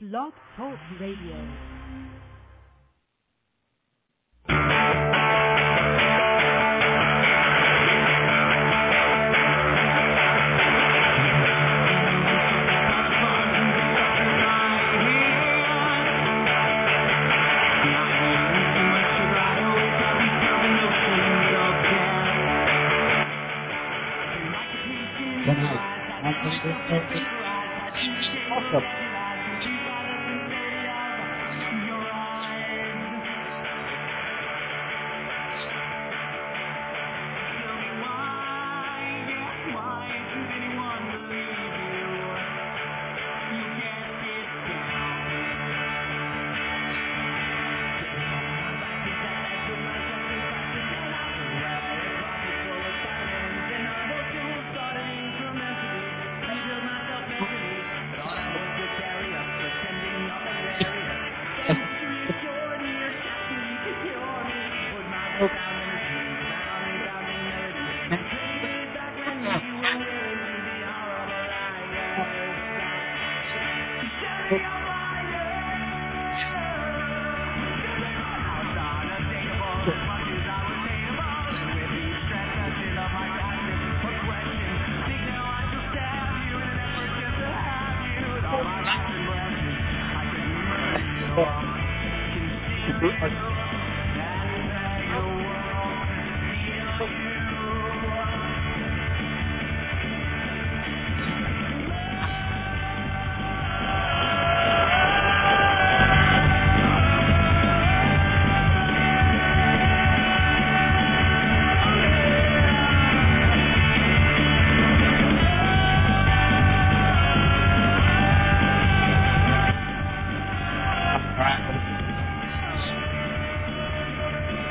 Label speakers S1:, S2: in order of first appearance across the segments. S1: Blog Talk Radio.
S2: Then I I think this person also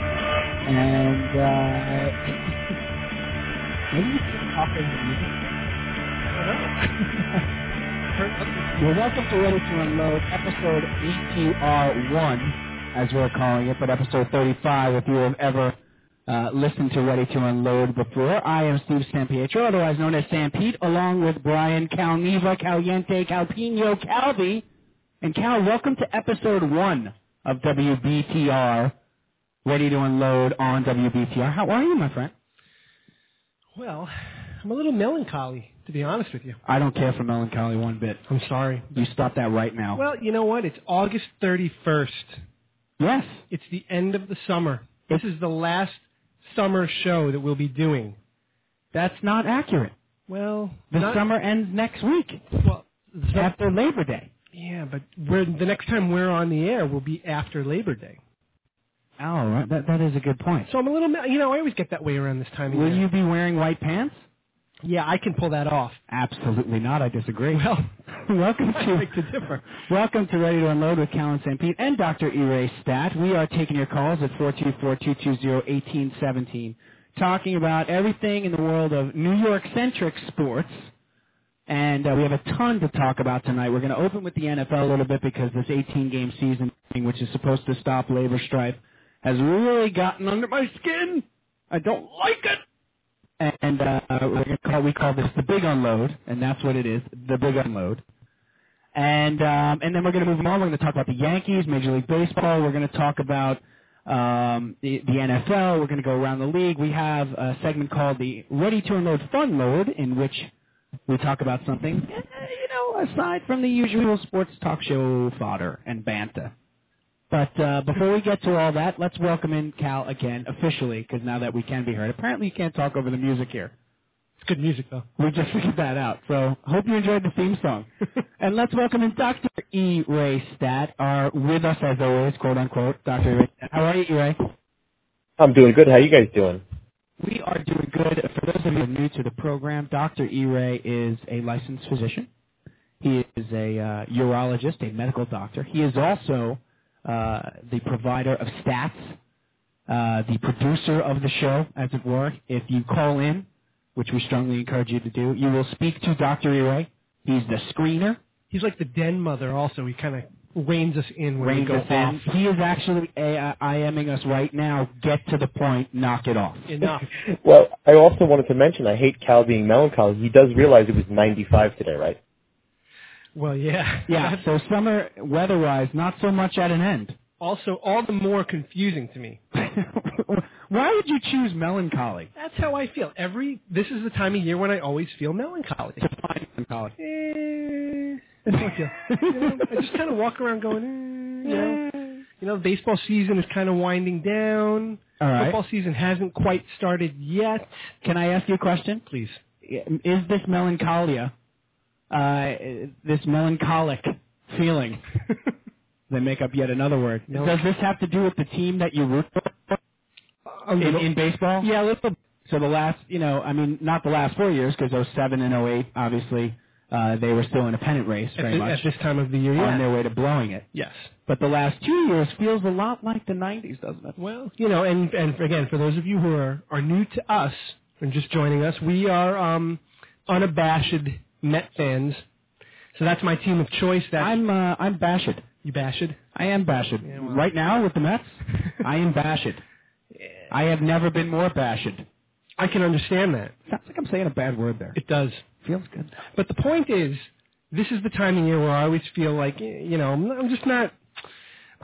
S2: and uh maybe you should talk in the music. Well welcome to Ready to Unload episode ETR one as we're calling it, but episode thirty five if you have ever uh, listened to Ready to Unload before. I am Steve Sampietro, otherwise known as Sam Pete, along with Brian Calneva, Caliente, Calpino, Calvi, and Cal. Welcome to episode one of WBTR ready to unload on WBTR. How are you, my friend?
S3: Well, I'm a little melancholy, to be honest with you.
S2: I don't care for melancholy one bit.
S3: I'm sorry.
S2: You stop that right now.
S3: Well, you know what? It's August 31st.
S2: yes.
S3: It's the end of the summer. This is the last summer show that we'll be doing.
S2: That's not accurate.
S3: Well,
S2: The
S3: not-
S2: summer ends next week
S3: Well, the-
S2: after Labor Day.
S3: yeah, but we're, the next time we're on the air will be after Labor Day.
S2: Oh, right. that, that is a good point.
S3: So I'm a little, me- you know, I always get that way around this time of
S2: Will
S3: year.
S2: you be wearing white pants?
S3: Yeah, I can pull that off.
S2: Absolutely not. I disagree.
S3: Well,
S2: welcome
S3: I
S2: to
S3: beg to differ.
S2: welcome to Ready to Unload with Callan St. Pete and Dr. E-Ray Stat. We are taking your calls at 424-220-1817, talking about everything in the world of New York-centric sports. And uh, we have a ton to talk about tonight. We're going to open with the NFL a little bit because this 18-game season, which is supposed to stop labor strife, has really gotten under my skin. I don't like it and uh, we're gonna call, we call this the big unload, and that's what it is, the big unload. And um, and then we're going to move on. We're going to talk about the Yankees, Major League Baseball. We're going to talk about um, the, the NFL. We're going to go around the league. We have a segment called the Ready to Unload Fun Load, in which we talk about something, eh, you know, aside from the usual sports talk show fodder and banter. But uh, before we get to all that, let's welcome in Cal again officially, because now that we can be heard, apparently you can't talk over the music here.
S3: it's good music, though.
S2: We just figured that out. So hope you enjoyed the theme song. and let's welcome in Dr. E. Ray Stat, are with us as always, quote unquote. Dr. E. Ray Stat. How are you, E. Ray?
S4: I'm doing good. How you guys doing?
S2: We are doing good. For those of you who are new to the program, Dr. E. Ray is a licensed physician. He is a uh, urologist, a medical doctor. He is also uh, the provider of stats, uh, the producer of the show, as it were. If you call in, which we strongly encourage you to do, you will speak to Dr. E. Ray. He's the screener.
S3: He's like the den mother, also. He kind of reins us in when we
S2: reins
S3: go
S2: us in.
S3: off.
S2: He is actually a- uh, IMing us right now. Get to the point. Knock it off.
S3: Enough.
S4: Well, I also wanted to mention I hate Cal being melancholy. He does realize it was 95 today, right?
S3: Well, yeah.
S2: Yeah, so summer weather-wise, not so much at an end.
S3: also, all the more confusing to me.
S2: Why would you choose melancholy?
S3: That's how I feel. Every this is the time of year when I always feel melancholy.
S2: Define melancholy.
S3: Eh, I don't feel- you know, I just kind of walk around going, eh, you know, you know, baseball season is kind of winding down.
S2: All right.
S3: Football season hasn't quite started yet.
S2: Can I ask you a question?
S3: Please.
S2: Is this melancholia, uh, this melancholic feeling, they make up yet another word,
S3: No.
S2: does this have to do with the team that you root for
S3: A
S2: in,
S3: little-
S2: in baseball?
S3: yeah, a little.
S2: So the last, you know, I mean, not the last four years, because 07 and 08, obviously, uh, they were still in a pennant race
S3: At,
S2: very
S3: thi-
S2: much
S3: at this time of the year,
S2: on
S3: yeah.
S2: their way to blowing it.
S3: Yes.
S2: But the last two years feels a lot like the 90s, doesn't it?
S3: Well, you know, and and again, for those of you who are are new to us and just joining us, we are um unabashed Met fans. So that's my team of choice. That
S2: I'm uh, I'm bashed.
S3: you bashed.
S2: I am bashed.
S3: Yeah, well-
S2: Right now with the Mets, I am bashed. I have never been more bashed.
S3: I can understand that.
S2: Sounds like I'm saying a bad word there.
S3: It does.
S2: feels good.
S3: But the point is, this is the time of year where I always feel like, eh, you know, I'm, I'm just not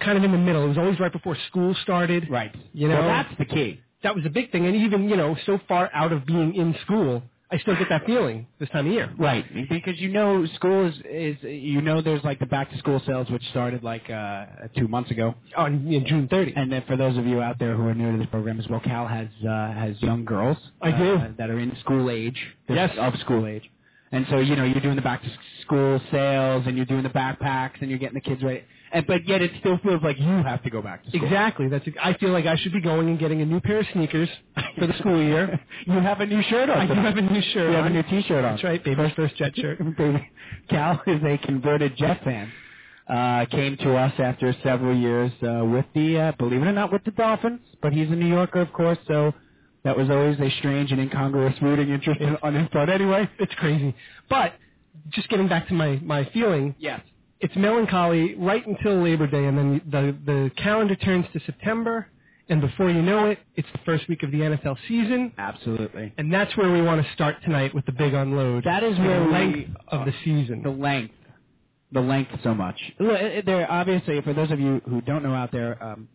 S3: kind of in the middle. It was always right before school started.
S2: Right.
S3: You know,
S2: so that's the key.
S3: that was a big thing. And even, you know, so far out of being in school, I still get that feeling this time of year.
S2: Right, because you know school is is you know there's like the back to school sales which started like uh 2 months ago.
S3: On you know, June 30th.
S2: And then for those of you out there who are new to this program as well, Cal has uh, has young girls.
S3: I
S2: uh,
S3: do.
S2: that are in school age. They're
S3: Yes.
S2: of school age. And so you know you're doing the back to school sales and you're doing the backpacks and you're getting the kids ready. And but yet it still feels like you have to go back to school.
S3: Exactly. That's. I feel like I should be going and getting a new pair of sneakers for the school year.
S2: you have a new shirt on.
S3: I do
S2: today.
S3: have a new shirt.
S2: You have a
S3: on.
S2: new T-shirt on.
S3: That's right, baby's first jet shirt.
S2: Baby, Cal is a converted Jet fan. Uh, came to us after several years uh, with the, uh, believe it or not, with the Dolphins. But he's a New Yorker, of course, so that was always a strange and incongruous rooting interest in, on his part. Anyway,
S3: It's crazy. But just getting back to my my feeling,
S2: yes,
S3: it's melancholy right until Labor Day, and then the the calendar turns to September, and before you know it, it's the first week of the NFL season,
S2: absolutely.
S3: and that's where we want to start tonight with the big unload.
S2: That is
S3: The
S2: where we-
S3: length of the season.
S2: the length, the length so much. Look, it- it- There, obviously, for those of you who don't know out there, um,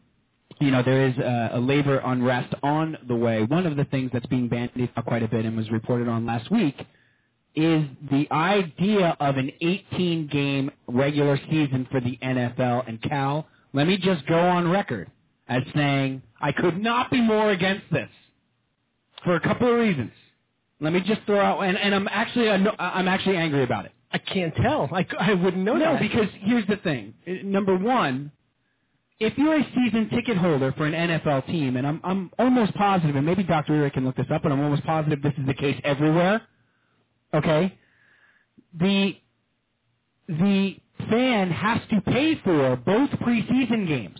S2: you know there is uh, a labor unrest on the way. One of the things that's being bandied about quite a bit and was reported on last week is the idea of an 18-game regular season for the NFL. And Cal, let me just go on record as saying I could not be more against this for a couple of reasons. Let me just throw out, and, and I'm actually I'm actually angry about it.
S3: I can't tell. I, c- I wouldn't know
S2: No,
S3: that.
S2: because here's the thing. Uh, Number one, if you're a season ticket holder for an NFL team, and I'm, I'm almost positive, and maybe Dr. Eric can look this up, but I'm almost positive this is the case everywhere, okay? The, the fan has to pay for both preseason games.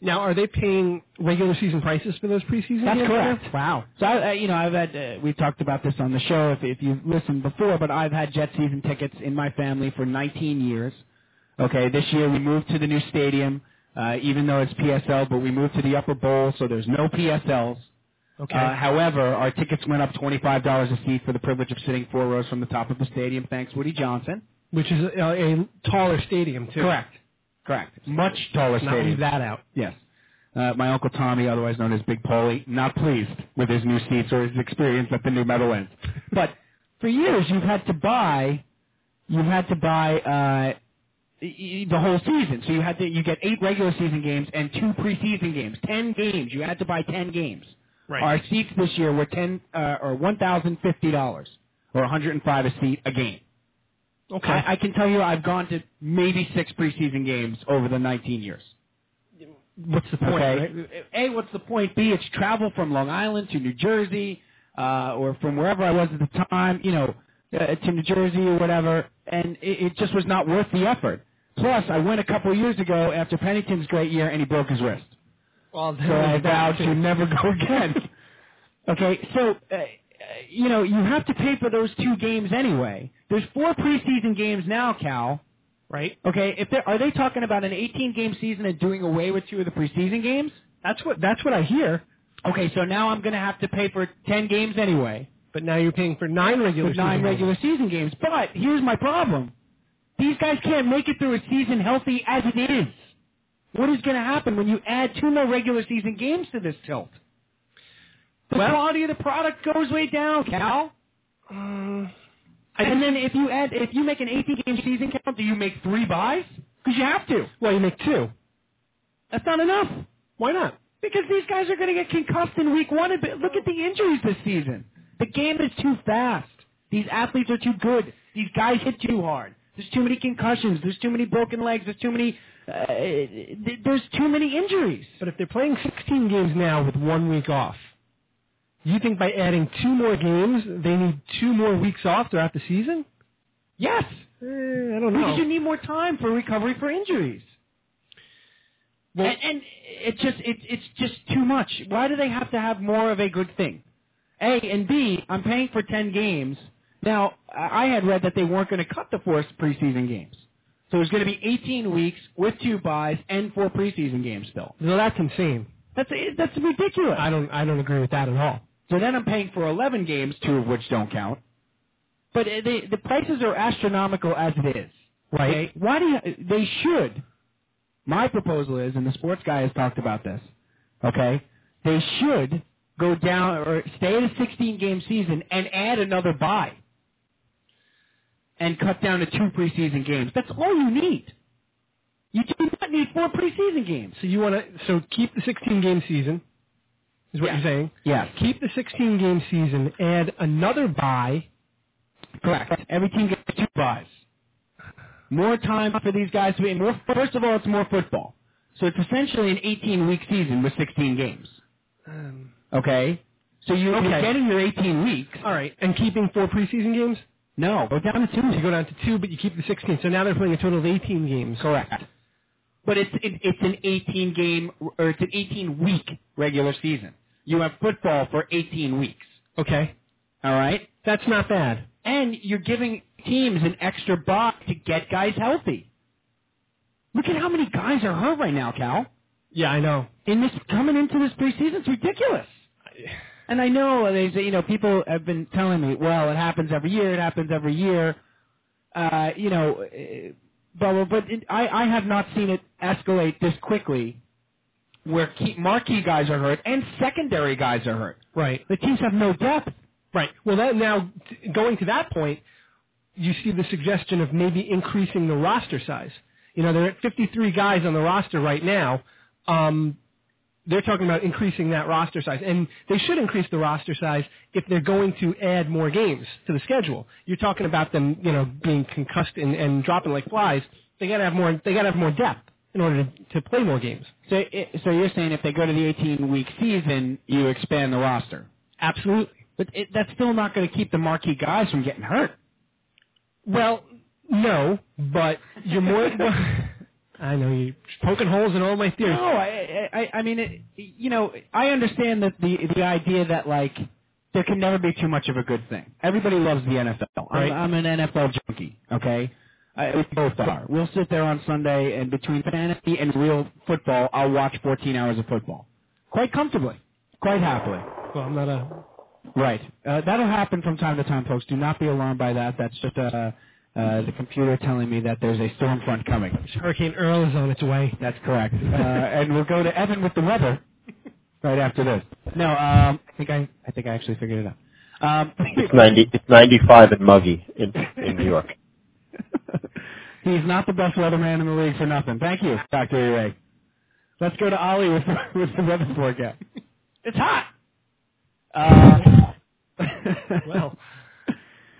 S3: now, are they paying regular season prices for those preseason
S2: That's
S3: games?
S2: correct.
S3: now?
S2: Wow. So I, I- you know, I've had uh, we talked about this on the show if if you've listened before, but I've had Jet season tickets in my family for 19 years. Okay, this year we moved to the new stadium, uh, even though it's PSL, but we moved to the upper bowl, so there's no PSLs.
S3: Okay.
S2: Uh, however, our tickets went up $25 a seat for the privilege of sitting four rows from the top of the stadium. Thanks, Woody Johnson.
S3: Which is a, a taller stadium too.
S2: Correct. Correct. Much taller
S3: Not leave
S2: stadium.
S3: that out.
S2: Yes. Uh, my Uncle Tommy, otherwise known as Big Polly, not pleased with his new seats or his experience at the New Meadowlands. But for years, you've had to buy, you've had to buy uh, y- y- the whole season. So you had to, you get eight regular season games and two preseason games, ten games. You had to buy ten games. Our seats this year were ten uh, or one thousand fifty dollars or one hundred and five a seat a game.
S3: Okay.
S2: I, I can tell you, I've gone to maybe six preseason games over the 19 years.
S3: What's the point? right?
S2: Okay. A, what's the point? B, it's travel from Long Island to New Jersey uh, or from wherever I was at the time, you know, uh, to New Jersey or whatever, and it, it just was not worth the effort. Plus, I went a couple of years ago after Pennington's great year, and he broke his wrist.
S3: Well,
S2: So I vowed to never go again. okay, so uh, you know you have to pay for those two games anyway. There's four preseason games now, Cal.
S3: right?
S2: Okay, if they're, are they talking about an 18 game season and doing away with two of the preseason games?
S3: That's what that's what I hear.
S2: Okay, so now I'm going to have to pay for 10 games anyway,
S3: But now you're paying for nine regular
S2: with nine
S3: season games.
S2: regular season games. But here's my problem. These guys can't make it through a season healthy as it is. What is going to happen when you add two more regular season games to this tilt? The quality of the product goes way down, Cal.
S3: Uh,
S2: and then if you add, if you make an 18 game season count, do you make three buys? Because you have to.
S3: Well, you make two.
S2: That's not enough.
S3: Why not?
S2: Because these guys are going to get concussed in week one. And look at the injuries this season. The game is too fast. These athletes are too good. These guys hit too hard. There's too many concussions. There's too many broken legs. There's too many. Uh, th- there's too many injuries.
S3: But if they're playing 16 games now with one week off, you think by adding two more games, they need two more weeks off throughout the season?
S2: Yes,
S3: Eh, I don't
S2: because you
S3: know.
S2: need more time for recovery for injuries.
S3: Well-
S2: and, and it just it, it's just too much. Why do they have to have more of a good thing? A and B, I'm paying for ten games. Now I I had read that they weren't going to cut the four preseason games, so it's going to be 18 weeks with two buys and four preseason games still.
S3: No, that's insane.
S2: That's that's ridiculous.
S3: I don't. I don't agree with that at all.
S2: So then I'm paying for 11 games, two of which don't count. But uh, the the prices are astronomical as it is.
S3: Right.
S2: Okay? Why do you, they should? My proposal is, and the sports guy has talked about this. Okay, they should go down or stay at a 16 game season and add another bye, and cut down to two preseason games. That's all you need. You do not need four preseason games.
S3: So you want to. So keep the 16 game season. Is what
S2: Yeah.
S3: you're saying?
S2: Yes,
S3: Keep the 16 game season. Add another bye.
S2: Correct. Every team gets two buys. More time for these guys to be. More, first of all, it's more football. So it's essentially an 18-week season with 16 games.
S3: Um,
S2: Okay. So you,
S3: Okay.
S2: you're getting your 18 weeks.
S3: all right. And keeping four preseason games.
S2: No, go down to
S3: You
S2: two.
S3: go down to two, but you keep the 16. So now they're playing a total of 18 games.
S2: Correct. But it's it, it's an 18 game or it's an 18 week regular season. You have football for 18 weeks.
S3: Okay.
S2: All right.
S3: That's not bad.
S2: And you're giving teams an extra buck to get guys healthy. Look at how many guys are hurt right now, Cal.
S3: Yeah, I know.
S2: in this coming into this preseason it's ridiculous. And I know they say, you know, people have been telling me, well, it happens every year, it happens every year, uh, you know, eh, blah blah. But it, I I have not seen it escalate this quickly, where key, marquee guys are hurt and secondary guys are hurt.
S3: Right.
S2: The teams have no depth.
S3: Right. Well, that now t- going to that point, you see the suggestion of maybe increasing the roster size. You know, they're at 53 guys on the roster right now. Um, they're talking about increasing that roster size, and they should increase the roster size if they're going to add more games to the schedule. You're talking about them, you know, being concussed and, and dropping like flies. They got to have more. They got to have more depth in order to, to play more games.
S2: So it, so you're saying if they go to the 18 week season, you expand the roster,
S3: Absolutely.
S2: but it, that's still not going to keep the marquee guys from getting hurt.
S3: Well, no, but you're more. I know you're poking holes in all my theories.
S2: No, I, I, I- I mean, it, you know, I understand that the the idea that like there can never be too much of a good thing. Everybody loves the NFL.
S3: Right.
S2: I'm, I'm an NFL junkie. Okay, I, we both are. We'll sit there on Sunday and between fantasy and real football, I'll watch 14 hours of football, quite comfortably, quite happily.
S3: Well, I'm not a.
S2: Right. Uh, that'll happen from time to time, folks. Do not be alarmed by that. That's just uh, uh, the computer telling me that there's a storm front coming.
S3: Hurricane Earl is on its way.
S2: That's correct. Uh, and we'll go to Evan with the weather right after this. No, um, I think I, I think I actually figured it out. Um,
S4: It's ninety. It's ninety-five and muggy in in New York.
S2: He's not the best weatherman in the league for nothing. Thank you, Dr. E. Ray. Let's go to Ollie with, with the weather forecast. It's hot. Uh,
S3: Well.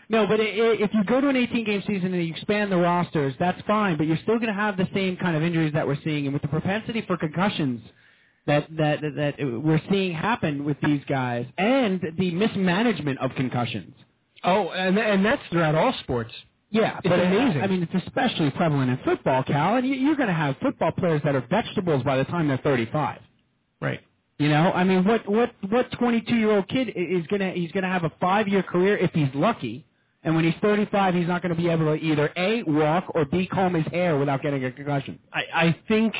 S2: No, but i i if you go to an 18-game season and you expand the rosters, that's fine. But you're still going to have the same kind of injuries that we're seeing, and with the propensity for concussions that that that, that we're seeing happen with these guys, and the mismanagement of concussions.
S3: Oh, and and that's throughout all sports.
S2: Yeah,
S3: It's
S2: but it-
S3: amazing.
S2: I mean, it's especially prevalent in football, Cal, and you, you're going to have football players that are vegetables by the time they're 35.
S3: Right.
S2: You know, I mean, what what what 22 year old kid i- is gonna he's gonna have a five year career if he's lucky, and when he's 35, he's not gonna be able to either a walk or b comb his hair without getting a concussion.
S3: I, I think.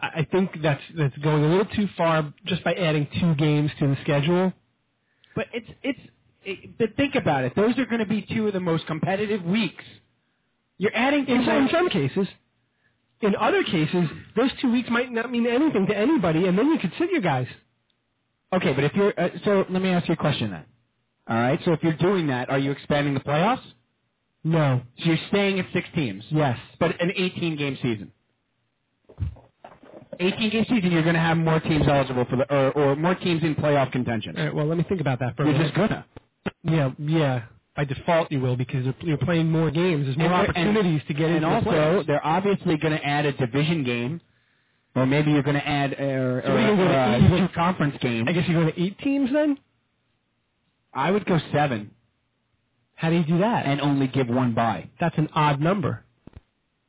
S3: I I think that's that's going a little too far just by adding two games to the schedule.
S2: But it's it's. It, but think about it; those are going to be two of the most competitive weeks. You're adding
S3: In
S2: things
S3: some, in
S2: like-
S3: some cases. In other cases, those two weeks might not mean anything to anybody, and then you could sit your guys.
S2: Okay, but if you're uh, so, let me ask you a question then. All right, so if you're doing that, are you expanding the playoffs?
S3: No.
S2: So you're staying at six teams,
S3: Yes.
S2: but an 18 game season. 18 game season, you're going to have more teams eligible for the or, or more teams in playoff contention.
S3: All right. Well, let me think about that for a
S2: You're
S3: minute.
S2: just gonna.
S3: Yeah, yeah. By default, you will because you're- you're playing more games. There's more
S2: And they're- and-
S3: opportunities to get
S2: and
S3: into
S2: also,
S3: the playoffs.
S2: they're obviously going to add a division game, or maybe you're going to add uh, or,
S3: So we can go to
S2: or
S3: eight.
S2: a two conference game.
S3: I guess you're going to eight teams then.
S2: I would go seven
S3: How do you do that?
S2: and only give one bye.
S3: That's an odd number.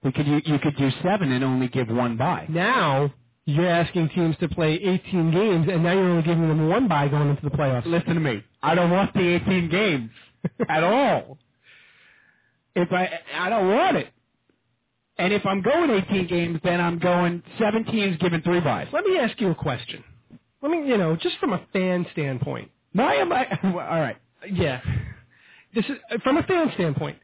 S2: We could you, you could do seven and only give one bye.
S3: Now you're asking teams to play 18 games, and now you're only giving them one bye going into the playoffs.
S2: Listen to me. I don't want the 18 games at all. If I I don't want it. And if I'm going 18 games, then I'm going seven teams given three buys.
S3: Let me ask you a question. Let me, you know, just from a fan standpoint.
S2: Why am I? All right.
S3: Yeah. This is uh, from a fan standpoint.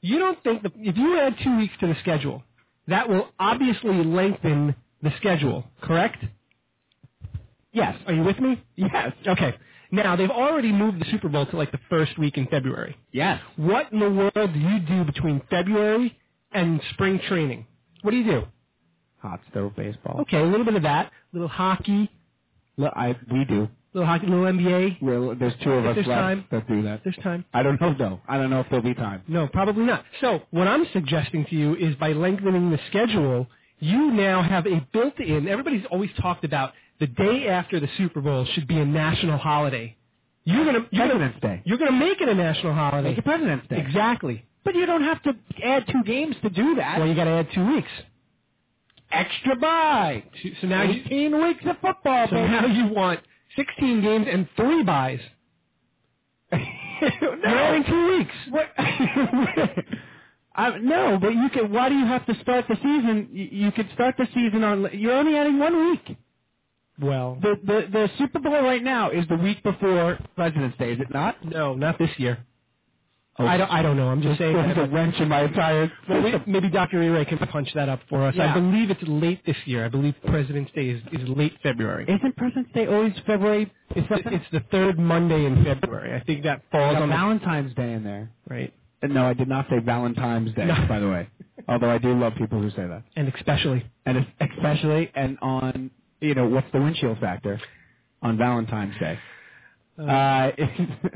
S3: You don't think the, if you add two weeks to the schedule, that will obviously lengthen the schedule, correct?
S2: Yes.
S3: Are you with me?
S2: Yes.
S3: Okay. Now they've already moved the Super Bowl to like the first week in February.
S2: Yes.
S3: What in the world do you do between February and spring training? What do you do?
S2: Hot stove baseball.
S3: Okay, a little bit of that, little hockey,
S2: Look, I we do.
S3: little hockey, little NBA.
S2: We're, there's two of
S3: If
S2: us
S3: there's
S2: left
S3: time.
S2: that do that.
S3: This time.
S2: I don't know though. I don't know if there'll be time.
S3: No, probably not. So what I'm suggesting to you is by lengthening the schedule, you now have a built-in. Everybody's always talked about the day after the Super Bowl should be a national holiday. You're gonna you're
S2: President's
S3: gonna,
S2: Day.
S3: You're gonna make it a national holiday.
S2: Make it President's Day.
S3: Exactly.
S2: But you don't have to add two games to do that.
S3: Well, you got to add two weeks.
S2: extra bye.
S3: Two- So now you,
S2: 18 weeks of football,
S3: so now you want 16 games and three buys.
S2: baby.
S3: You're adding two weeks.
S2: What? I, no, but you could. Why do you have to start the season? You, you could start the season on. You're only adding one week.
S3: Well,
S2: The the the Super Bowl right now is the week before President's Day, is it not?
S3: no, not this year. I don't. I don't know. I'm just saying.
S2: There's Oh, a
S3: that.
S2: wrench in my entire.
S3: Well, we- maybe Dr. Ray can punch that up for us.
S2: Yeah.
S3: I believe it's late this year. I believe President's Day is, is late February.
S2: Isn't President's Day always February?
S3: It's the, it's the third Monday in February. I think that falls
S2: Got
S3: on the,
S2: Valentine's Day in there.
S3: right,
S2: Uh, No, I did not say Valentine's Day,
S3: No.
S2: by the way. Although I do love people who say that,
S3: and especially
S2: and es- especially and on you know what's the windshield factor on Valentine's Day. Uh,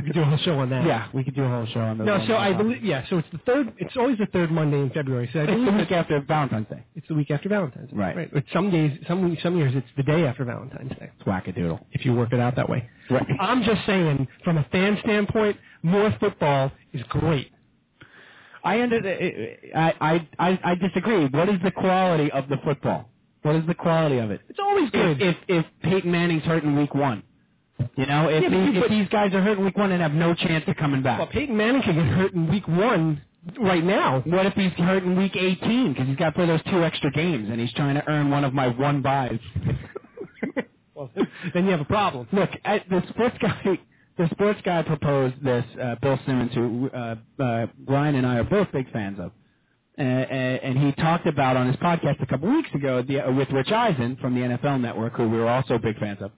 S3: we do a whole show on that.
S2: Yeah, we could do a whole show on those.
S3: No, so I believe yeah. So it's the third. It's always the third Monday in February. So I
S2: it's the
S3: believe
S2: week after Valentine's Day.
S3: it's the week after Valentine's. Day.
S2: Right.
S3: Right. But some days, some some years, it's the day after Valentine's Day.
S2: It's wackadoodle.
S3: If you work it out that way.
S2: Right.
S3: I'm just saying, from a fan standpoint, more football is great.
S2: I, under, I, I I I disagree. What is the quality of the football? What is the quality of it?
S3: It's always
S2: If
S3: good.
S2: if, if Peyton Manning's hurting week one, you know, if,
S3: Yeah, but
S2: these-
S3: you-
S2: if
S3: but-
S2: these guys are hurting week one and have no chance of coming back,
S3: Well, Peyton Manning could get hurt in week one right now.
S2: what if he's hurting week eighteen because he's got to play those two extra games and he's trying to earn one of my one buys?
S3: well, then you have a problem.
S2: Look, I, the sports guy, the sports guy proposed this. Uh, Bill Simmons, who uh, uh, Brian and I are both big fans of, uh, and he talked about on his podcast a couple weeks ago the, uh, with Rich Eisen from the NFL Network, who we were also big fans of,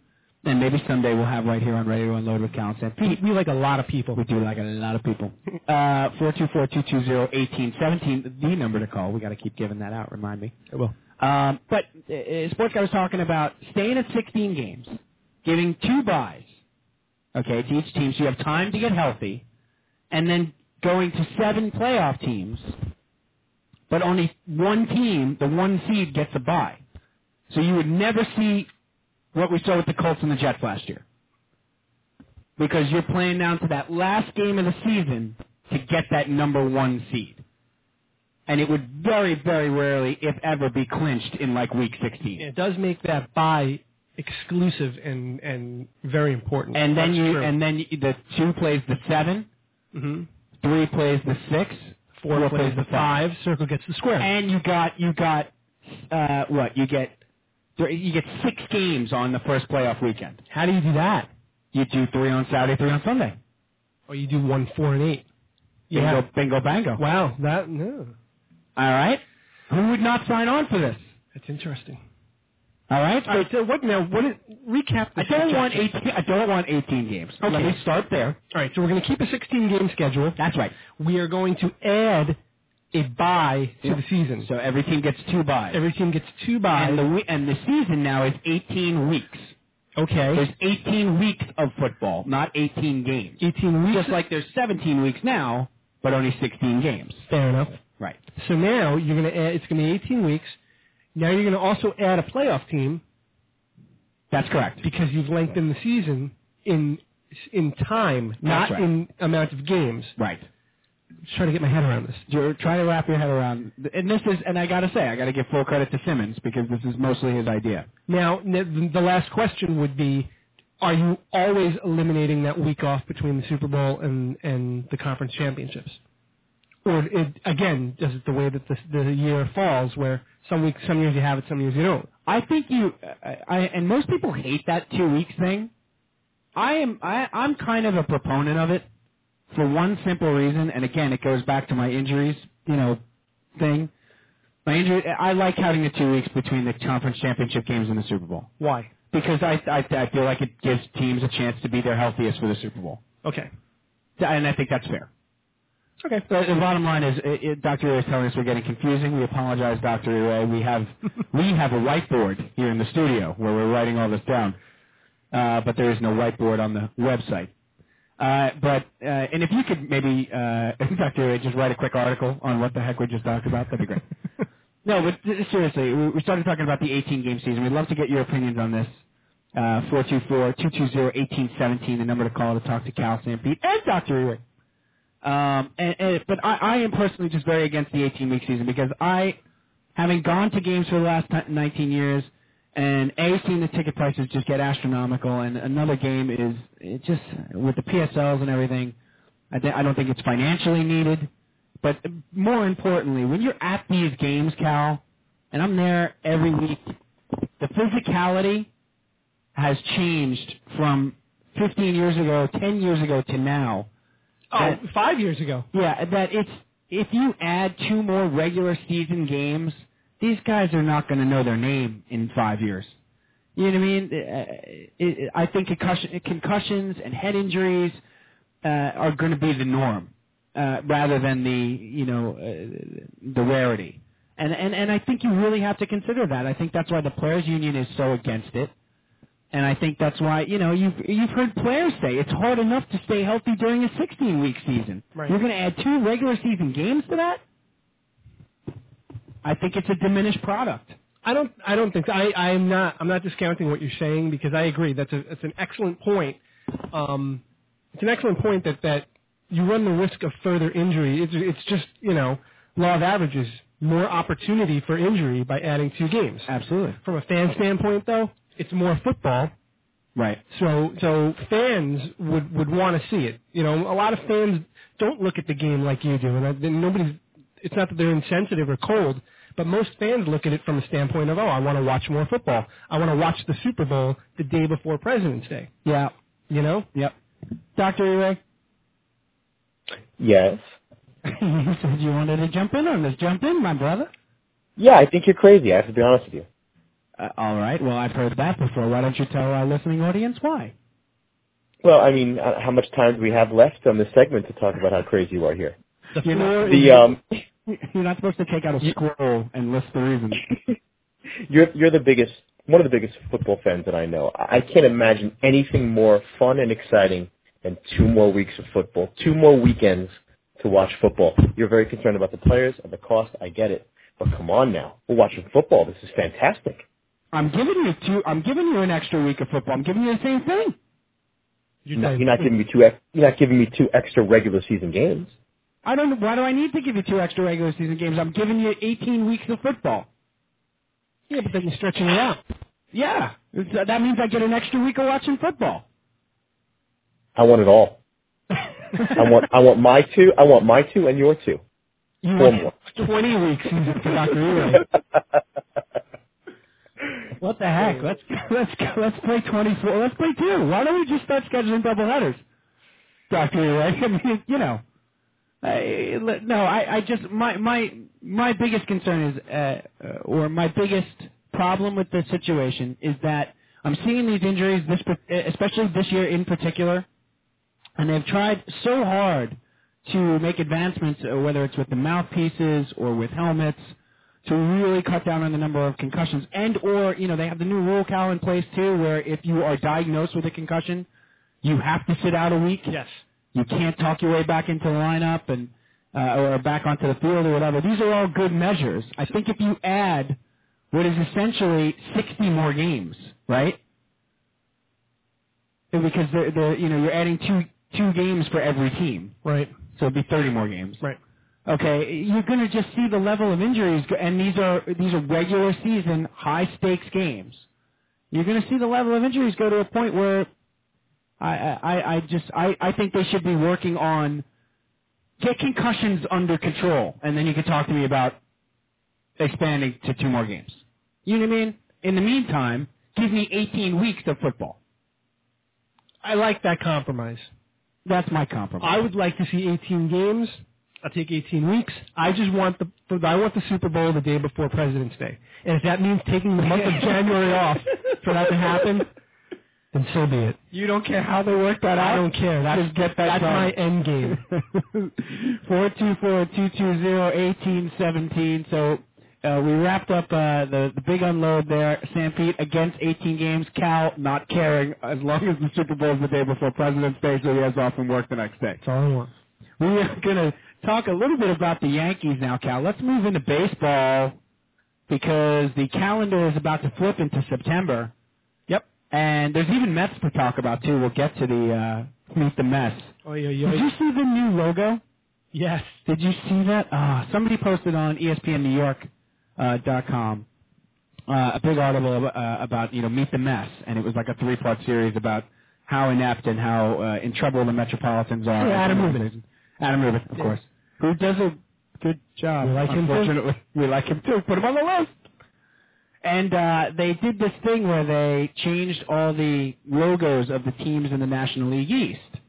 S2: and maybe someday we'll have right here on Radio Unload with Cal and Sam. Pete,
S3: We, we like a lot of people.
S2: we do like a lot of people. Uh, four two four two two zero eighteen seventeen, the number to call. We got to keep giving that out. Remind me.
S3: I will.
S2: Um, but uh, sports guy was talking about staying at 16 games, giving two buys, okay, to each team, so you have time to get healthy, and then going to seven playoff teams, but only one team, the one seed, gets a buy. So you would never see what we saw with the Colts and the Jets last year, because you're playing down to that last game of the season to get that number one seed and it would very, very rarely, if ever, be clinched in like week 16.
S3: It does make that buy exclusive and, and very important.
S2: And then
S3: That's
S2: you,
S3: true.
S2: and then you, the two plays the seven,
S3: Mhm.
S2: three plays the six,
S3: four, plays the five, circle gets the square.
S2: and you got you got uh, what you get three- you get six games on the first playoff weekend.
S3: How do you do that? Oh,
S2: You do three on Saturday, three on Sunday.
S3: Or you do one, four, and eight.
S2: Bingo, bingo, bango.
S3: Wow. That no.
S2: All right. Who would not sign on for this?
S3: That's interesting.
S2: All right.
S3: All right, so what now? What is, recap?
S2: I
S3: This
S2: don't want
S3: projection.
S2: 18. I don't want 18 games. Let
S3: Okay.
S2: me start there.
S3: All right, so we're going to keep a 16 game schedule.
S2: That's right.
S3: We are going to add a bye to
S2: Yeah.
S3: the season.
S2: So every team gets two buys.
S3: Every team gets two buys.
S2: and the we- and the season now is 18 weeks. There's
S3: okay.
S2: 18 weeks of football, not 18 games.
S3: 18 weeks.
S2: Just like there's 17 weeks now, but only 16 games.
S3: fair enough.
S2: Right.
S3: So now you're going to add. It's going to be 18 weeks. Now you're going to also add a playoff team
S2: That's correct.
S3: because you've lengthened the season in in time, not
S2: right.
S3: in amount of games.
S2: Right.
S3: Just trying to get my head around this.
S2: You're trying to wrap your head around, and this is, and I gotta say, I gotta give full credit to Simmons because this is mostly his idea.
S3: Now, n- th- the last question would be, are you always eliminating that week off between the Super Bowl and, and the conference championships? Or, it, again, does it the way that the, the year falls, where some weeks, some years you have it, some years you don't?
S2: I think you, I, I, and most people hate that two weeks thing. I am, I, I'm kind of a proponent of it for one simple reason, and again, it goes back to my injuries, you know, thing. My injury, I like having the two weeks between the conference championship games and the Super Bowl
S3: Why?
S2: because I, I, I feel like it gives teams a chance to be their healthiest for the Super Bowl,
S3: Okay.
S2: and I think that's fair.
S3: Okay.
S2: The, the bottom line is, it, it, Dr. Ray is telling us we're getting confusing. We apologize, Dr. Ray. We have we have a whiteboard here in the studio where we're writing all this down, uh, but there is no whiteboard on the website. Uh, but uh, and if you could maybe, uh, Dr. Ray, just write a quick article on what the heck we just talked about, that'd be great. no, but th- seriously, we, we started talking about the 18 game season. We'd love to get your opinions on this. Uh, 424-220-1817, the number to call to talk to Cal Sam Pete and Dr. Ray. Um, and, and, but I, I am personally just very against the 18 week season because I, having gone to games for the last ti- 19 years, and A, seeing the ticket prices just get astronomical, and another game is it just with the PSLs and everything, I, th- I don't think it's financially needed. But more importantly, when you're at these games, Cal, and I'm there every week, the physicality has changed from 15 years ago, 10 years ago to now.
S3: Oh, five years ago.
S2: Yeah, that it's if you add two more regular season games, these guys are not going to know their name in five years. You know what I mean? Uh, it, it, I think concussion, concussions and head injuries uh, are going to be the norm uh, rather than the you know uh, the rarity. And, and and I think you really have to consider that. I think that's why the players' union is so against it. And I think that's why you know you've you've heard players say it's hard enough to stay healthy during a 16 week season.
S3: Right.
S2: You're going to add two regular season games to that. I think it's a diminished product.
S3: I don't. I don't think. I. I'm not. I'm not discounting what you're saying because I agree. That's a. That's an excellent point. Um, it's an excellent point that that you run the risk of further injury. It's it's just you know law of averages. More opportunity for injury by adding two games.
S2: Absolutely.
S3: From a fan standpoint, though, it's more football.
S2: Right.
S3: So so fans would would want to see it. You know, a lot of fans don't look at the game like you do, and I, then nobody's. It's not that they're insensitive or cold, but most fans look at it from a standpoint of, oh, I want to watch more football. I want to watch the Super Bowl the day before President's Day.
S2: Yeah.
S3: You know,
S2: Yep. Doctor Ray,
S4: Yes.
S2: you said you wanted to jump in on this. Jump in, my brother.
S4: Yeah, I think you're crazy. I have to be honest with you.
S2: Uh, all right. Well, I've heard that before. Why don't you tell our listening audience why?
S4: Well, I mean, uh, how much time do we have left on this segment to talk about how crazy you are here?
S3: the
S2: You know,
S3: floor is
S4: The um,
S2: You're not supposed to take out a scroll and list the reasons.
S4: you're you're the biggest, one of the biggest football fans that I know. I I can't imagine anything more fun and exciting than two more weeks of football, two more weekends to watch football. You're very concerned about the players and the cost. I get it, but come on now, we're watching football. This is fantastic.
S2: I'm giving you two. I'm giving you an extra week of football. I'm giving you the same thing.
S4: You're not, you're not giving me two. ex- You're not giving me two extra regular season games.
S2: I don't. Why do I need to give you two extra regular season games? I'm giving you 18 weeks of football.
S3: yeah, but then you're stretching it out.
S2: Yeah, It's- uh, that means I get an extra week of watching football.
S4: I want it all. I want I want my two. I want my two and your two.
S2: You
S4: Four
S2: want
S4: more.
S2: 20 weeks season for Dr. Ewing. What the heck? Let's let's let's play 24. Let's play two. Why don't we just start scheduling double headers, Doctor Ewing? I mean, you know, I, no, I I just my my my biggest concern is, uh, uh, or my biggest problem with the situation is that I'm seeing these injuries, this, pa- especially this year in particular, and they've tried so hard to make advancements, uh, whether it's with the mouthpieces or with helmets, to really cut down on the number of concussions. And or, you know, they have the new rule, Cal, in place too, where if you are diagnosed with a concussion, you have to sit out a week
S3: Yes.
S2: you can't talk your way back into the lineup and uh, or back onto the field or whatever. These are all good measures. I think if you add what is essentially 60 more games, right? Because they're, they're, you know you're adding two two games for every team,
S3: Right.
S2: so it'd be 30 more games.
S3: Right.
S2: Okay, you're going to just see the level of injuries, go- and these are these are regular season high stakes games. You're going to see the level of injuries go to a point where I I, I- I just I, I think they should be working on get concussions under control, and then you can talk to me about expanding to two more games. You know what I mean? In the meantime, give me 18 weeks of football.
S3: I like that compromise.
S2: That's my compromise.
S3: I would like to see 18 games. I'll take 18 weeks. I just want the for- I want the Super Bowl the day before President's Day, and if that means taking the month of January off for that to happen, then so be it.
S2: you don't care how they work that
S3: I don't care. That's
S2: Just get that
S3: that's
S2: done.
S3: my end game.
S2: Four two four two two zero eighteen seventeen. So uh, we wrapped up uh, the the big unload there. Sam Pete against 18 games. Cal not caring as long as the Super Bowl is the day before President's Day, so he has off from work the next day.
S3: That's all I want.
S2: We are going to talk a little bit about the Yankees now, Cal. Let's move into baseball because the calendar is about to flip into September.
S3: Yep.
S2: And there's even Mets to talk about too. We'll get to the uh, meet the Mets.
S3: Oh yeah,
S2: Did you see the new logo?
S3: Yes.
S2: Did you see that? Ah, somebody posted on E ESPNNewYork.com uh, dot com, uh, a big article ab- uh, about you know Meet the Mess, and it was like a three-part series about how inept and how uh, in trouble the Metropolitans are.
S3: Yeah, Adam Rubin.
S2: Rubin. Adam Rubin, of
S3: Yeah.
S2: course, who does a good job.
S3: We like him too.
S2: unfortunately. we like him too. Put him on the list. And uh, they did this thing where they changed all the logos of the teams in the National League East.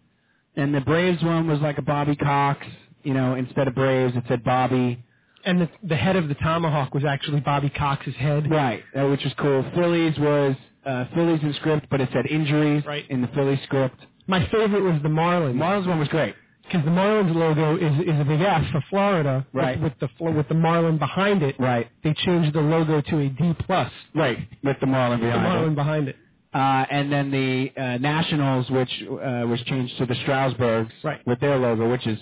S2: And the Braves one was like a Bobby Cox, you know, instead of Braves, it said Bobby.
S3: And the, the head of the tomahawk was actually Bobby Cox's head.
S2: Right, uh, which was cool. Phillies was uh, Phillies in script, but it said injuries
S3: Right.
S2: in the Philly script.
S3: My favorite was the Marlins.
S2: Marlins one was great.
S3: because the Marlins logo is is a big F for Florida, with-
S2: Right.
S3: With, the fl- with the Marlin behind it,
S2: Right,
S3: they changed the logo to a D plus.
S2: right, with the Marlin
S3: The
S2: behind it.
S3: Marlin behind it.
S2: Uh, and then the uh, Nationals, which uh, was changed to the Strasburgs
S3: Right.
S2: with their logo, which is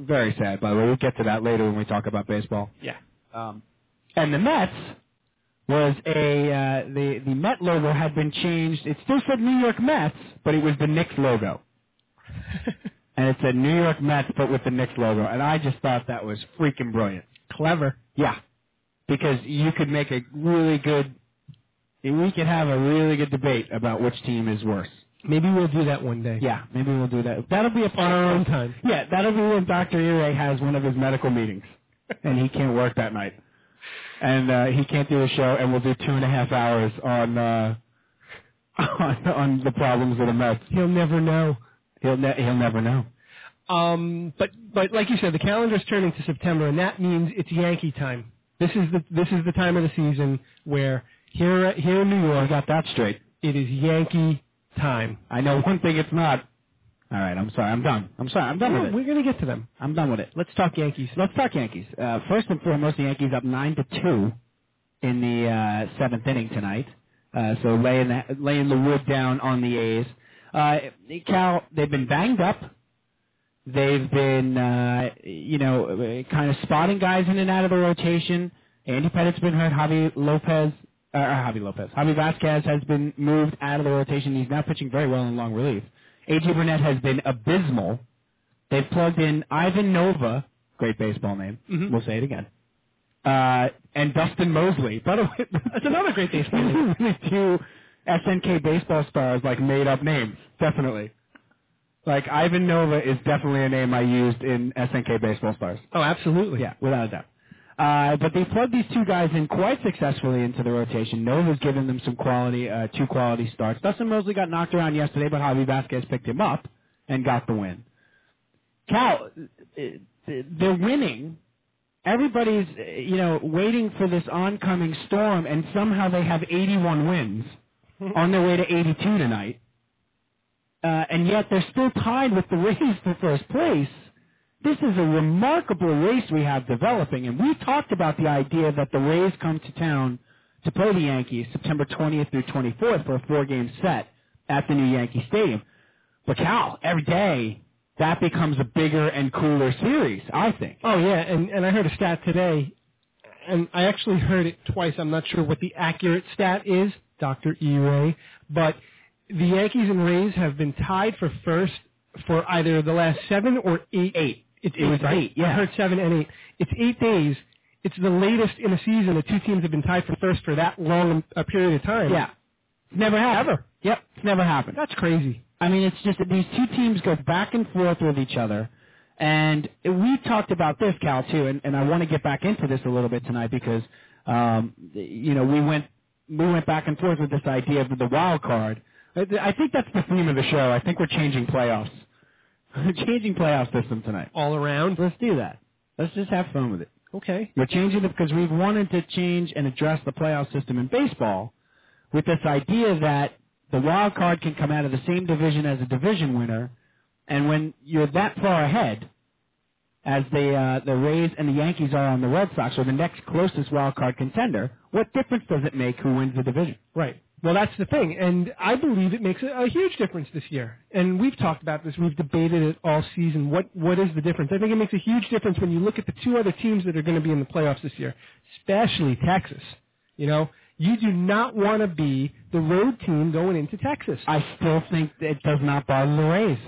S2: very sad, by the way. We'll get to that later when we talk about baseball.
S3: Yeah.
S2: Um, and the Mets was a uh, the the Met logo had been changed. It still said New York Mets, but it was the Knicks logo, and it said New York Mets, but with the Knicks logo. And I just thought that was freaking brilliant.
S3: Clever.
S2: Yeah, because you could make a really good. We could have a really good debate about which team is worse.
S3: Maybe we'll do that one day.
S2: Yeah, maybe we'll do that. That'll be a
S3: On
S2: fun
S3: our own time.
S2: Yeah, that'll be when Dr. Ure has one of his medical meetings, and he can't work that night, and uh, he can't do a show, and we'll do two and a half hours on uh, on, on the problems of the Mets.
S3: He'll never know.
S2: He'll ne- he'll never know.
S3: Um, but but like you said, the calendar's turning to September, and that means it's Yankee time. This is the this is the time of the season where here here in New
S2: I
S3: York
S2: got that straight.
S3: it is Yankee time.
S2: I know one thing. It's not. All right, I'm sorry. I'm done. I'm sorry. I'm done with it.
S3: We're gonna get to them.
S2: I'm done with it.
S3: Let's talk Yankees.
S2: Yankees. Let's talk Yankees. Uh, first and foremost, the Yankees up nine to two in the uh, seventh inning tonight. Uh, so laying the, laying the wood down on the A's. Uh, Cal, they've been banged up. They've been, uh, you know, kind of spotting guys in and out of the rotation. Andy Pettit's been hurt. Javi Lopez, uh, Javi Lopez, Javi Vasquez has been moved out of the rotation. He's now pitching very well in long relief. AJ Burnett has been abysmal. They've plugged in Ivan Nova, great baseball name.
S3: Mhm.
S2: We'll say it again. Uh, and Dustin Mosley. By the way,
S3: That's another great baseball name.
S2: Really two SNK baseball stars like made up names, definitely. Like Ivan Nova is definitely a name I used in SNK baseball stars.
S3: Oh, absolutely.
S2: Yeah, without a doubt. Uh, but they plugged these two guys in quite successfully into the rotation. Nova's given them some quality, uh, two quality starts. Dustin Mosley got knocked around yesterday, but Javi Vasquez picked him up and got the win. Cal, uh, they're winning everybody's uh, you know waiting for this oncoming storm, and somehow they have 81 wins on their way to 82 tonight, uh, and yet they're still tied with the Rays for first place. This is a remarkable race we have developing, and we talked about the idea that the Rays come to town to play the Yankees September 20th through 24th for a four-game set at the new Yankee Stadium. But Cal, every day that becomes a bigger and cooler series, I think.
S3: Oh yeah, and and I heard a stat today, and I actually heard it twice. I'm not sure what the accurate stat is, Doctor E Ray, but the Yankees and Rays have been tied for first for either the last seven or eight. Eight. It's
S2: It was
S3: right?
S2: eight, yeah.
S3: I heard seven and eight. It's eight days. It's the latest in a season that two teams have been tied for first for that long a period of time.
S2: Yeah. It's never happened.
S3: Ever.
S2: Yep, it's never happened.
S3: That's crazy.
S2: I mean, it's just that these two teams go back and forth with each other. And we talked about this, Cal, too, and, and I want to get back into this a little bit tonight because, um, you know, we went we went back and forth with this idea of the wild card. I I think that's the theme of the show. I think we're changing playoffs, we're changing playoff system tonight.
S3: All around.
S2: Let's do that. Let's just have fun with it.
S3: Okay.
S2: We're changing it because we've wanted to change and address the playoff system in baseball with this idea that the wild card can come out of the same division as a division winner, and when you're that far ahead, as the uh, the Rays and the Yankees are on the Red Sox, or the next closest wild card contender, what difference does it make who wins the division?
S3: Right. Well, that's the thing, and I believe it makes a, a huge difference this year. And we've talked about this, we've debated it all season. What what is the difference? I think it makes a huge difference when you look at the two other teams that are going to be in the playoffs this year, especially Texas. You know, you do not want to be the road team going into Texas.
S2: I still think that it does not bother the Rays.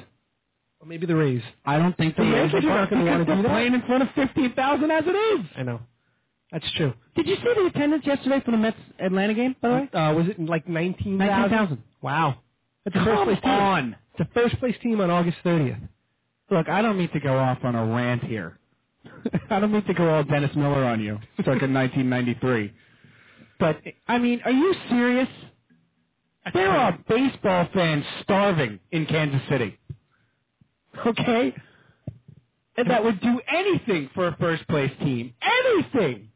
S3: Or maybe the Rays.
S2: I don't think the,
S3: The
S2: Rays
S3: Yankees
S2: are
S3: aren't gonna wanna
S2: because they're
S3: do that.
S2: playing in front of fifteen thousand as it is.
S3: I know. That's true.
S2: Did you see the attendance yesterday for the Mets Atlanta game? By the way,
S3: Uh, was it like 19,000?
S2: nineteen thousand.
S3: Wow. That's the first
S2: Come
S3: place team.
S2: on.
S3: It's the first place team on August 30th.
S2: Look, I don't mean to go off on a rant here. I don't mean to go all Dennis Miller on you, circa 1993. But, I mean, are you serious? There are baseball fans starving in Kansas City. Okay? And that would do anything for a first place team. Anything!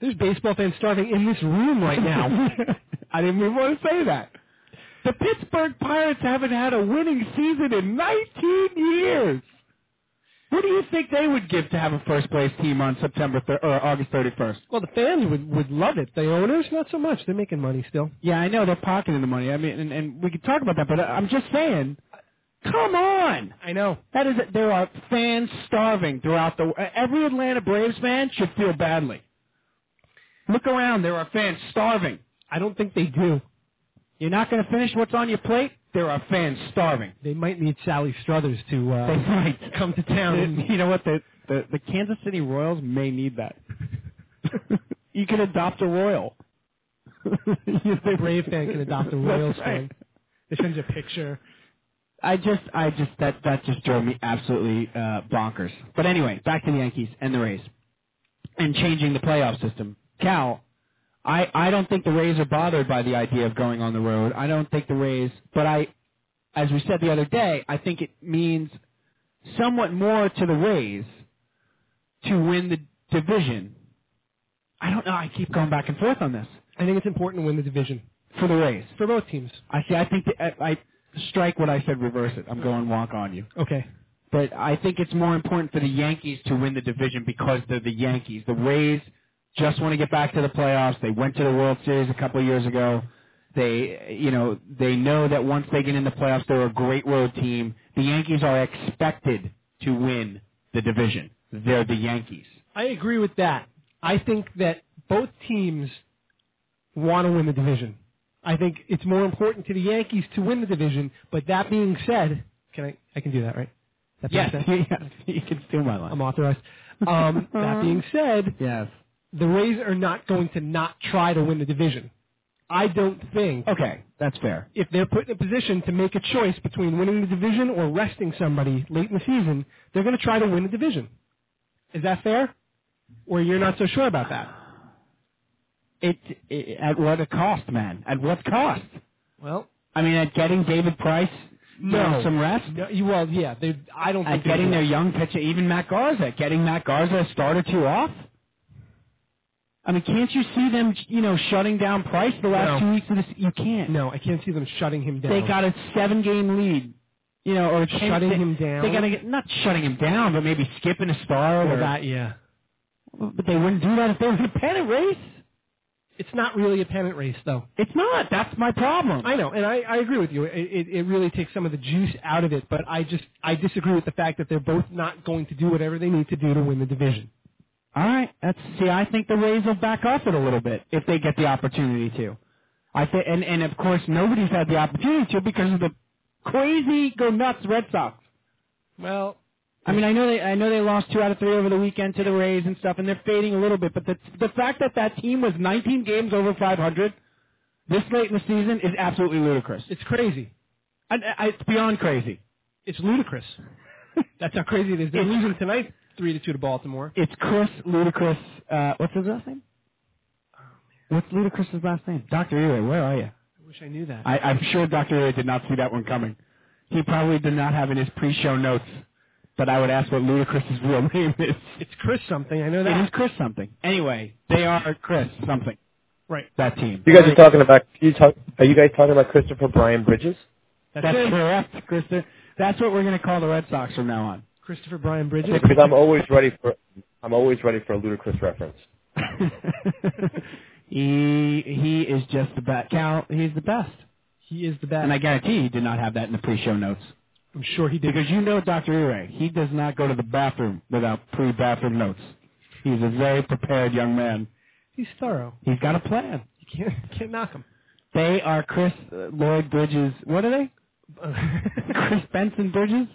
S3: There's baseball fans starving in this room right now.
S2: I didn't even want to say that. The Pittsburgh Pirates haven't had a winning season in 19 years. What do you think they would give to have a first place team on September thir- or August 31st?
S3: Well, the fans would would love it. The owners, not so much. They're making money still.
S2: Yeah, I know they're pocketing the money. I mean, and, and we could talk about that, but I'm just saying, come on.
S3: I know.
S2: That is, there are fans starving throughout the. Every Atlanta Braves fan should feel badly. Look around, there are fans starving.
S3: I don't think they do.
S2: You're not going to finish what's on your plate. There are fans starving.
S3: They might need Sally Struthers to
S2: They
S3: uh,
S2: might
S3: come to town. And,
S2: You know what? The, the the Kansas City Royals may need that. you can adopt a Royal. the
S3: Brave fan can adopt a Royals fan. they send you a picture.
S2: I just, I just that that just drove me absolutely uh, bonkers. But anyway, back to the Yankees and the Rays, and changing the playoff system. Cal, I I don't think the Rays are bothered by the idea of going on the road. I don't think the Rays, but I, as we said the other day, I think it means somewhat more to the Rays to win the division. I don't know. I keep going back and forth on this
S3: I think it's important to win the division
S2: for the Rays.
S3: for both teams.
S2: I see. I think the, I, I strike what I said. Reverse it. I'm going walk on you.
S3: Okay.
S2: But I think it's more important for the Yankees to win the division because they're the Yankees. The Rays just want to get back to the playoffs. They went to the World Series a couple of years ago. They, you know, they know that once they get in the playoffs, they're a great road team. The Yankees are expected to win the division. They're the Yankees.
S3: I agree with that. I think that both teams want to win the division. I think it's more important to the Yankees to win the division. But that being said, can I? I can do that, right? That being
S2: Yes,
S3: said?
S2: yes, you can steal my line.
S3: I'm authorized. Um, that being said,
S2: Yes.
S3: the Rays are not going to not try to win the division. I don't think
S2: Okay, that's fair.
S3: if they're put in a position to make a choice between winning the division or resting somebody late in the season, they're going to try to win the division. Is that fair? Or you're not so sure about that?
S2: It, it at what a cost, man? At what cost?
S3: Well,
S2: I mean, at getting David Price Get some rest.
S3: No, you- well, yeah. They, I don't
S2: At
S3: think
S2: getting
S3: they
S2: their young pitcher, even Matt Garza, getting Matt Garza a start or two off. I mean, can't you see them, you know, shutting down Price the last
S3: No.
S2: two weeks of this? You can't.
S3: No, I can't see them shutting him down.
S2: They got a seven-game lead, you know, or a ten-
S3: Shutting
S2: they-
S3: him down?
S2: They got to get not shutting him down, but maybe skipping a start
S3: Well,
S2: or
S3: that. Yeah,
S2: But they wouldn't do that if they were in a pennant race.
S3: it's not really a pennant race though.
S2: It's not. That's my problem.
S3: I know, and I, I agree with you. It, it, it really takes some of the juice out of it, but I just I disagree with the fact that they're both not going to do whatever they need to do to win the division.
S2: All right. That's see. I think the Rays will back off it a little bit if they get the opportunity to. I think, and and of course nobody's had the opportunity to because of the crazy go nuts Red Sox.
S3: Well,
S2: I mean, I know they I know they lost two out of three over the weekend to the Rays and stuff, and they're fading a little bit. But the the fact that that team was 19 games over 500 this late in the season is absolutely ludicrous.
S3: it's crazy.
S2: I, I, it's beyond crazy.
S3: It's ludicrous. That's how crazy it is. They're
S2: It's-
S3: losing tonight, three to two to Baltimore.
S2: It's Chris Ludacris. Uh, what's his last name? What's Ludacris' last name? Dr. Ely, where are you?
S3: I wish I knew that.
S2: I, I'm sure Dr. Ely did not see that one coming. He probably did not have in his pre-show notes that I would ask what Ludacris' real name is.
S3: it's Chris something. I know that.
S2: It is Chris something. Anyway, they are Chris something.
S3: Right.
S2: That team.
S4: You guys are talking about you talk, are you guys talking about Christopher Brian Bridges?
S3: That's,
S2: That's
S3: it.
S2: correct, Chris. That's what we're going to call the Red Sox from now on.
S3: Christopher Brian Bridges.
S4: Because I'm always ready for I'm always ready for a ludicrous reference.
S2: he he is just the best. Cal, he's the best.
S3: He is the best.
S2: And I guarantee you did not have that in the pre-show notes.
S3: I'm sure he did.
S2: Because you know Dr. Ure, he does not go to the bathroom without pre-bathroom notes. He's a very prepared young man.
S3: He's thorough.
S2: He's got a plan.
S3: You can't can't knock him.
S2: They are Chris uh, Lloyd Bridges. What are they? Chris Benson Bridges?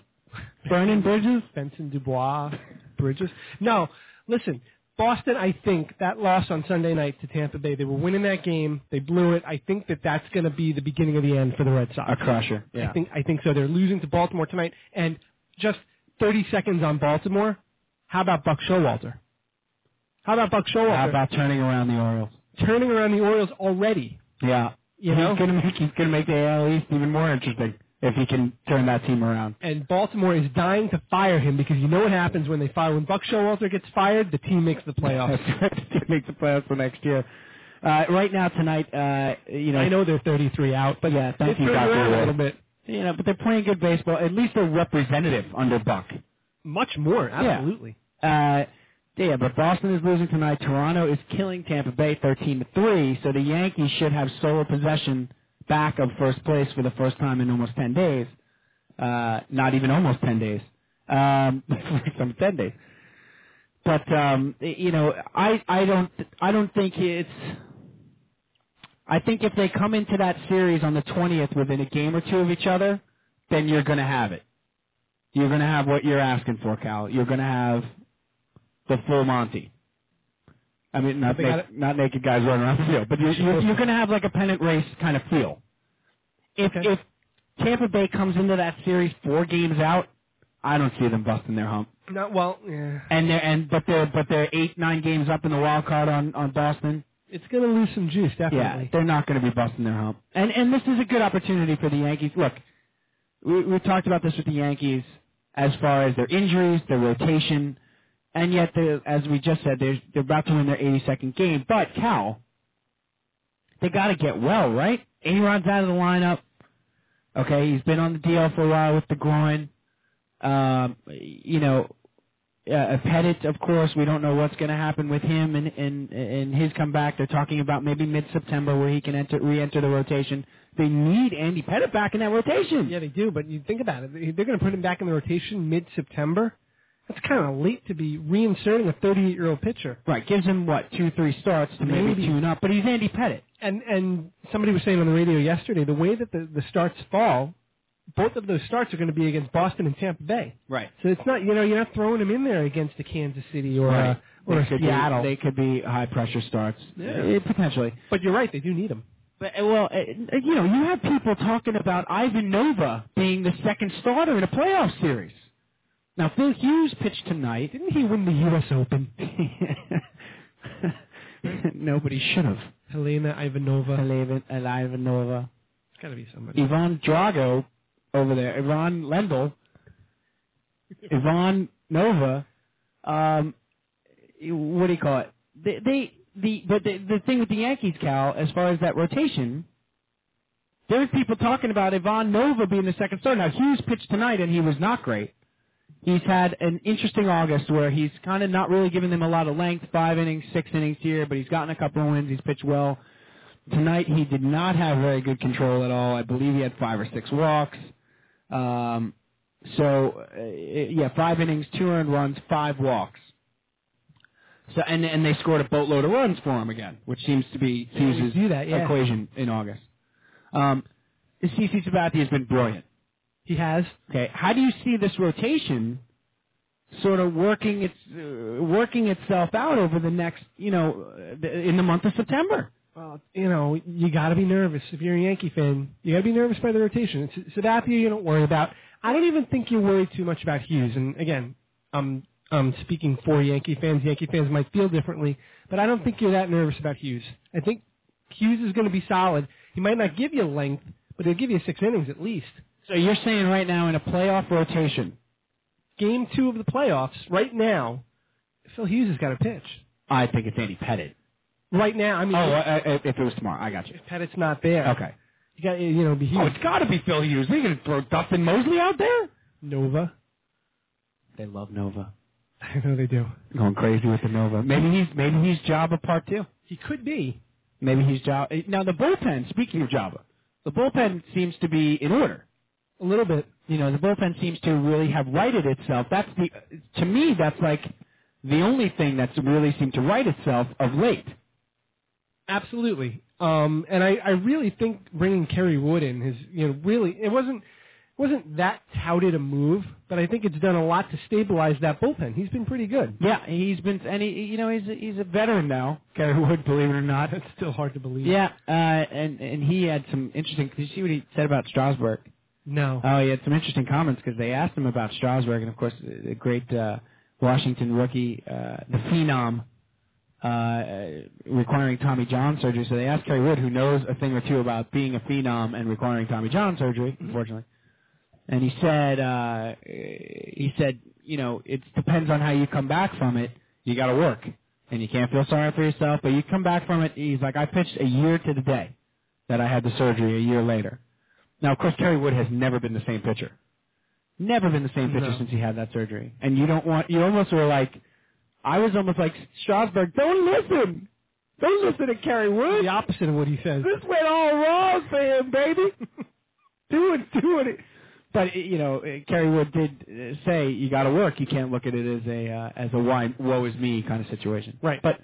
S2: Vernon Bridges?
S3: Benson Dubois, Bridges. No, listen, Boston. I think that loss on Sunday night to Tampa Bay, they were winning that game. They blew it. I think that that's going to be the beginning of the end for the Red Sox.
S2: A crusher. Yeah.
S3: I think I think so. They're losing to Baltimore tonight, and just 30 seconds on Baltimore. How about Buck Showalter? How about Buck Showalter
S2: How about turning around the Orioles?
S3: turning around the Orioles already?
S2: Yeah.
S3: You know,
S2: He's gonna make he's gonna make the AL East even more interesting if he can turn that team around.
S3: and Baltimore is dying to fire him because you know what happens when they fire when Buck Showalter gets fired, the team makes the playoffs.
S2: That's right. He makes the playoffs for next year. Uh, right now tonight, uh, you know,
S3: I know they're 33 out, but
S2: Yeah, thank
S3: they
S2: you,
S3: turned
S2: Dr.
S3: around a
S2: Ray.
S3: little bit.
S2: you know, but they're playing good baseball. At least they're representative under Buck.
S3: Much more, absolutely.
S2: Uh, yeah, but Boston is losing tonight. Toronto is killing Tampa Bay 13 to three. So the Yankees should have sole possession back of first place for the first time in almost 10 days. Uh, not even almost 10 days. Um, some 10 days. But um, you know, I I don't I don't think it's. I think if they come into that series on the 20th within a game or two of each other, then you're going to have it. You're going to have what you're asking for, Cal. You're going to have the full Monty. I mean, not,
S3: They got
S2: na- not naked guys running around the field, but you're, you're, you're going to have like a pennant race kind of feel. If
S3: Okay.
S2: if Tampa Bay comes into that series four games out, I don't see them busting their hump.
S3: Not well. Yeah.
S2: And they're and but they're but they're eight nine games up in the wild card on on Boston.
S3: It's going to lose some juice,
S2: Yeah,
S3: definitely.
S2: they're not going to be busting their hump. And and this is a good opportunity for the Yankees. Look, we we talked about this with the Yankees as far as their injuries, their rotation, and yet they're, as we just said, they're they're about to win their 82nd game. But Cal, they got to get well, right? Arod's out of the lineup. Okay, he's been on the DL for a while with the groin. Um, you know, uh, Pettit, of course, we don't know what's going to happen with him and and and his comeback. They're talking about maybe mid-September where he can enter re-enter the rotation. They need Andy Pettit back in that rotation.
S3: Yeah, they do, but you think about it. They- They're going to put him back in the rotation mid September. That's kind of late to be reinserting a 38 year old pitcher.
S2: Right, gives him what two, three starts to maybe,
S3: Maybe.
S2: tune up, but he's Andy Pettit.
S3: And and somebody was saying on the radio yesterday the way that the, the starts fall, both of those starts are going to be against Boston and Tampa Bay.
S2: Right.
S3: So it's not you know you're not throwing him in there against a Kansas City or
S2: Right.
S3: a, or
S2: they
S3: a
S2: could
S3: Seattle.
S2: Be, they could be high-pressure starts,
S3: Yeah.
S2: Eh, potentially.
S3: but you're right, they do need him.
S2: But, uh, well, uh, you know, you have people talking about Ivan Nova being the second starter in a playoff series. Now, Phil Hughes pitched tonight. Didn't he win the U.S. Open? Nobody should have.
S3: Helena Ivanova.
S2: Ivan Nova.
S3: It's got to be somebody.
S2: Ivan Drago over there, Ron Lendl, Yvonne Nova, um, what do you call it? They, they the but the, the thing with the Yankees, Cal, as far as that rotation, there's people talking about Ivan Nova being the second starter. Now Hughes pitched tonight and he was not great. He's had an interesting August where he's kind of not really given them a lot of length, five innings, six innings here, but he's gotten a couple of wins. He's pitched well. Tonight he did not have very good control at all. I believe he had five or six walks. Um, so uh, yeah, five innings, two earned runs, five walks. So and and they scored a boatload of runs for him again, which seems to be
S3: They always
S2: Hughes'
S3: do that, yeah.
S2: equation in August. Um, CC Sabathia has been brilliant.
S3: He has.
S2: Okay, how do you see this rotation sort of working its uh, working itself out over the next, you know, uh, in the month of September?
S3: Well, you know, you got to be nervous if you're a Yankee fan. You got to be nervous by the rotation. It's Sabathia, you don't worry about. I don't even think you worry too much about Hughes. And again, I'm I'm speaking for Yankee fans. Yankee fans might feel differently, but I don't think you're that nervous about Hughes. I think Hughes is going to be solid. He might not give you length, but he'll give you six innings at least.
S2: So you're saying right now in a playoff rotation,
S3: Game two of the playoffs, right now, Phil Hughes has got to pitch.
S2: I think it's Andy Pettit.
S3: Right now, I mean,
S2: Oh, uh, uh, if it was tomorrow, I got you.
S3: if Pettit's not there.
S2: Okay. Oh,
S3: you got you know be Hughes.
S2: got to be Phil Hughes. They're going to throw Dustin Mosley out there.
S3: Nova.
S2: They love Nova.
S3: I know they do.
S2: Going crazy with the Nova. Maybe he's maybe he's Jabba part two.
S3: He could be.
S2: Maybe he's Jabba. Now the bullpen. Speaking of Jabba, the bullpen seems to be in order.
S3: A little bit.
S2: you know, the bullpen seems to really have righted itself. That's the, to me, that's like the only thing that's really seemed to right itself of late.
S3: Absolutely. Um, and I, I really think bringing Kerry Wood in has, you know, really, it wasn't, wasn't that touted a move, but I think it's done a lot to stabilize that bullpen. He's been pretty good.
S2: Yeah, he's been, and he, you know, he's a, he's a veteran now. Gary Wood, believe it or not.
S3: It's still hard to believe.
S2: Yeah, uh, and and he had some interesting. Did you see what he said about Strasburg?
S3: No.
S2: Oh, he had some interesting comments because they asked him about Strasburg, and of course, the great uh, Washington rookie, uh, the phenom, uh, requiring Tommy John surgery. So they asked Kerry Wood, who knows a thing or two about being a phenom and requiring Tommy John surgery, unfortunately. And he said, uh, he said, you know, it depends on how you come back from it. You got to work, and you can't feel sorry for yourself. But you come back from it. He's like, I pitched a year to the day that I had the surgery a year later. Now, of course, Kerry Wood has never been the same pitcher. Never been the same pitcher
S3: No.
S2: since he had that surgery. And you don't want, you almost were like, I was almost like Strasburg. Don't listen. Don't listen to Kerry Wood.
S3: The opposite of what he says.
S2: This went all wrong for him, baby. doing, doing it. But you know, uh, Kerry Wood did uh, say you got to work. You can't look at it as a uh, as a why, woe is me kind of situation.
S3: Right.
S2: But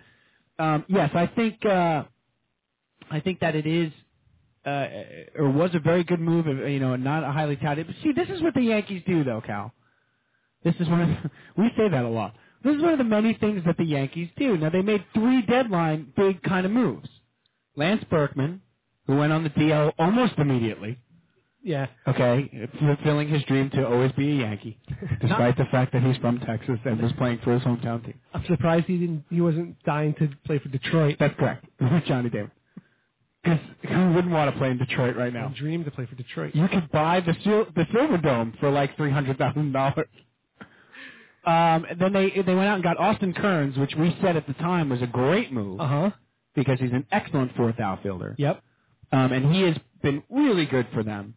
S2: um, yes, I think uh, I think that it is uh, or was a very good move. uh, You know, not a highly touted. But see, this is what the Yankees do, though, Cal. This is one of the, we say that a lot. This is one of the many things that the Yankees do. Now they made three deadline big kind of moves. Lance Berkman, who went on the DL almost immediately,
S3: Yeah.
S2: okay, fulfilling his dream to always be a Yankee, despite the fact that he's from Texas and was playing for his hometown team.
S3: I'm surprised he didn't, he wasn't dying to play for Detroit.
S2: That's correct, Johnny David. Because who wouldn't want to play in Detroit right now?
S3: He dreamed to play for Detroit.
S2: You could buy the sil- the Silver Dome for like three hundred thousand dollars. Um, and then they they went out and got Austin Kearns, which we said at the time was a great move
S3: Uh huh.
S2: because he's an excellent fourth outfielder.
S3: Yep.
S2: Um, and he has been really good for them.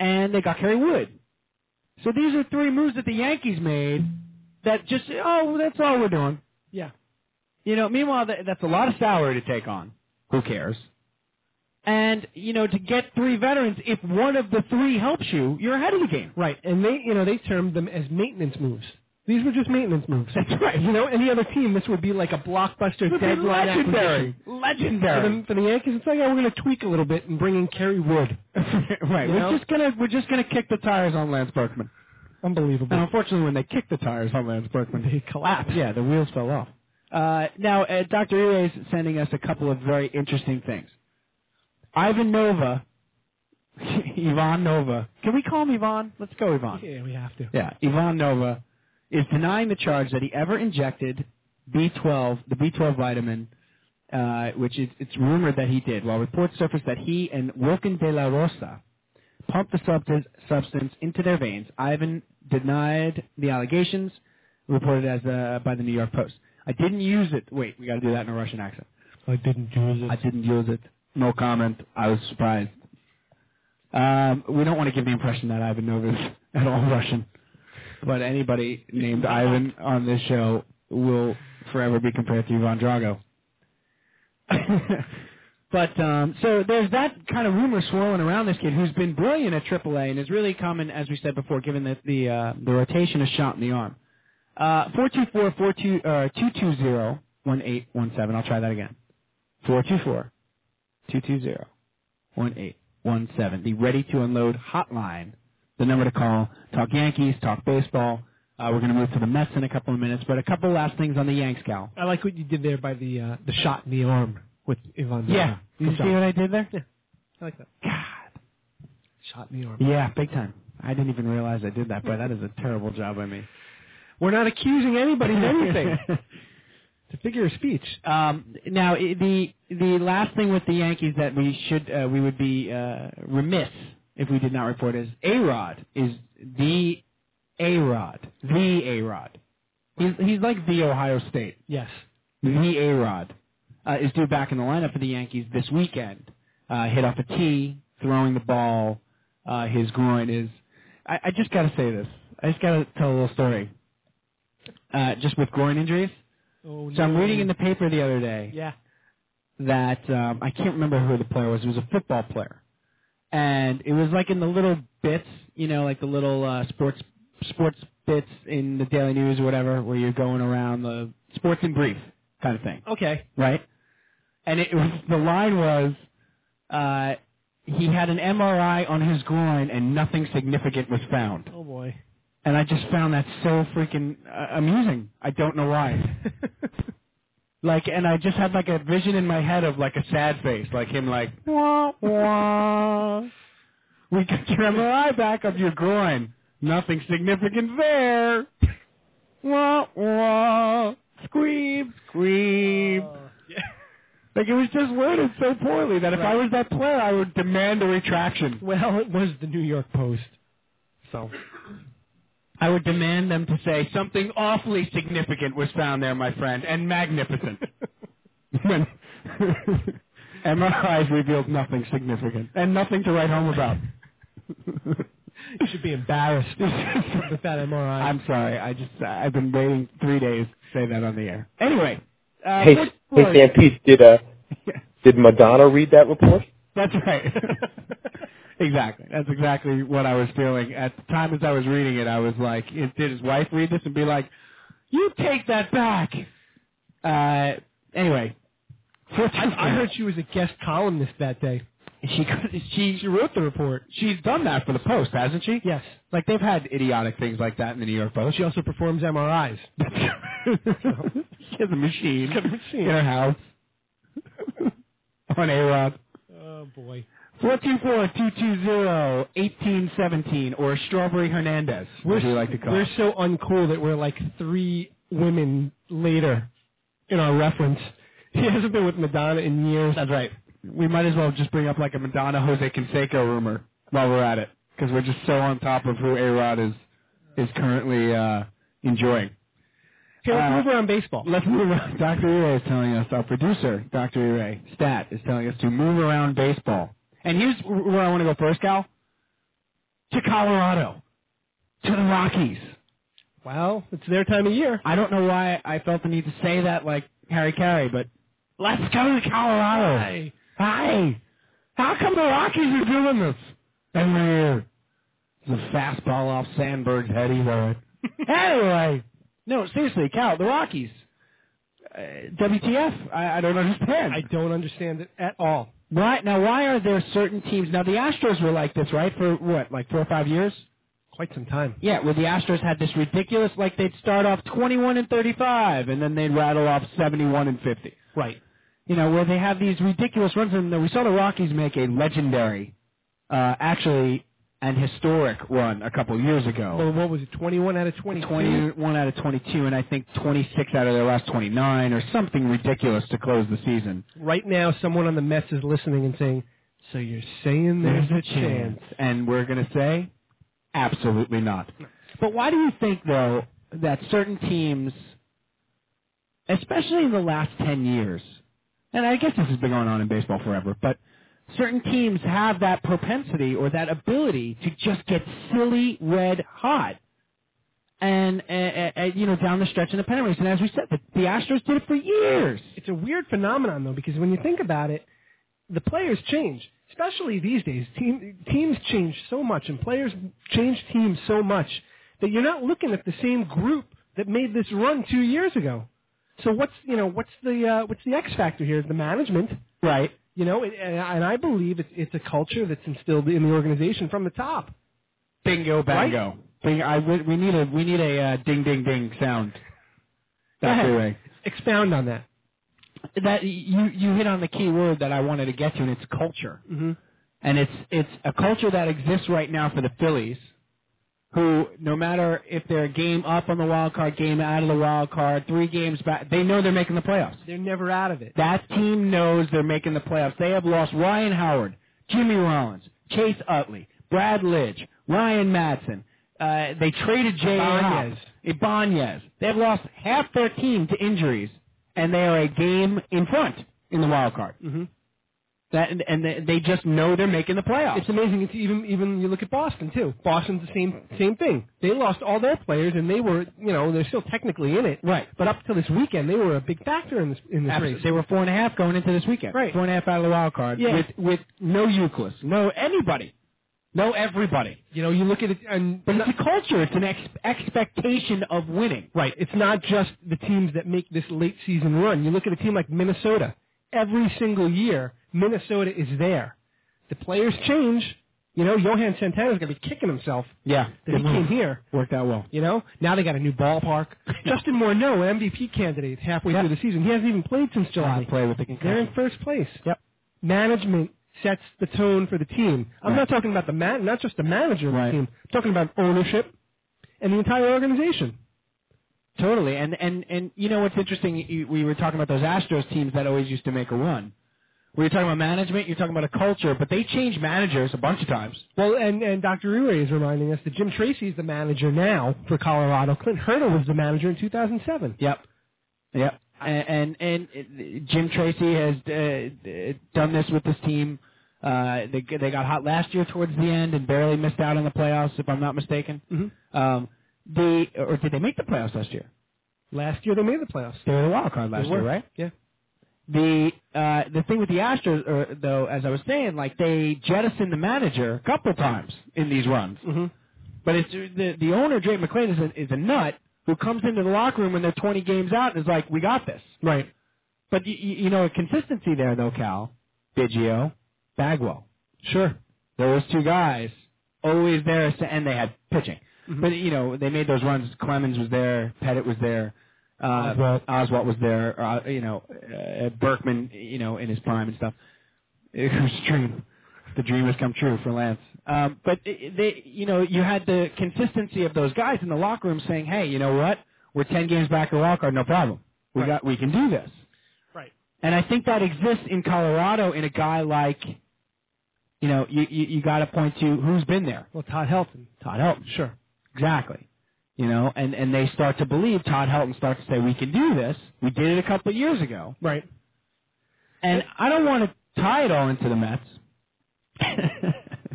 S2: And they got Kerry Wood. So these are three moves that the Yankees made that just oh well, that's all we're doing.
S3: Yeah.
S2: You know, meanwhile that, that's a lot of salary to take on. Who cares? And you know, to get three veterans, if one of the three helps you, you're ahead of the game.
S3: Right. And they, you know, they termed them as maintenance moves. These were just maintenance moves.
S2: That's right.
S3: You know, any other team, this would be like a blockbuster deadline acquisition. for
S2: legendary.
S3: the, for the Yankees, it's like, oh, we're going to tweak a little bit and bring in Kerry Wood.
S2: right.
S3: You
S2: We're
S3: know?
S2: just gonna we're just gonna kick the tires on Lance Berkman. And
S3: Unbelievable.
S2: unfortunately, when they kicked the tires on Lance Berkman,
S3: They collapsed.
S2: Yeah, the wheels fell off. Uh, now, uh, Dr. Ire is sending us a couple of very interesting things. Ivan Nova, Ivan Nova. Can we call him Ivan? Let's go, Ivan.
S3: Yeah, we have to.
S2: Yeah, Ivan Nova is denying the charge that he ever injected B12, the B12 vitamin, uh, which is, it's rumored that he did, while reports surfaced that he and Wilkin de la Rosa pumped the substance, substance into their veins. Ivan denied the allegations reported as uh, by the New York Post. I didn't use it. Wait, we got to do that in a Russian accent.
S3: I didn't use
S2: I didn't use it. No comment. I was surprised. Um, we don't want to give the impression that Ivan Nova is at all Russian, but anybody named Ivan on this show will forever be compared to Ivan Drago. but um, so there's that kind of rumor swirling around this kid who's been brilliant at AAA and is really common, as we said before, given the the, uh, the rotation is shot in the arm. Uh, four two four four two uh two two zero one eight one seven. I'll try that again. Four two four two two zero one eight one seven. The ready to unload hotline, the number to call. Talk Yankees, talk baseball. Uh, we're going to move to the Mets in a couple of minutes, but a couple last things on the Yanks, Cal.
S3: I like what you did there by the uh, the shot in the arm with Ivan.
S2: Yeah.
S3: Drago.
S2: Did you see what I did there?
S3: I like that.
S2: God.
S3: Shot in the arm.
S2: Yeah, big time. I didn't even realize I did that, but that is a terrible job by me.
S3: We're not accusing anybody of anything. it's a figure of speech.
S2: Um, now i- the the last thing with the Yankees that we should uh, we would be uh, remiss if we did not report is A Rod is the A Rod the A Rod. He's he's like the Ohio State
S3: Yes.
S2: the A Rod uh, is due back in the lineup for the Yankees this weekend. Uh, hit off a tee, throwing the ball. Uh, his groin is. I, I just got to say this. I just got to tell a little story. Uh, just with groin injuries.
S3: Oh,
S2: So I'm reading in the paper the other day
S3: Yeah.
S2: that um, I can't remember who the player was. It was a football player, and it was like in the little bits, you know, like the little uh, sports sports bits in the Daily News or whatever, where you're going around the sports in brief kind of thing,
S3: Okay.
S2: right? And it was the line was uh, he had an MRI on his groin and nothing significant was found,
S3: Oh boy.
S2: and I just found that so freaking uh, amusing. I don't know why. Like, and I just had like a vision in my head of like a sad face, like him, like wah wah. We got your MRI back of your groin. Nothing significant there. Wah wah. Squeeb squeeb. Like it was just worded so poorly that if I was that player, I would demand a retraction.
S3: well, it was the New York Post. So
S2: I would demand them to say something awfully significant was found there, my friend, and magnificent. when MRIs revealed nothing significant and nothing to write home about.
S3: you should be embarrassed with that MRI.
S2: I'm sorry. I just I've been waiting three days to say that on the air. Anyway, uh,
S4: Hey,
S2: Fort
S4: hey,
S2: Floyd-
S4: Sam Pete, did uh, did Madonna read that report?
S2: That's right. exactly. That's exactly what I was feeling at the time as I was reading it. I was like, it- did his wife read this and be like, "You take that back"? Uh, anyway, Fort
S3: I, I heard she was a guest columnist that day.
S2: she she
S3: She wrote the report.
S2: she's done that for the Post, hasn't she?
S3: Yes.
S2: Like they've had idiotic things like that in the New York Post.
S3: She also performs MRIs.
S2: she has a machine
S3: She has a machine.
S2: in her house on A-Rod.
S3: Oh boy.
S2: 424-220-1817 or Strawberry Hernandez,
S3: We're,
S2: as we like to call
S3: we're
S2: it.
S3: so uncool that we're like three women later in our reference. He hasn't been with Madonna in years.
S2: That's right. We might as well just bring up like a Madonna Jose Canseco rumor while we're at it because we're just so on top of who A-Rod is, is currently uh, enjoying.
S3: Here, let's
S2: Uh,
S3: move on baseball.
S2: Let's move around. Dr. E. is telling us, our producer, Dr. E. Ray, Stat, is telling us to move around baseball. And here's where I want to go first, Cal. To Colorado. To the Rockies.
S3: Well, it's their time of year.
S2: I don't know why I felt the need to say that like Harry Carey, but let's go to Colorado.
S3: Hi.
S2: Hi. How come the Rockies are doing this every year? The fastball off Sandberg's head, he wore it. anyway, no, seriously, Cal, the Rockies. Uh, WTF? I, I don't understand.
S3: I don't understand it at all.
S2: why now? Why are there certain teams? Now the Astros were like this, right? For what, like four or five years?
S3: Quite some time.
S2: Yeah, where the Astros had this ridiculous, like they'd start off 21 and 35, and then they'd rattle off 71 and 50.
S3: Right.
S2: You know, where they have these ridiculous runs, and then we saw the Rockies make a legendary, uh, actually an historic run a couple years ago.
S3: Well, Oh, what was it? Twenty-one out of twenty.
S2: 21 out of 22, and I think 26 out of their last 29, or something ridiculous to close the season.
S3: Right now, someone on the Mets is listening and saying, So you're saying there's a chance.
S2: and we're going to say absolutely not. But why do you think though that certain teams, especially in the last ten years, and I guess this has been going on in baseball forever, but certain teams have that propensity or that ability to just get silly red hot. And, uh, uh, uh, you know, down the stretch in the pennant race. And as we said, the, the Astros did it for years.
S3: It's a weird phenomenon though, because when you think about it, the players change, especially these days. Team, teams change so much, and players change teams so much that you're not looking at the same group that made this run two years ago. So what's you know what's the uh, what's the X factor here? The management,
S2: Right.
S3: you know, and, and I- and I believe it's, it's a culture that's instilled in the organization from the top.
S2: Bingo
S3: bango.
S2: Bing, I, we we need a we need a uh, ding ding ding sound.
S3: Go
S2: That's
S3: ahead.
S2: the way.
S3: Expound on that.
S2: That you you hit on the key word that I wanted to get to, and it's culture.
S3: Mm-hmm.
S2: And it's it's a culture that exists right now for the Phillies, who no matter if they're a game up on the wild card, game out of the wild card, three games back, they know they're making the playoffs.
S3: They're never out of it.
S2: That team knows they're making the playoffs. They have lost Ryan Howard, Jimmy Rollins, Chase Utley, Brad Lidge, Ryan Madsen. Uh, they traded Jay
S3: Ibanez.
S2: Ibanez. They've lost half their team to injuries, and they are a game in front in the wild card.
S3: Mm-hmm.
S2: That and, and they, they just know they're making the playoffs.
S3: It's amazing. It's even even you look at Boston too. Boston's the same same thing. They lost all their players, and they were you know they're still technically in it.
S2: Right.
S3: But up till this weekend, they were a big factor in this in this
S2: Absolutely.
S3: race.
S2: They were four and a half going into this weekend.
S3: Right.
S2: Four and a half out of the wild card.
S3: Yeah.
S2: With with no Euclid, no anybody, no everybody.
S3: You know, you look at it, and
S2: But it's a culture. It's an ex- expectation of winning.
S3: right, it's not just the teams that make this late season run. You look at a team like Minnesota. Every single year, Minnesota is there. The players change. You know, Johan Santana's going to be kicking himself
S2: Yeah,
S3: that he came here.
S2: Worked out well.
S3: You know, now they got a new ballpark. Justin Morneau, an MVP candidate, halfway
S2: Yeah.
S3: through the season. He hasn't even played since July.
S2: Hasn't played with the
S3: They're
S2: concussion.
S3: in first place.
S2: Yep.
S3: Management sets the tone for the team. I'm
S2: Right.
S3: not talking about the man, not just the manager of
S2: Right.
S3: the team. I'm talking about ownership and the entire organization.
S2: Totally. And and and you know what's interesting? You, we were talking about those Astros teams that always used to make a run. We were talking about management. You're talking about a culture, but they changed managers a bunch of times.
S3: Well, and, and Dr. Uwe is reminding us that Jim Tracy is the manager now for Colorado. Clint Hurdle was the manager in 2007.
S2: Yep. Yep. And and, and uh, Jim Tracy has uh, uh, done this with this team. Uh, they they got hot last year towards the end and barely missed out on the playoffs, if I'm not mistaken.
S3: Mhm.
S2: Um, they or did they make the playoffs last year?
S3: Last year they made the playoffs.
S2: They were the wild card last
S3: They were.
S2: year, right?
S3: Yeah.
S2: The uh, the thing with the Astros, or, though, as I was saying, like they jettisoned the manager a couple times in these runs.
S3: Mm-hmm.
S2: But it's the the owner, Drake McLean, is a, is a nut who comes into the locker room when they're 20 games out and is like, "We got this."
S3: Right.
S2: But you, you know, a consistency there though, Cal, Biggio, Bagwell.
S3: Sure.
S2: Those two guys always there, as to- and they had pitching.
S3: Mhm.
S2: But you know, they made those runs. Clemens was there, Pettit was there, uh,
S3: Oswalt.
S2: Oswalt was there. Uh, you know, uh, Berkman, you know, in his prime and stuff. It was a dream. The dream has come true for Lance. Um, but it- they, you know, you had the consistency of those guys in the locker room saying, "Hey, you know what? We're ten games back of wild card, no problem. We
S3: Right.
S2: got, we can do this."
S3: Right.
S2: And I think that exists in Colorado in a guy like, you know, you you, you got to point to who's been there.
S3: Well, Todd Helton.
S2: Todd Helton.
S3: Sure.
S2: Exactly. You know, and and they start to believe Todd Helton starts to say we can do this. We did it a couple of years ago.
S3: Right.
S2: And I don't want to tie it all into the Mets.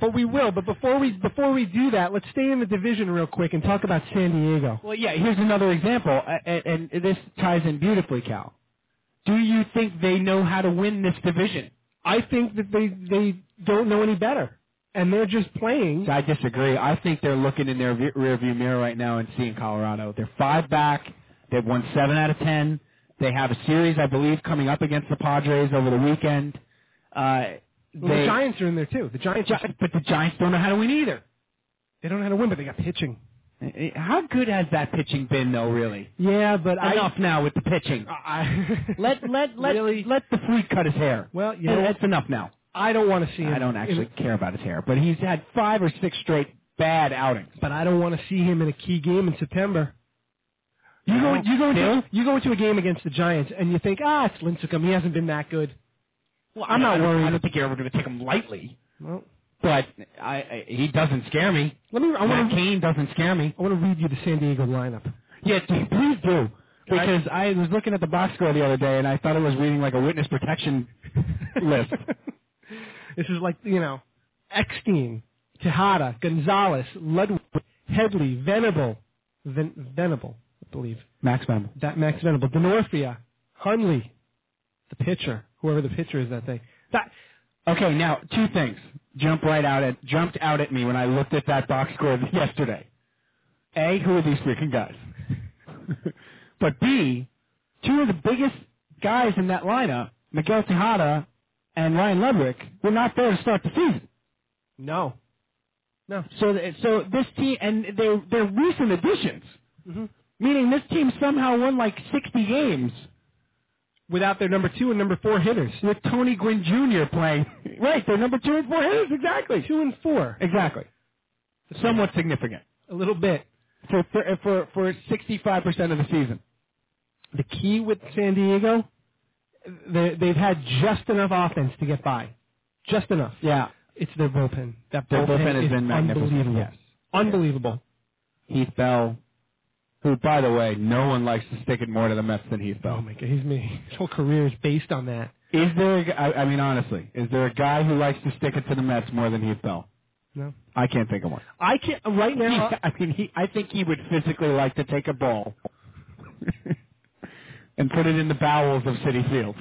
S3: But we will. But before we before we do that, let's stay in the division real quick and talk about San Diego.
S2: well, yeah, here's another example a- and, and this ties in beautifully, Cal. Do you think they know how to win this division?
S3: I think that they they don't know any better, and they're just playing.
S2: I disagree. I think they're looking in their v- rearview mirror right now and seeing Colorado. They're five back. They've won seven out of ten. They have a series, I believe, coming up against the Padres over the weekend. Uh,
S3: Well,
S2: they-
S3: the Giants are in there too. The Giants,
S2: Gi- but the Giants don't know how to win either.
S3: they don't know how to win, but they got pitching.
S2: Uh, How good has that pitching been, though? Really?
S3: Yeah, but
S2: Enough now with the pitching.
S3: I, I
S2: Let let let
S3: really.
S2: let the freak cut his hair.
S3: Well, you
S2: That-
S3: know-
S2: that's enough now.
S3: I don't want to see. Him
S2: I don't
S3: in-
S2: actually care about his hair, but he's had five or six straight bad outings.
S3: but I don't want to see him in a key game in September. You go,
S2: No.
S3: you go into
S2: Bill?
S3: you go into a game against the Giants, and you think, ah, it's Lincecum. He hasn't been that good. Well, I'm
S2: You know,
S3: not
S2: I don't-
S3: worried.
S2: I don't think you're ever going to take him lightly.
S3: Well,
S2: But I, I he doesn't scare me.
S3: let me. I want
S2: Matt
S3: to.
S2: Cain doesn't scare me.
S3: I want to read you the San Diego lineup.
S2: Yeah, t- please do. Because I, was looking at the box score the other day and I thought it was reading like a witness protection list.
S3: this is like you know, Eckstein, Tejada, Gonzalez, Ludwig, Headley, Venable, Ven- Venable, I believe.
S2: Max Venable.
S3: that Max Venable, Denorfia, Hunley, the pitcher, whoever the pitcher is that thing. That
S2: Okay, now two things jump right out at jumped out at me when I looked at that box score yesterday. A, who are these freaking guys? but B, two of the biggest guys in that lineup, Miguel Tejada and Ryan Ludwig, were not there to start the season.
S3: no, no.
S2: So, th- so this team and they they're recent additions,
S3: Mm-hmm.
S2: meaning this team somehow won like 60 games
S3: Without their number two and number four hitters,
S2: with Tony Gwynn Jr. playing. Right, they're number two and four hitters exactly.
S3: two and four,
S2: Exactly. Somewhat significant
S3: a little bit.
S2: for for for, for 65 percent of the season.
S3: The key with San Diego, they, they've had just enough offense to get by, just enough.
S2: Yeah,
S3: It's their bullpen. That
S2: Their
S3: bullpen,
S2: bullpen has
S3: is
S2: been magnificent,
S3: unbelievable.
S2: yes.
S3: Unbelievable.
S2: Heath Bell, who by the way, no one likes to stick it more to the Mets than Heath
S3: Oh my god, he's me. His whole career is based on that.
S2: Is there? A, g- I, I mean, honestly, is there a guy who likes to stick it to the Mets more than Heath Bell?
S3: No,
S2: I can't think of one.
S3: I can't right now.
S2: I mean, he, I think he would physically like to take a ball and put it in the bowels of City Field.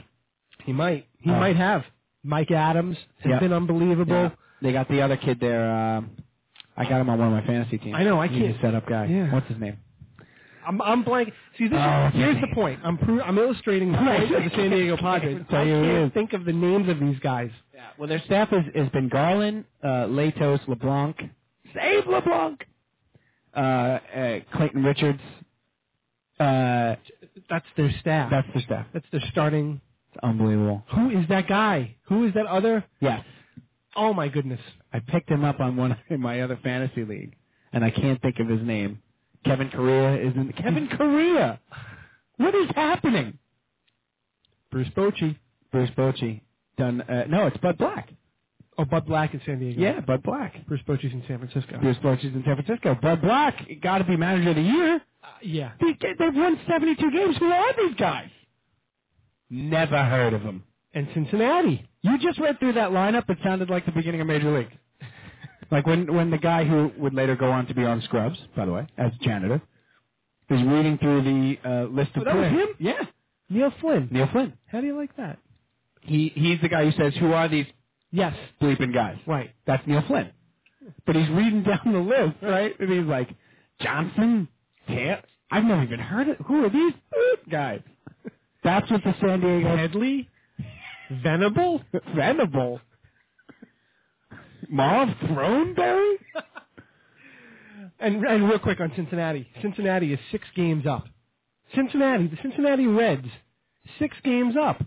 S3: He might. He
S2: Uh,
S3: might have. Mike Adams has
S2: Yep.
S3: been unbelievable.
S2: They got the other kid there. Um, I got him on one of my fantasy teams.
S3: I know, I
S2: He's
S3: can't-
S2: a set up guy.
S3: Yeah.
S2: What's his name?
S3: I'm, I'm blank. See, this
S2: Oh,
S3: is,
S2: okay.
S3: here's the point. I'm pro- I'm illustrating the
S2: Right.
S3: point of the San Diego Padres.
S2: Tell
S3: I
S2: you who it
S3: can't
S2: is.
S3: think of the names of these guys.
S2: Yeah. Well, their staff has, has been Garland, uh, Latos, LeBlanc. Save LeBlanc. Uh, uh, Clayton Richards. Uh,
S3: That's their staff.
S2: that's their staff.
S3: That's their starting.
S2: It's unbelievable.
S3: Who is that guy? Who is that other?
S2: Yes.
S3: Oh my goodness.
S2: I picked him up on one in my other fantasy league, and I can't think of his name. Kevin Correa is in. Kevin Correa. What is happening?
S3: Bruce Bochy.
S2: Bruce Bochy. Done. Uh, no, it's Bud Black.
S3: Oh, Bud Black in San Diego.
S2: Yeah, Bud Black.
S3: Bruce Bochy's in San Francisco.
S2: Bruce Bochy's in San Francisco. Bud Black got to be manager of the year.
S3: Uh, yeah.
S2: These guys- They've won 72 games. Who are these guys? Never heard of them.
S3: And Cincinnati.
S2: You just read through that lineup. It sounded like the beginning of Major League. Like when when the guy who would later go on to be on Scrubs, by the way, as janitor, is reading through the uh, list of
S3: Oh, that was
S2: players.
S3: him?
S2: Yeah,
S3: Neil Flynn.
S2: Neil Flynn.
S3: How do you like that?
S2: He he's the guy who says, "Who are these
S3: Yes.
S2: bleeping guys?"
S3: Right.
S2: That's Neil Flynn. But he's reading down the list, right? And he's like, Johnson, Taylor. I've never even heard of. Who are these guys? That's what the San Diego
S3: Headley. Venable.
S2: Venable. Marv Throneberry?
S3: And, and real quick on Cincinnati. Cincinnati is six games up. Cincinnati, the Cincinnati Reds, six games up.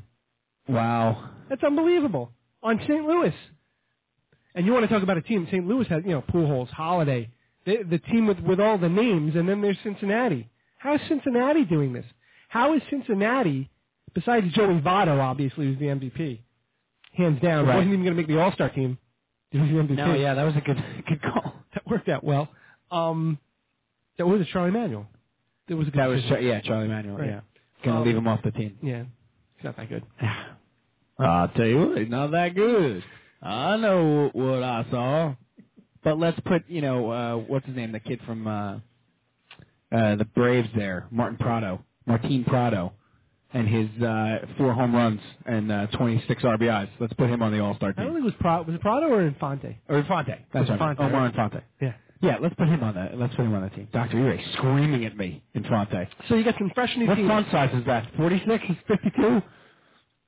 S2: Wow.
S3: That's unbelievable. On St. Louis. And you want to talk about a team. St. Louis has, you know, Pujols, Holiday, the, the team with, with all the names, and then there's Cincinnati. How is Cincinnati doing this? How is Cincinnati, besides Joey Votto, obviously, who's the MVP, hands down,
S2: Right.
S3: wasn't even going to make the All-Star team. He was the MVP.
S2: No, yeah, that was a good good call.
S3: That worked out well. Um, that was a Charlie Manuel. That was a good
S2: That was
S3: decision.
S2: Char- yeah, Charlie Manuel.
S3: Right.
S2: Yeah, gonna
S3: Um,
S2: leave him off the team.
S3: Yeah, it's not that good.
S2: Uh, I'll tell you what, he's not that good. I know what I saw. But let's put, you know, uh, what's his name? The kid from uh, uh, the Braves there, Martin Prado, Martin Prado, and his uh, four home runs and uh, 26 RBIs. Let's put him on the All Star
S3: I don't
S2: team.
S3: think it was Prado. Was it Prado or Infante?
S2: Or Infante. That's right.
S3: Infante,
S2: Omar
S3: right?
S2: Infante.
S3: Yeah.
S2: Yeah, let's put him on that. Let's put him on that team. Doctor Ure screaming at me, Infante.
S3: So you got some fresh new
S2: What
S3: teams.
S2: font size is that? 46? 52?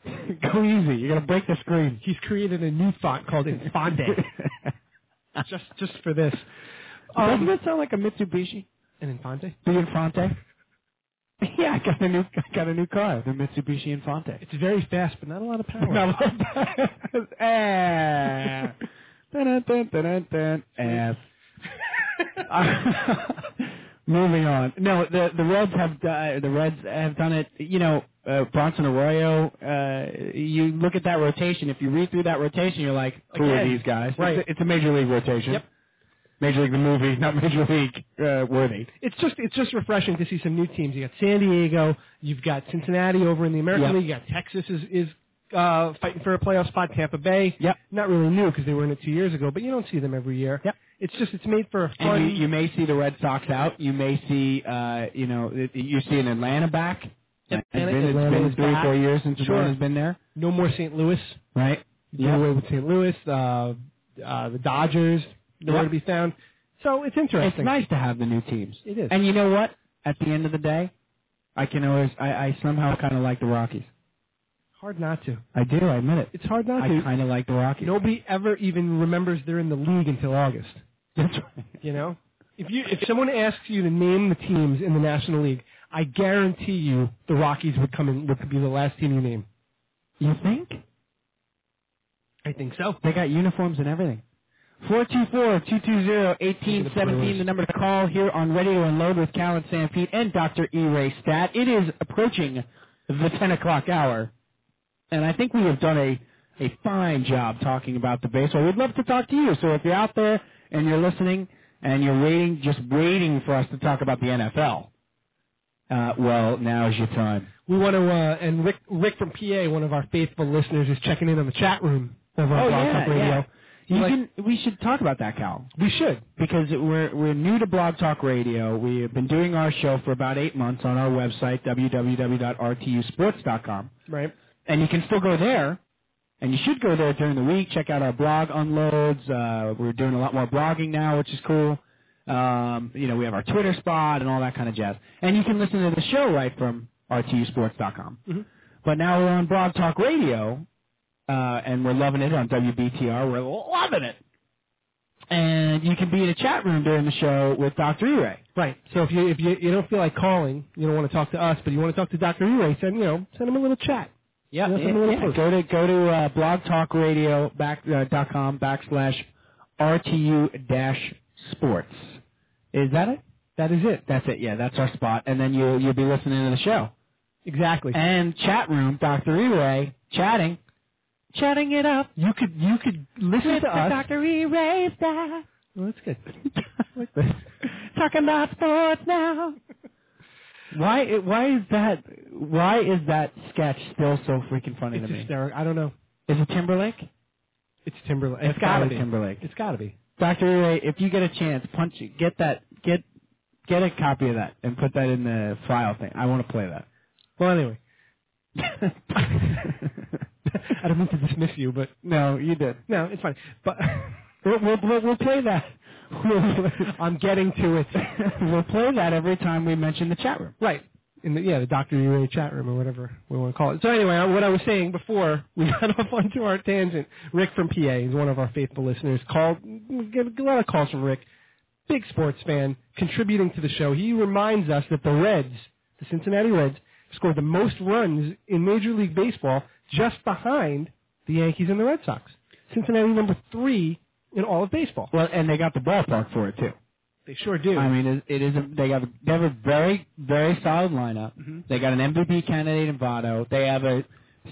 S2: Go easy. You're gonna break the screen.
S3: He's created a new font called Infante just just for this.
S2: Doesn't
S3: Um,
S2: that sound like a Mitsubishi?
S3: an Infante?
S2: The Infante? Yeah, I got a new I got a new car, the Mitsubishi Infante.
S3: It's very fast, but not a lot of power.
S2: Not Eh. Dun, dun, dun, dun, dun, dun. Eh. Moving on. No, the the Reds have di- the Reds have done it. You know, uh, Bronson Arroyo. Uh, you look at that rotation. If you read through that rotation, you're like, who are
S3: Again,
S2: these guys?
S3: right.
S2: It's, a, it's a major league rotation.
S3: Yep.
S2: Major league the movie, not major league uh, worthy.
S3: It's just it's just refreshing to see some new teams. You got San Diego, you've got Cincinnati over in the American
S2: Yep.
S3: League, you got Texas is is uh, fighting for a playoff spot. Tampa Bay,
S2: Yep.
S3: not really new because they were in it two years ago, but you don't see them every year.
S2: Yep.
S3: It's just it's made for a fun.
S2: And you, you may see the Red Sox out. You may see, uh, you know, it- you see an Atlanta back.
S3: Yep,
S2: It's
S3: Atlanta-
S2: been, it's
S3: Atlanta
S2: been
S3: is
S2: three,
S3: back.
S2: four years since
S3: Sure.
S2: Atlanta's been there,
S3: no more St. Louis.
S2: right?
S3: You
S2: Yep.
S3: away with St. Louis. Uh, uh, the Dodgers nowhere
S2: Yep.
S3: to be found. So it's
S2: It's
S3: interesting.
S2: nice to have the new teams.
S3: It is.
S2: And you know what? At the end of the day, I can always, I, I somehow kind of like the Rockies.
S3: hard not to.
S2: I do, I admit it.
S3: It's hard not
S2: I
S3: to.
S2: kind of like the Rockies.
S3: Nobody ever even remembers they're in the league until August.
S2: That's right.
S3: You know, if you if someone asks you to name the teams in the National League, I guarantee you the Rockies would come in would be the last team you name.
S2: You think?
S3: I think so.
S2: They got uniforms and everything. 424-220-1817, the number to call here on Radio Unload with Cal and Sam Pete and Dr. E. Ray Stat. It is approaching the 10 o'clock hour, and I think we have done a, a fine job talking about the baseball. We'd love to talk to you, so if you're out there and you're listening and you're waiting, just waiting for us to talk about the NFL, uh, well, now's your time.
S3: We want to uh, and Rick Rick from PA, one of our faithful listeners, is checking in on the chat room of
S2: Oh,
S3: our Blog Talk Radio.
S2: You
S3: Like-
S2: can, we should talk about that, Cal.
S3: We should.
S2: because it- we're we're new to Blog Talk Radio. We have been doing our show for about eight months on our website www.rtusports.com,
S3: Right.
S2: and you can still go there, and you should go there during the week. Check out our blog unloads. Uh, we're doing a lot more blogging now, which is cool. Um, you know, we have our Twitter spot and all that kind of jazz, and you can listen to the show right from rtusports.com.
S3: Mhm.
S2: But now we're on Blog Talk Radio, uh, and we're loving it on WBTR. We're loving it. And you can be in a chat room during the show with E Dr. E-Ray.
S3: Right. So if you if you, you don't feel like calling, you don't want to talk to us, but you want to talk to Dr. Ure, send you know send him a little chat.
S2: Yeah,
S3: Yeah, send me a little post.
S2: Go to go to uh, blogtalkradio back uh, dot com backslash rtu dash sports. Is that it?
S3: That is it.
S2: That's it. Yeah, that's our spot. And then you you'll be listening to the show
S3: Exactly.
S2: and chat room. Dr. E-Ray chatting, chatting it up.
S3: you could you could listen to us.
S2: Dr. E-Ray stat.
S3: Well, that's good.
S2: Talking about sports now. Why? Why is that? Why is that sketch still so freaking funny
S3: It's
S2: to me?
S3: hysterical. I don't know.
S2: Is it Timberlake?
S3: It's Timberlake.
S2: It's gotta
S3: be
S2: be Timberlake.
S3: It's gotta be.
S2: Doctor Ray, if you get a chance, punch it. Get that. Get get a copy of that and put that in the file thing. I want to play that.
S3: Well, anyway, I don't mean to dismiss you, but
S2: no, you did.
S3: no, it's fine. But
S2: We'll we'll, we'll, we'll play that. We'll,
S3: I'm getting to it.
S2: we'll play that every time we mention the chat room.
S3: right. In the, yeah, the Dr. Ure chat room or whatever we want to call it. So anyway, I- what I was saying before we got off onto our tangent, Rick from PA is one of our faithful listeners. Called, we get a lot of calls from Rick. Big sports fan, contributing to the show. He reminds us that the Reds, the Cincinnati Reds, scored the most runs in Major League Baseball just behind the Yankees and the Red Sox. Cincinnati number three in all of baseball.
S2: Well, and they got the ballpark for it too.
S3: They sure do.
S2: I mean, it, it is. A, they have a, they have a very very solid lineup.
S3: Mm-hmm.
S2: They got an MVP candidate in Votto. They have a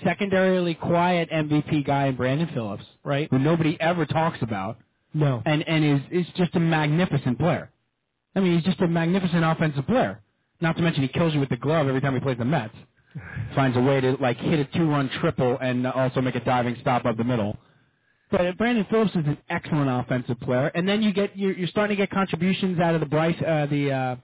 S2: secondarily quiet MVP guy in Brandon Phillips,
S3: right?
S2: who nobody ever talks about,
S3: No.
S2: and and is is just a magnificent player. I mean, he's just a magnificent offensive player. Not to mention he kills you with the glove every time he plays the Mets. Finds a way to like hit a two-run triple and also make a diving stop up the middle. But Brandon Phillips is an excellent offensive player, and then you get you're, you're starting to get contributions out of the Bryce, uh, the uh,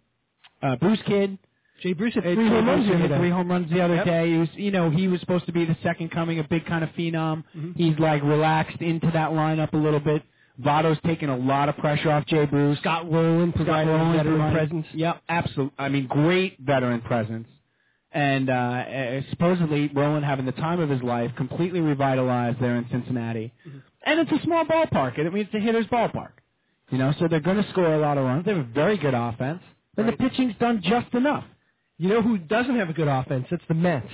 S2: uh, Bruce kid.
S3: Jay Bruce had
S2: Uh,
S3: three home runs
S2: hit
S3: the other day.
S2: three home runs the other
S3: Yep.
S2: day. He was, you know, he was supposed to be the second coming, a big kind of phenom.
S3: Mm-hmm.
S2: He's like relaxed into that lineup a little bit. Votto's taken a lot of pressure off Jay Bruce.
S3: Scott Rowland provided a
S2: Rowland
S3: veteran
S2: provided-
S3: presence.
S2: Yep, absolutely. I mean, great veteran presence. And uh, uh, supposedly Roland having the time of his life, completely revitalized there in Cincinnati.
S3: Mm-hmm.
S2: And it's a small ballpark. and It means it's a hitter's ballpark. You know, so they're going to score a lot of runs. They have a very good offense. And
S3: Right.
S2: the pitching's done just enough.
S3: You know who doesn't have a good offense? That's the Mets.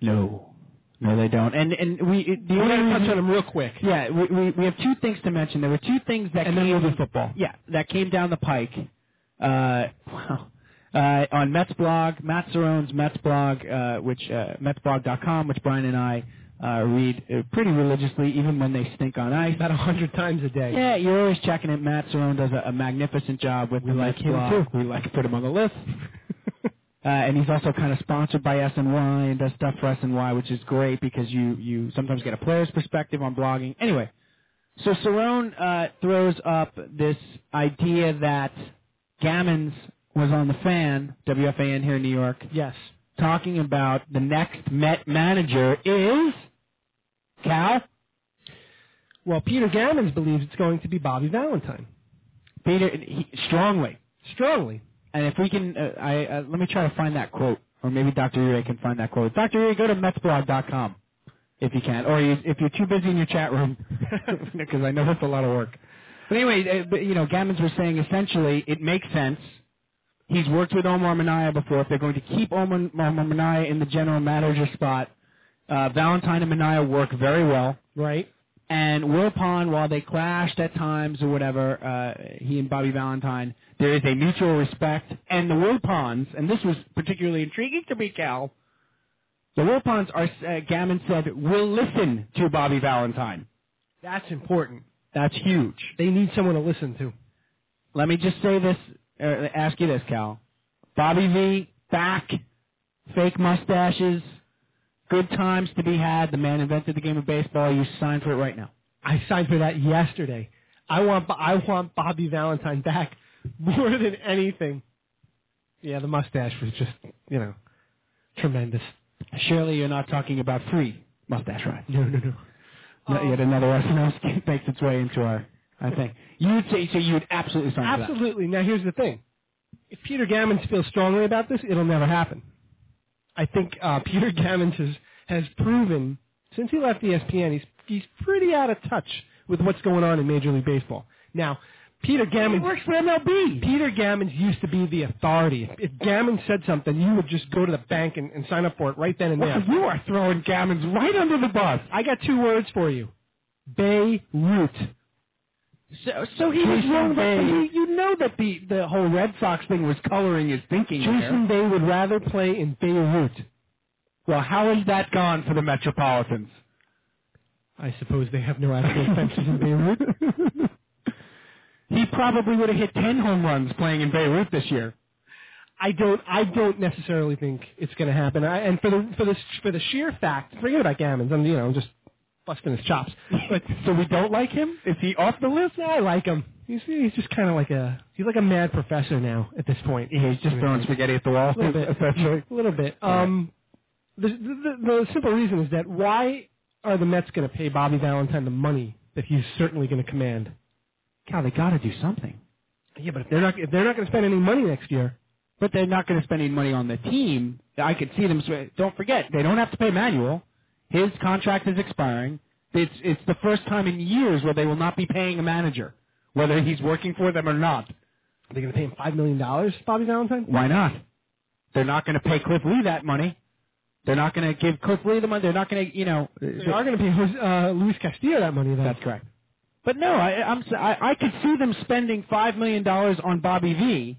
S2: No. No, they don't. And and we it- the
S3: We're
S2: only
S3: going to touch
S2: reason-
S3: on them real quick.
S2: Yeah, we, we we have two things to mention. There were two things that
S3: And
S2: came
S3: then we'll do football.
S2: yeah that came down the pike uh, wow, uh, on Mets blog, Matt Cerrone's Mets blog, uh, which uh, MetsBlog.com, which Brian and I uh, read uh, pretty religiously, even when they stink on ice.
S3: About a hundred times a day.
S2: Yeah, you're always checking it. Matt Cerrone does a, a magnificent job with
S3: We
S2: the
S3: like
S2: Mets
S3: him,
S2: blog.
S3: too.
S2: We like to put him on the list. Uh, and he's also kind of sponsored by S and Y and does stuff for S and Y, which is great because you you sometimes get a player's perspective on blogging. Anyway, so Cerrone uh, throws up this idea that Gammons was on the fan WFAN here in New York
S3: yes.
S2: talking about the next Met manager is Cal
S3: Well, Peter Gammons believes it's going to be Bobby Valentine
S2: Peter he, strongly.
S3: strongly.
S2: And if we can, uh, I uh, let me try to find that quote, or maybe Dr. Ure can find that quote. Dr. Ure, go to metsblog.com if you can, or you, if you're too busy in your chat room, because I know that's a lot of work. But anyway, uh, but, you know, Gammons was saying essentially it makes sense. He's worked with Omar Minaya before. If they're going to keep Omar, Omar Minaya in the general manager spot, uh, Valentine and Minaya work very well.
S3: Right.
S2: And Wilpon, while they clashed at times or whatever, uh, he and Bobby Valentine, there is a mutual respect. And the Wilpons, and this was particularly intriguing to me, Cal, the Wilpons are, uh, Gammon said, will listen to Bobby Valentine.
S3: That's important.
S2: That's huge.
S3: They need someone to listen to.
S2: Let me just say this, or ask you this, Cal. Bobby V, back, fake mustaches, good times to be had. The man invented the game of baseball. You sign for it right now.
S3: I signed for that yesterday. I want I want Bobby Valentine back more than anything. Yeah, the mustache was just you know tremendous.
S2: Surely you're not talking about free mustache rides.
S3: No, no, Oh. no.
S2: Not yet another SNL skit makes its way into our, I think. You'd say, so you'd absolutely sign for that.
S3: Absolutely. Now here's the thing: if Peter Gammons feels strongly about this, it'll never happen. I think uh, Peter Gammons has has proven since he left E ESPN, he's he's pretty out of touch with what's going on in Major League Baseball. Now, Peter Gammons
S2: works for MLB.
S3: Peter Gammons used to be the authority. If, if Gammons said something, you would just go to the bank and, and sign up for it right then and there.
S2: Wow, you are throwing gammons right under the bus.
S3: I got two words for you. Beirut.
S2: So, so he
S3: Jason Bay.
S2: you, you know that the, the whole Red Sox thing was coloring his thinking
S3: Jason Bay would rather play in Beirut.
S2: Well, how has that gone for the Metropolitans?
S3: I suppose they have no actual fences in Beirut.
S2: he probably would have hit 10 home runs playing in Beirut this year.
S3: I don't. I don't necessarily think it's going to happen. I, and for the for the for the sheer fact, forget about Gammons. I'm you know I'm just busting his chops. But
S2: so we don't like him? Is he off the list?
S3: Yeah, I like him. He's he's just kind of like a he's like a mad professor now at this point.
S2: He's just throwing spaghetti at the wall,
S3: A little bit.
S2: essentially.
S3: A little bit. Um, the, the, the the simple reason is that why are the Mets going to pay Bobby Valentine the money that he's certainly going to command?
S2: Cal, they got to do something.
S3: Yeah, but if they're not if they're not going to spend any money next year,
S2: But they're not going to spend any money on the team. I could see them. sw- Don't forget, they don't have to pay Manuel. His contract is expiring. It's it's the first time in years where they will not be paying a manager, whether he's working for them or not.
S3: are they going to pay him five million dollars, Bobby Valentine?
S2: Why not? They're not going to pay Cliff Lee that money. They're not going to give Cliff Lee the money. They're not going to, you know.
S3: They are going to pay Jose- uh, Luis Castillo that money though.
S2: That's correct. But no, I, I'm s- I, I could see them spending five million dollars on Bobby V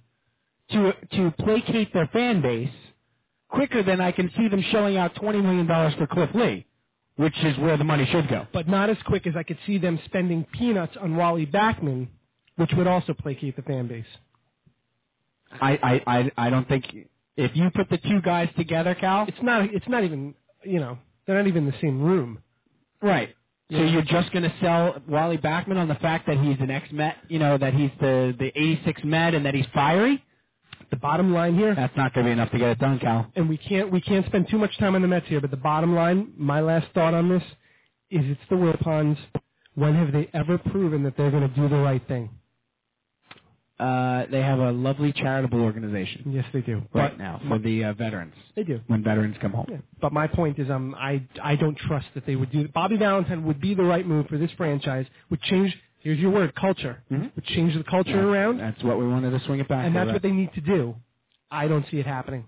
S2: to to placate their fan base quicker than I can see them shelling out twenty million dollars for Cliff Lee, which is where the money should go.
S3: but not as quick as I could see them spending peanuts on Wally Backman, which would also placate the fan base.
S2: I I I, I don't think if you put the two guys together, Cal.
S3: It's not it's not even you know they're not even in the same room.
S2: Right. So you're just going to sell Wally Backman on the fact that he's an ex-Met, you know, that he's the the '86 Met and that he's fiery.
S3: The bottom line here.
S2: That's not going to be enough to get it done, Cal.
S3: and we can't we can't spend too much time on the Mets here, but the bottom line, my last thought on this is it's the Wilpons. When have they ever proven that they're going to do the right thing?
S2: Uh, they have a lovely charitable organization.
S3: Yes, they do.
S2: right
S3: but
S2: now for the uh, veterans
S3: they do.
S2: when veterans come home.
S3: Yeah. But my point is, um, I I don't trust that they would do. Bobby Valentine would be the right move for this franchise. Would change. Here's your word, culture.
S2: Mhm.
S3: Would change the culture around,
S2: That's what we wanted to swing it back. uh,
S3: and
S2: to,
S3: that's
S2: right?
S3: what they need to do. I don't see it happening,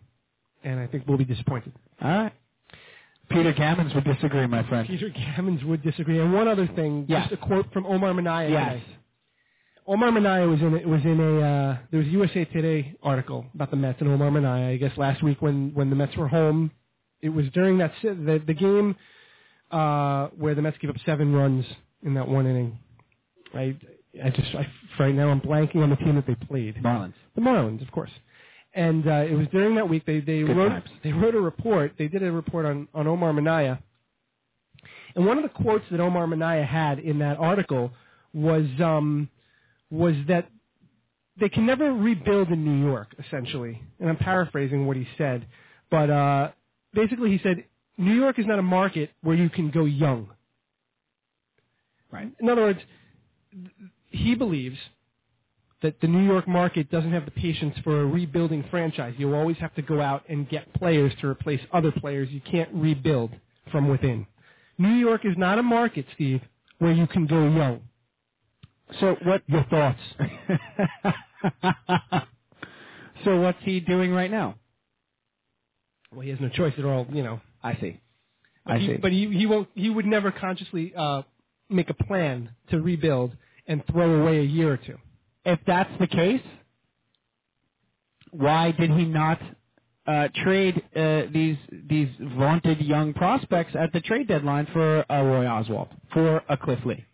S3: and I think we'll be disappointed.
S2: All right. Peter Gammons would disagree, my friend.
S3: Peter Gammons would disagree. And one other thing,
S2: Yes.
S3: just a quote from Omar Minaya.
S2: Yes.
S3: today. Omar Minaya was in it was in a uh, there was a USA Today article about the Mets and Omar Minaya. I guess last week when when the Mets were home, it was during that si- the the game uh, where the Mets gave up seven runs in that one inning. I I just I, right now I'm blanking on the team that they played.
S2: Marlins.
S3: The Marlins, of course. And uh, it was during that week they they
S2: Good
S3: wrote
S2: times.
S3: they wrote a report. They did a report on on Omar Minaya. And one of the quotes that Omar Minaya had in that article was um, was that they can never rebuild in New York, essentially. And I'm paraphrasing what he said, but uh, basically he said New York is not a market where you can go young.
S2: Right.
S3: In other words, th- he believes that the New York market doesn't have the patience for a rebuilding franchise. You always have to go out and get players to replace other players. You can't rebuild from within. New York is not a market, Steve, where you can go young.
S2: So what?
S3: Your thoughts?
S2: so what's he doing right now?
S3: Well, he has no choice at all, you know.
S2: I see.
S3: But
S2: I
S3: he,
S2: see.
S3: But he, he won't. He would never consciously uh, make a plan to rebuild and throw away a year or two.
S2: if that's the case, why did he not uh, trade uh, these these vaunted young prospects at the trade deadline for a Roy Oswald, for a Cliff Lee?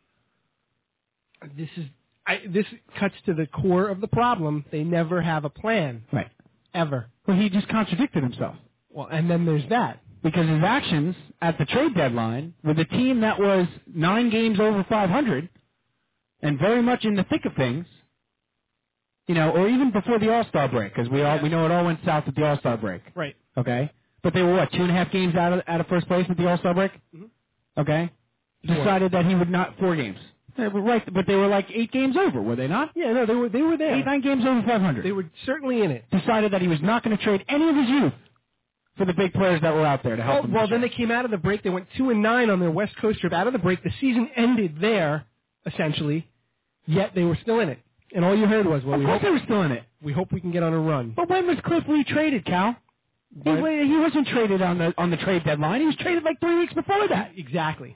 S3: This is. I, this cuts to the core of the problem. They never have a plan
S2: Right.
S3: ever.
S2: Well, he just contradicted himself
S3: Well, and then there's that.
S2: because his actions at the trade deadline with a team that was nine games over 500 and very much in the thick of things. You know, or even before the All Star break, because we all we know it all went south at the All Star break.
S3: Right.
S2: Okay. But they were what two and a half games out of out of first place at the All Star break.
S3: Mhm.
S2: Okay. Decided that he would not four games. They were right, but they were like eight games over, were they not?
S3: Yeah. No, they were. They were there.
S2: Eight nine games over five hundred.
S3: They were certainly in it.
S2: decided that he was not going to trade any of his youth for the big players that were out there to help
S3: Oh, Well,
S2: him.
S3: well, then they came out of the break. They went two and nine on their West Coast trip. Out of the break, the season ended there, essentially. Yet they were still in it, and all you heard was, "Well,
S2: of
S3: we
S2: course
S3: hope,
S2: they were still in it.
S3: we hope we can get on a run."
S2: But when was Cliff Lee traded, Cal? He,
S3: Right.
S2: wa- he wasn't traded on the on the trade deadline. He was traded like three weeks before that.
S3: Exactly.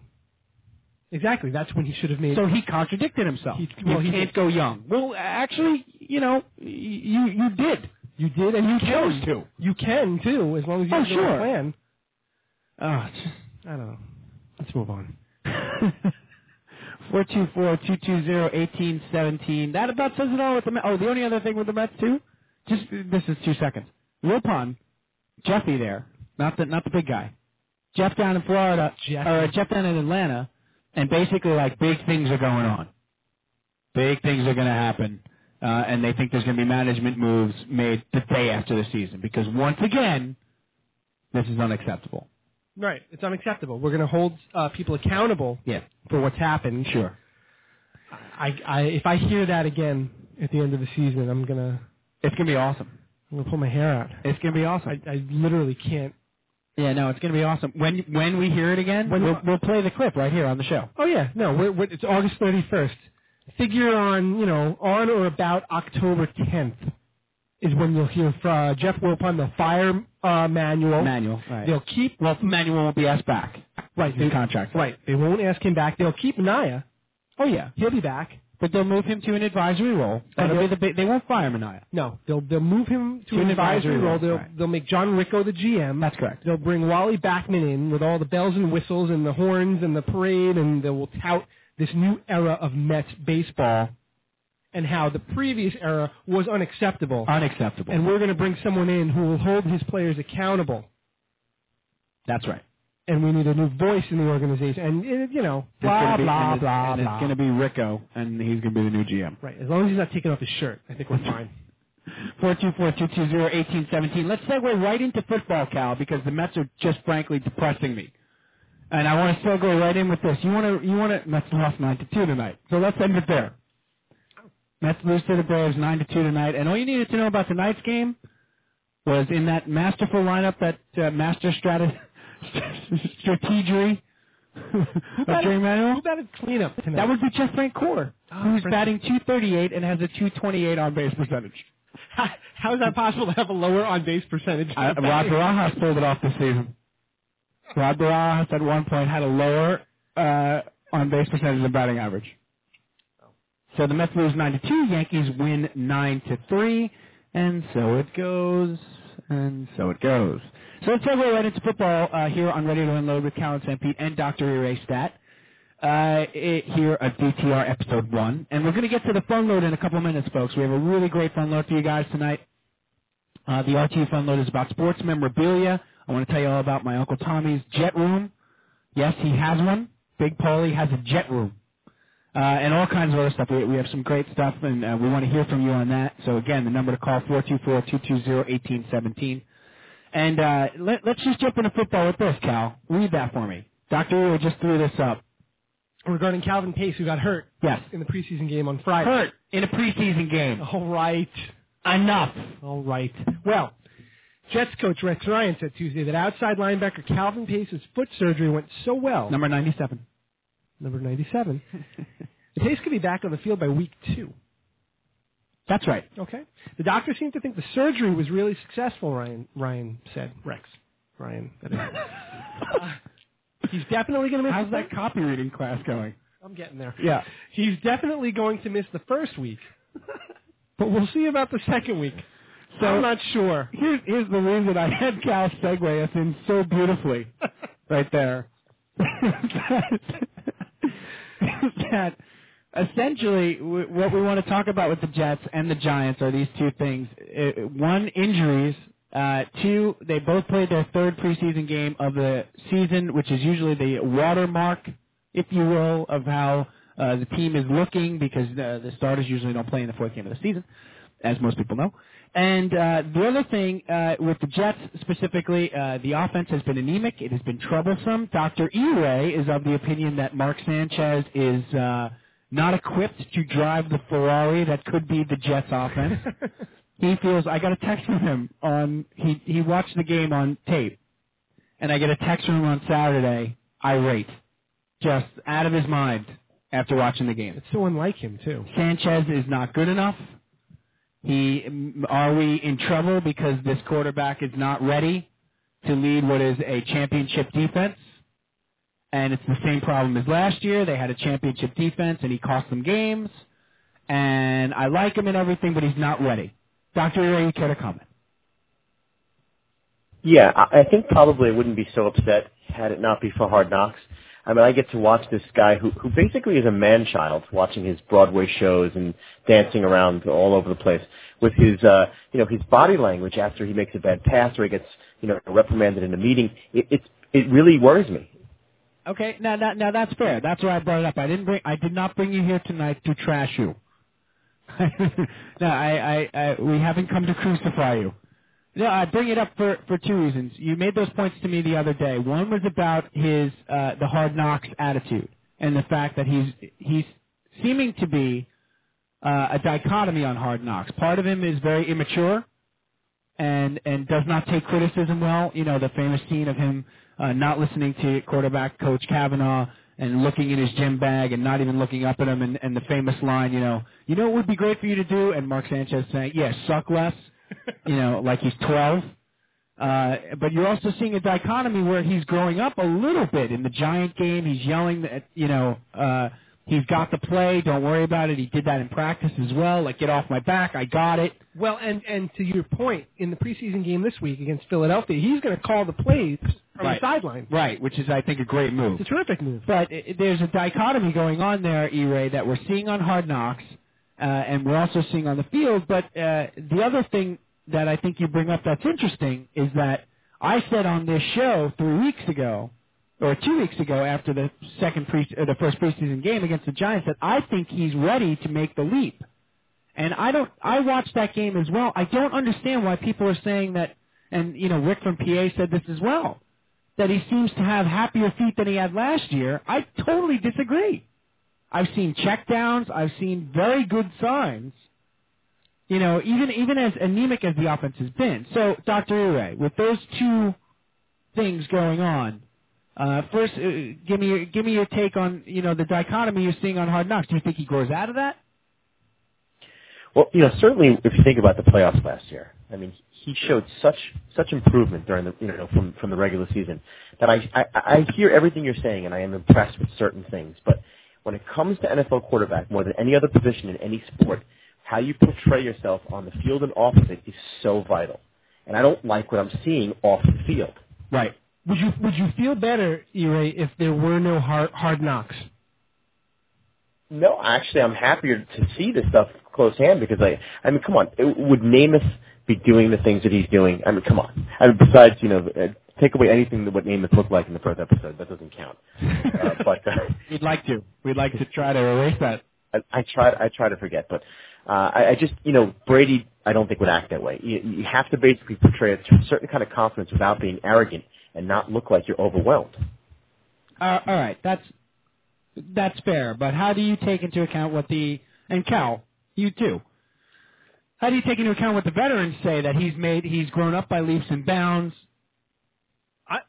S3: Exactly. That's when he should have made.
S2: So he contradicted himself.
S3: He- well,
S2: you
S3: he
S2: can't
S3: did.
S2: go young. Well, actually, you know, y- you you did.
S3: you did, and you
S2: chose
S3: can.
S2: to.
S3: You can too, as long as you
S2: Oh,
S3: have the right
S2: sure.
S3: plan. Ah,
S2: Oh,
S3: I don't know. Let's move on.
S2: 424-220-1817. That about says it all with the Mets. Oh, the only other thing with the Mets too. Just this is two seconds. Wilpon, Jeffy there, not the not the big guy. Jeff down in Florida,
S3: Jeff.
S2: or Jeff down in Atlanta, and basically like big things are going on. Big things are going to happen, uh, and they think there's going to be management moves made the day after the season because once again, this is unacceptable.
S3: Right. It's unacceptable. We're going to hold uh, people accountable
S2: Yeah,
S3: for what's happened.
S2: sure.
S3: I, I, if I hear that again at the end of the season, I'm gonna,
S2: It's going to be awesome.
S3: I'm gonna pull my hair out.
S2: It's going to be awesome.
S3: I, I literally can't.
S2: Yeah, no, it's going to be awesome. When when we hear it again,
S3: When-
S2: we'll, we'll play the clip right here on the show.
S3: Oh yeah, no. We're, we're, it's August 31st. Figure on, you know, on or about October 10th is when you'll hear from uh, Jeff Wilpon, the fire uh, manual.
S2: Manual, right?
S3: They'll keep
S2: well, Manual won't be asked back.
S3: Right,
S2: New
S3: they-
S2: contract,
S3: Right. They won't ask him back. They'll keep Naya.
S2: Oh yeah,
S3: He'll be back.
S2: but they'll move him to an advisory role. That'll
S3: they'll-
S2: be the big, they won't fire Mania.
S3: No, they'll they'll move him to an advisory role. They'll
S2: right.
S3: they'll make John Ricco the GM.
S2: That's correct.
S3: They'll bring Wally Backman in with all the bells and whistles and the horns and the parade, and they will tout this new era of Mets baseball and how the previous era was unacceptable.
S2: Unacceptable.
S3: and we're going to bring someone in who will hold his players accountable.
S2: That's right.
S3: And we need a new voice in the organization. And uh, you know,
S2: It's
S3: blah
S2: gonna be-
S3: blah
S2: and it's-
S3: blah
S2: and
S3: blah.
S2: It's going to be Rico, and he's going to be the new GM.
S3: Right. As long as he's not taking off his shirt, I think we're fine.
S2: Four two four two two zero eighteen seventeen. Let's segue right into football, Cal, because the Mets are just frankly depressing me. And I want to segue right in with this. You want to you want to Mets lost nine to two tonight, so let's end it there. Mets lose to the Braves nine to two tonight, and all you needed to know about tonight's game was in that masterful lineup, that uh, master strat- strategery of Jerry Manuel.
S3: Who batted cleanup tonight?
S2: That would be Jeff Francoeur, who's
S3: Frank-
S2: batting 238 and has a 228 on base percentage.
S3: How is that possible to have a lower on base percentage?
S2: Uh, Rod Barajas pulled it off this season. Rod Barajas at one point had a lower uh, on base percentage than batting average. So the Mets lose nine to two. Yankees win nine to three, and so it goes, and so it goes. So let's segue right into football uh, here on Ready to Unload with Callan St. Pete and Dr. Erastat uh, it, here at DTR episode one, and we're going to get to the phone load in a couple minutes, folks. We have a really great phone load for you guys tonight. Uh, the RTU phone load is about sports memorabilia. I want to tell you all about my Uncle Tommy's jet room. Yes, he has one. Big Paulie has a jet room uh, and all kinds of other stuff. We, we have some great stuff, and uh, we want to hear from you on that. So again, the number to call four two four two two zero eighteen seventeen. And uh, let, let's just jump into football with this, Cal. Read that for me. Doctor Ewer just threw this up.
S3: Regarding Calvin Pace, who got hurt
S2: Yes,
S3: in the preseason game on Friday.
S2: hurt in a preseason game.
S3: All right.
S2: Enough.
S3: All right. Well, Jets coach Rex Ryan said Tuesday that outside linebacker Calvin Pace's foot surgery went so well,
S2: Number ninety-seven.
S3: number 97, that Pace could be back on the field by week two.
S2: That's right.
S3: Okay? The doctor seemed to think the surgery was really successful, Ryan, Ryan said. Rex. Ryan. that is. Uh, he's definitely going to miss
S2: How's
S3: the
S2: that
S3: fir-
S2: copy reading class going?
S3: I'm getting there.
S2: Yeah.
S3: He's definitely going to miss the first week, but we'll see about the second week.
S2: So-
S3: I'm not sure.
S2: Here's here's the reason I had Cal segue us in so beautifully. right there. that essentially w- what we want to talk about with the Jets and the Giants are these two things. Uh, One, injuries. Uh, two, they both played their third preseason game of the season, which is usually the watermark, if you will, of how uh, the team is looking because uh, the starters usually don't play in the fourth game of the season as most people know. And uh, the other thing uh, with the Jets specifically, uh, the offense has been anemic. It has been troublesome. Dr. E. Ray is of the opinion that Mark Sanchez is uh, not equipped to drive the Ferrari that could be the Jets offense. he feels I got a text from him on he he watched the game on tape, and I get a text from him on Saturday, irate, just out of his mind after watching the game.
S3: It's so unlike him, too.
S2: Sanchez is not good enough. He m- are we in trouble because this quarterback is not ready to lead what is a championship defense? And it's the same problem as last year. They had a championship defense and he cost them games. And I like him and everything, but he's not ready. Dr. Ray, you care to comment?
S4: Yeah, I I think probably I wouldn't be so upset had it not be for Hard Knocks. I mean, I get to watch this guy who who basically is a man child, watching his Broadway shows and dancing around all over the place with his uh, you know his body language after he makes a bad pass or he gets you know reprimanded in a meeting. It it, it really worries me.
S2: Okay, now, now now that's fair. That's why I brought it up. I didn't bring I did not bring you here tonight to trash you. no, I, I, I we haven't come to crucify you. No, I bring it up for for two reasons. You made those points to me the other day. One was about his uh the hard knocks attitude and the fact that he's he's seeming to be uh, a dichotomy on hard knocks. Part of him is very immature and and does not take criticism well. You know, the famous scene of him uh, not listening to quarterback coach Kavanaugh and looking in his gym bag and not even looking up at him, and, and the famous line, you know, you know what would be great for you to do, and Mark Sanchez saying, "Yeah, suck less," you know, like he's twelve. Uh, but you're also seeing a dichotomy where he's growing up a little bit in the Giant game. He's yelling that you know uh, he's got the play. Don't worry about it. He did that in practice as well. Like get off my back. I got it.
S3: Well, and and to your point, in the preseason game this week against Philadelphia, he's going to call the plays from
S2: Right.
S3: the sideline.
S2: Right, which is I think a great move.
S3: It's a terrific move.
S2: But i there's a dichotomy going on there, E-Ray, that we're seeing on Hard Knocks, uh, and we're also seeing on the field. But uh, the other thing that I think you bring up that's interesting is that I said on this show three weeks ago, or two weeks ago, after the second pre- or the first preseason game against the Giants, that I think he's ready to make the leap. And I don't. I watched that game as well. I don't understand why people are saying that. And you know, Rick from PA said this as well that he seems to have happier feet than he had last year, I totally disagree. I've seen checkdowns. I've seen very good signs. You know, even even as anemic as the offense has been. So, Dr. Ure, with those two things going on, uh, first, uh, give me your, give me your take on you know the dichotomy you're seeing on Hard Knocks. Do you think he grows out of that?
S4: Well, you know, certainly if you think about the playoffs last year, I mean, he showed such such improvement during the you know from from the regular season that I I, I hear everything you're saying and I am impressed with certain things, but when it comes to NFL quarterback, more than any other position in any sport, how you portray yourself on the field and off of it is so vital. And I don't like what I'm seeing off the field.
S2: Right.
S3: Would you would you feel better, E-Ray, if there were no hard hard knocks?
S4: No, actually, I'm happier to see this stuff close hand because I, I mean, come on, it, would Namath be doing the things that he's doing? I mean, come on. I mean, besides, you know, uh, take away anything that what Namath looked like in the first episode. That doesn't count. Uh, but uh,
S2: We'd like to. We'd like to try to erase that.
S4: I, I try, I try to forget. But uh, I, I just, you know, Brady, I don't think would act that way. You, you have to basically portray a certain kind of confidence without being arrogant and not look like you're overwhelmed.
S2: Uh, all right, that's that's fair. But how do you take into account what the and Cal, you too? How do you take into account what the veterans say that he's made? He's grown up by leaps and bounds.
S3: I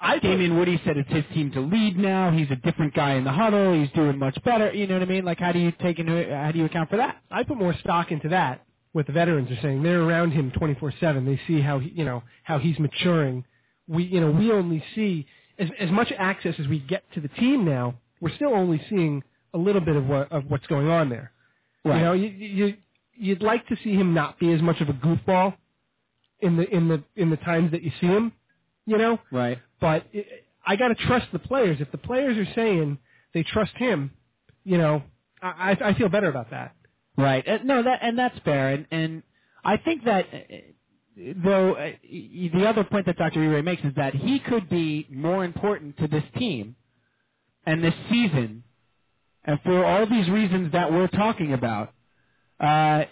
S3: I
S2: Damian Woody said it's his team to lead now. He's a different guy in the huddle. He's doing much better. You know what I mean? Like, how do you take into how do you account for that?
S3: I put more stock into that. What the veterans are saying, they're around him 24/7. They see how he, you know how he's maturing. We you know we only see as as much access as we get to the team now. We're still only seeing a little bit of what of what's going on there. You know, you, you you'd like to see him not be as much of a goofball in the in the in the times that you see him. You know,
S2: Right.
S3: but it, I got to trust the players. If the players are saying they trust him, you know, I, I I feel better about that.
S2: Right. Uh, no, that and that's fair. And and I think that uh, though uh, y- the other point that Dr. Ray makes is that he could be more important to this team and this season, and for all these reasons that we're talking about, uh,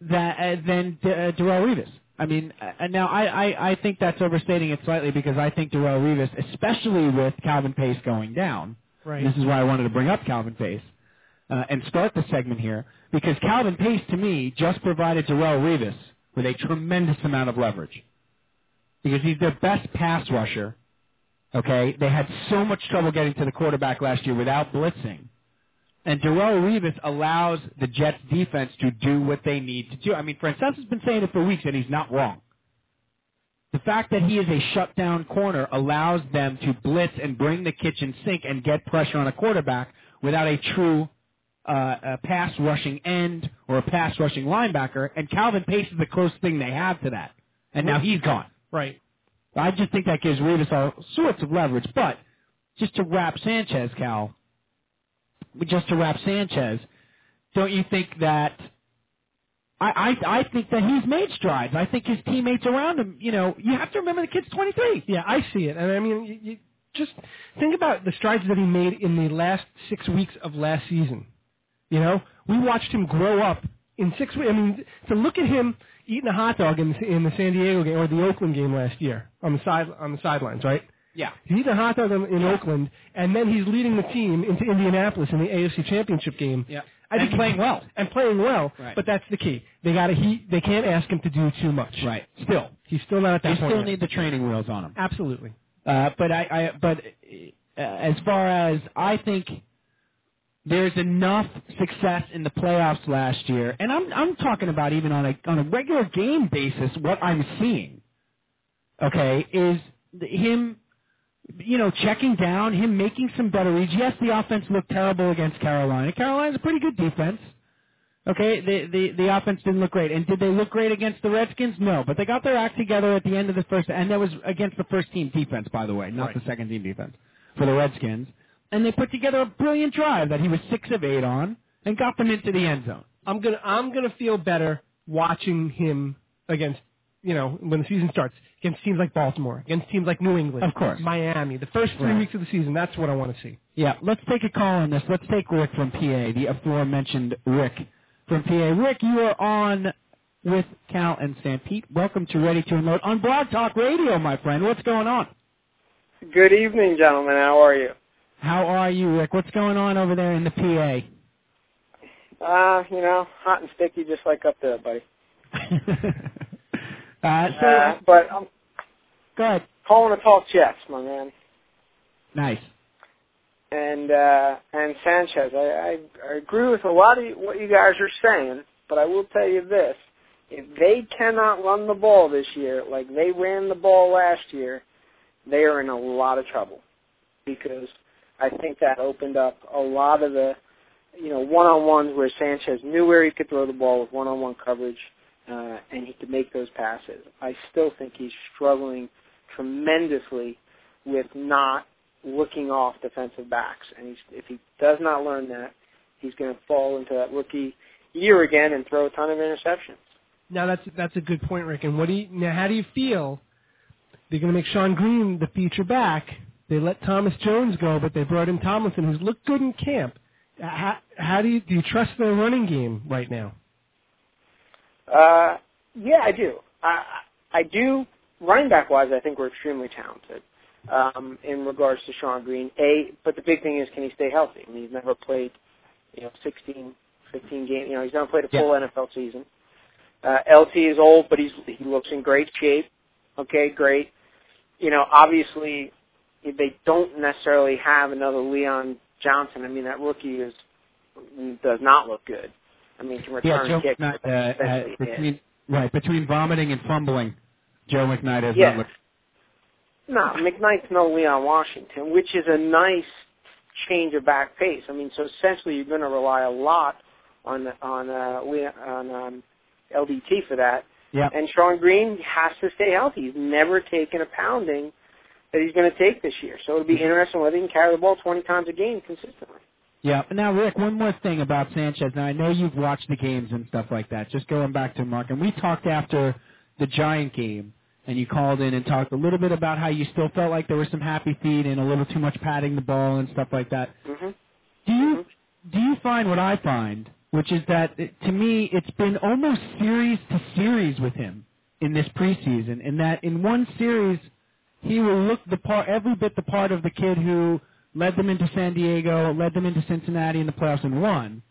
S2: that uh, than D- uh, Darrell Revis. I mean, uh, now I, I I think that's overstating it slightly because I think Darrell Revis, especially with Calvin Pace going down, and This is why I wanted to bring up Calvin Pace uh, and start the segment here because Calvin Pace to me just provided Darrell Revis with a tremendous amount of leverage because he's their best pass rusher. Okay, they had so much trouble getting to the quarterback last year without blitzing. And Darrell Revis allows the Jets defense to do what they need to do. I mean, Francesa's been saying it for weeks, and he's not wrong. The fact that he is a shutdown corner allows them to blitz and bring the kitchen sink and get pressure on a quarterback without a true uh, uh pass rushing end or a pass rushing linebacker. And Calvin Pace is the closest thing they have to that. And now he's gone.
S3: Right.
S2: I just think that gives Revis all sorts of leverage. But just to wrap Sanchez, Cal, just to wrap Sanchez, don't you think that I, I I think that he's made strides. I think his teammates around him, you know, you have to remember the kid's 23.
S3: Yeah, I see it, and I mean, you, you just think about the strides that he made in the last six weeks of last season. You know, we watched him grow up in six weeks. I mean, to look at him eating a hot dog in the, in the San Diego game or the Oakland game last year on the side on the sidelines, right?
S2: Yeah.
S3: He's eating a hot dog in, in Oakland, and then he's leading the team into Indianapolis in the AFC Championship game.
S2: Yeah.
S3: I think
S2: And playing well.
S3: and playing well.
S2: Right.
S3: But that's the key. They got to he. They can't ask him to do too much.
S2: Right. Still,
S3: He's still not at that
S2: they
S3: point.
S2: still
S3: yet.
S2: need the training wheels on him.
S3: Absolutely.
S2: Uh, but I, I but uh, as far as I think there's enough success in the playoffs last year, and I'm I'm talking about even on a on a regular game basis what I'm seeing. Okay, is th- him you know checking down, him making some better reads. Yes, the offense looked terrible against Carolina. Carolina's a pretty good defense. Okay, the, the the offense didn't look great, and did they look great against the Redskins? No, but they got their act together at the end of the first, and that was against the first team defense, by the way, not the second team defense for the Redskins. And they put together a brilliant drive that he was six of eight on, and got them into the end zone.
S3: I'm gonna I'm gonna feel better watching him against you know when the season starts against teams like Baltimore, against teams like New England,
S2: Of course.
S3: Miami. The first three
S2: Right.
S3: weeks of the season, that's what I want to see.
S2: Yeah, let's take a call on this. Let's take Rick from PA, the aforementioned Rick from PA. Rick, you are on with Cal and Stampede. Welcome to Ready to Unload on Blog Talk Radio, my friend. What's going on?
S5: Good evening, gentlemen. How are you?
S2: How are you, Rick? What's going on over there in the PA?
S5: Uh, you know, hot and sticky, just like up there, buddy.
S2: uh, so,
S5: Uh, but I'm
S2: go ahead.
S5: calling to talk chess, my man,
S2: Nice.
S5: and uh, and Sanchez. I, I, I agree with a lot of you, what you guys are saying, but I will tell you this: if they cannot run the ball this year like they ran the ball last year, they are in a lot of trouble because I think that opened up a lot of the, you know, one-on-ones where Sanchez knew where he could throw the ball with one-on-one coverage, uh, and he could make those passes. I still think he's struggling tremendously with not looking off defensive backs, and he's, if he does not learn that, he's going to fall into that rookie year again and throw a ton of interceptions.
S3: Now that's that's a good point, Rick. And what do you, now? How do you feel? They're going to make Sean Green the feature back. They let Thomas Jones go, but they brought in Tomlinson, who's looked good in camp. Uh, How, how do you do? You trust their running game right now?
S5: Uh, yeah, I do. I I do. Running back wise, I think we're extremely talented um, in regards to Sean Green. A, but the big thing is, can he stay healthy? I mean, he's never played, you know, 16, 15 games. You know, he's never played a full NFL season. Uh, LT is old, but he's he looks in great shape. Okay, great. You know, obviously they don't necessarily have another Leon Johnson. I mean, that rookie is does not look good. I mean, can return
S2: yeah, Joe
S5: kicks.
S2: McKnight,
S5: but
S2: uh, uh,
S5: essentially it.
S2: between, right, between vomiting and fumbling, Joe McKnight has
S5: Yeah.
S2: not looked.
S5: No, McKnight's no Leon Washington, which is a nice change of back pace. I mean, so essentially you're going to rely a lot on on uh, Leon, on um, LDT for that.
S2: Yeah.
S5: And Sean Green has to stay healthy. He's never taken a pounding that he's going to take this year. So it'll be interesting whether he can carry the ball 20 times a game consistently.
S2: Yeah. Now, Rick, one more thing about Sanchez. Now, I know you've watched the games and stuff like that. Just going back to Mark, and we talked after the Giant game, and you called in and talked a little bit about how you still felt like there was some happy feet and a little too much patting the ball and stuff like that.
S5: hmm
S2: Do you do you find what I find, which is that it, to me it's been almost series to series with him in this preseason, in that in one series he will look the part every bit the part of the kid who led them into San Diego, led them into Cincinnati in the playoffs and won.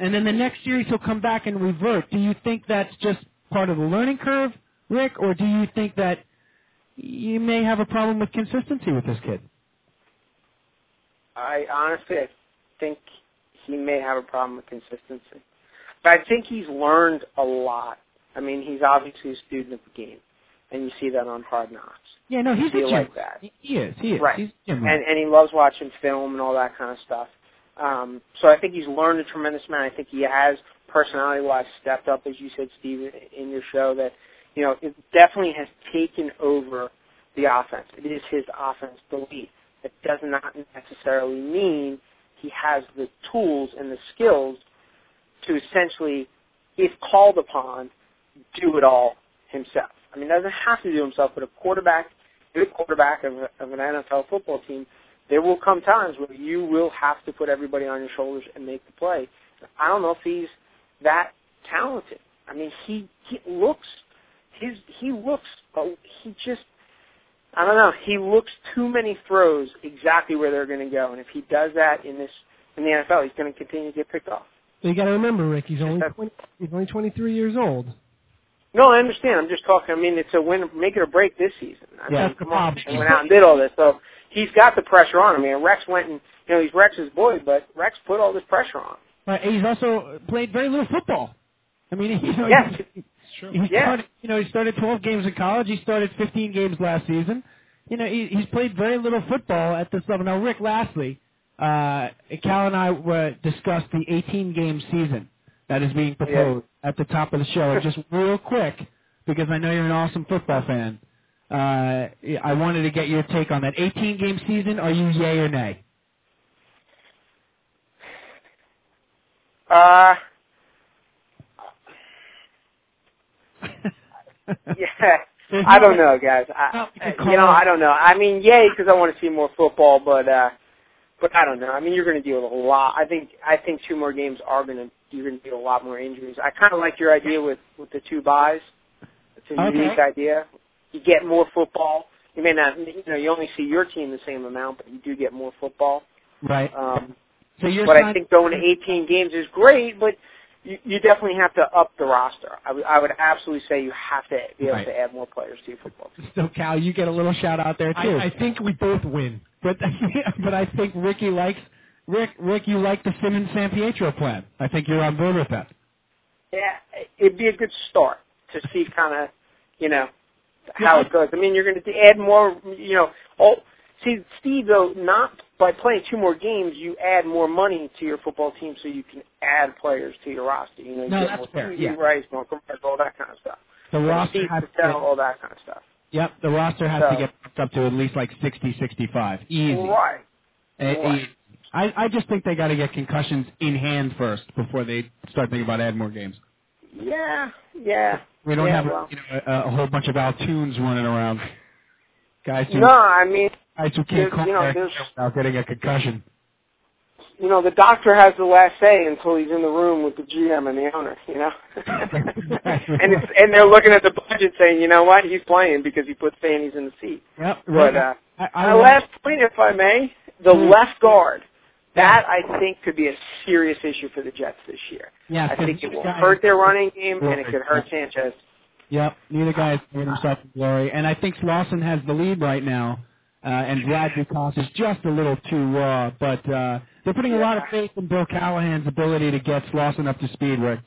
S2: And then the next series he'll come back and revert. Do you think that's just part of the learning curve, Rick, or do you think that you may have a problem with consistency with this kid?
S5: I honestly I think he may have a problem with consistency. But I think he's learned a lot. I mean, he's obviously a student of the game, and you see that on Hard Knocks.
S2: Yeah, no, he's a
S5: Feel
S2: gym.
S5: like that.
S2: He- He is. He is.
S5: Right.
S2: He's a gym rat.
S5: And and he loves watching film and all that kind of stuff. Um, so I think he's learned a tremendous amount. I think he has personality-wise stepped up, as you said, Steve, in your show. That you know, it definitely has taken over the offense. It is his offense to lead. That does not necessarily mean he has the tools and the skills to essentially, if called upon, do it all himself. I mean, doesn't have to do himself, but a quarterback, good quarterback of, a- of an NFL football team, there will come times where you will have to put everybody on your shoulders and make the play. I don't know if he's that talented. I mean, he, he looks, his he looks, but he just, I don't know. He looks too many throws exactly where they're going to go, and if he does that in this in the NFL, he's going to continue to get picked off.
S3: So you got to remember, Rick. He's only
S5: That's-
S3: 20, he's only 23 years old.
S5: No, I understand. I'm just talking. I mean, it's a win, make it or break this season. I
S2: Yeah.
S5: mean, come on, they went out and did all this, so he's got the pressure on him. I mean, Rex went and you know he's Rex's boy, but Rex put all this pressure on. him.
S2: Right, and he's also played very little football. I mean, you know,
S5: Yes.
S2: he, he
S5: Yes.
S2: started, you know, he started 12 games in college. He started 15 games last season. You know, he, he's played very little football at this level. Now, Rick, lastly, uh, Cal and I were, discussed the 18-game season that is being proposed at the top of the show. And Just real quick, because I know you're an awesome football fan, uh, I wanted to get your take on that 18-game season. Are you yay or nay?
S5: Uh, yeah. I don't know, guys. I, uh,
S2: Well, we could
S5: you know,
S2: call-
S5: I don't know. I mean, yay, because I want to see more football, but uh, but I don't know. I mean, you're going to deal with a lot. I think I think two more games are going to you're going to deal with a lot more injuries. I kind of like your idea with with the two buys. It's a
S2: Okay.
S5: unique idea. You get more football. You may not, you know, you only see your team the same amount, but you do get more football.
S2: Right.
S5: Um,
S2: So you're
S5: but I
S2: signing-
S5: think going to 18 games is great, but you, you definitely have to up the roster. I would- I would absolutely say you have to be able
S2: Right.
S5: to add more players to your football team.
S2: So Cal, you get a little shout out there too.
S3: I, I think we both win.
S2: but but I think Ricky likes Rick. Rick, you like the Simmons San Pietro plan. I think you're on board with that.
S5: Yeah, it'd be a good start to see kind of, you know, how it goes. I mean, you're going to add more, you know, all, See, Steve, though, not by playing two more games, you add more money to your football team, so you can add players to your roster. You know, you
S2: No,
S5: get
S2: that's
S5: more
S2: fair,
S5: TV
S2: yeah.
S5: rights, more commercials, all that kind of stuff.
S2: The roster
S5: Steve
S2: has
S5: Patel,
S2: to
S5: all that kind of stuff.
S2: yep, the roster has to
S5: So-
S2: get bumped up to at least like 60, 65. Easy.
S5: Right.
S2: Eh,
S5: Right.
S2: eh, I, I just think they got to get concussions in hand first before they start thinking about adding more games.
S5: Yeah. Yeah.
S2: We don't
S5: Yeah,
S2: have
S5: well.
S2: a, you know, a, a whole bunch of Altoons running around. Guys who,
S5: No, I mean,
S2: guys who
S5: there-
S2: can't call
S5: you know,
S2: back
S5: there's-
S2: without getting a concussion.
S5: you know, the doctor has the last say until he's in the room with the GM and the owner, you know. and it's and they're looking at the budget saying, you know what, he's playing because he put fannies in the seat.
S2: Yep.
S5: But
S2: right.
S5: uh
S2: I, I
S5: my
S2: want-
S5: last point, if I may, the
S2: Hmm.
S5: left guard. That I think could be a serious issue for the Jets this year.
S2: yeah,
S5: I
S2: 'cause
S5: think it
S2: neither
S5: will
S2: guy-
S5: hurt their running game and it
S2: Right.
S5: could hurt Sanchez.
S2: Yep. Neither guy is doing himself in glory, and I think Lawson has the lead right now. Uh, and Vlad Dukas is just a little too raw, but uh, they're putting a lot of
S5: Yeah.
S2: faith in Bill Callahan's ability to get Lawson up to speed. Where
S5: it,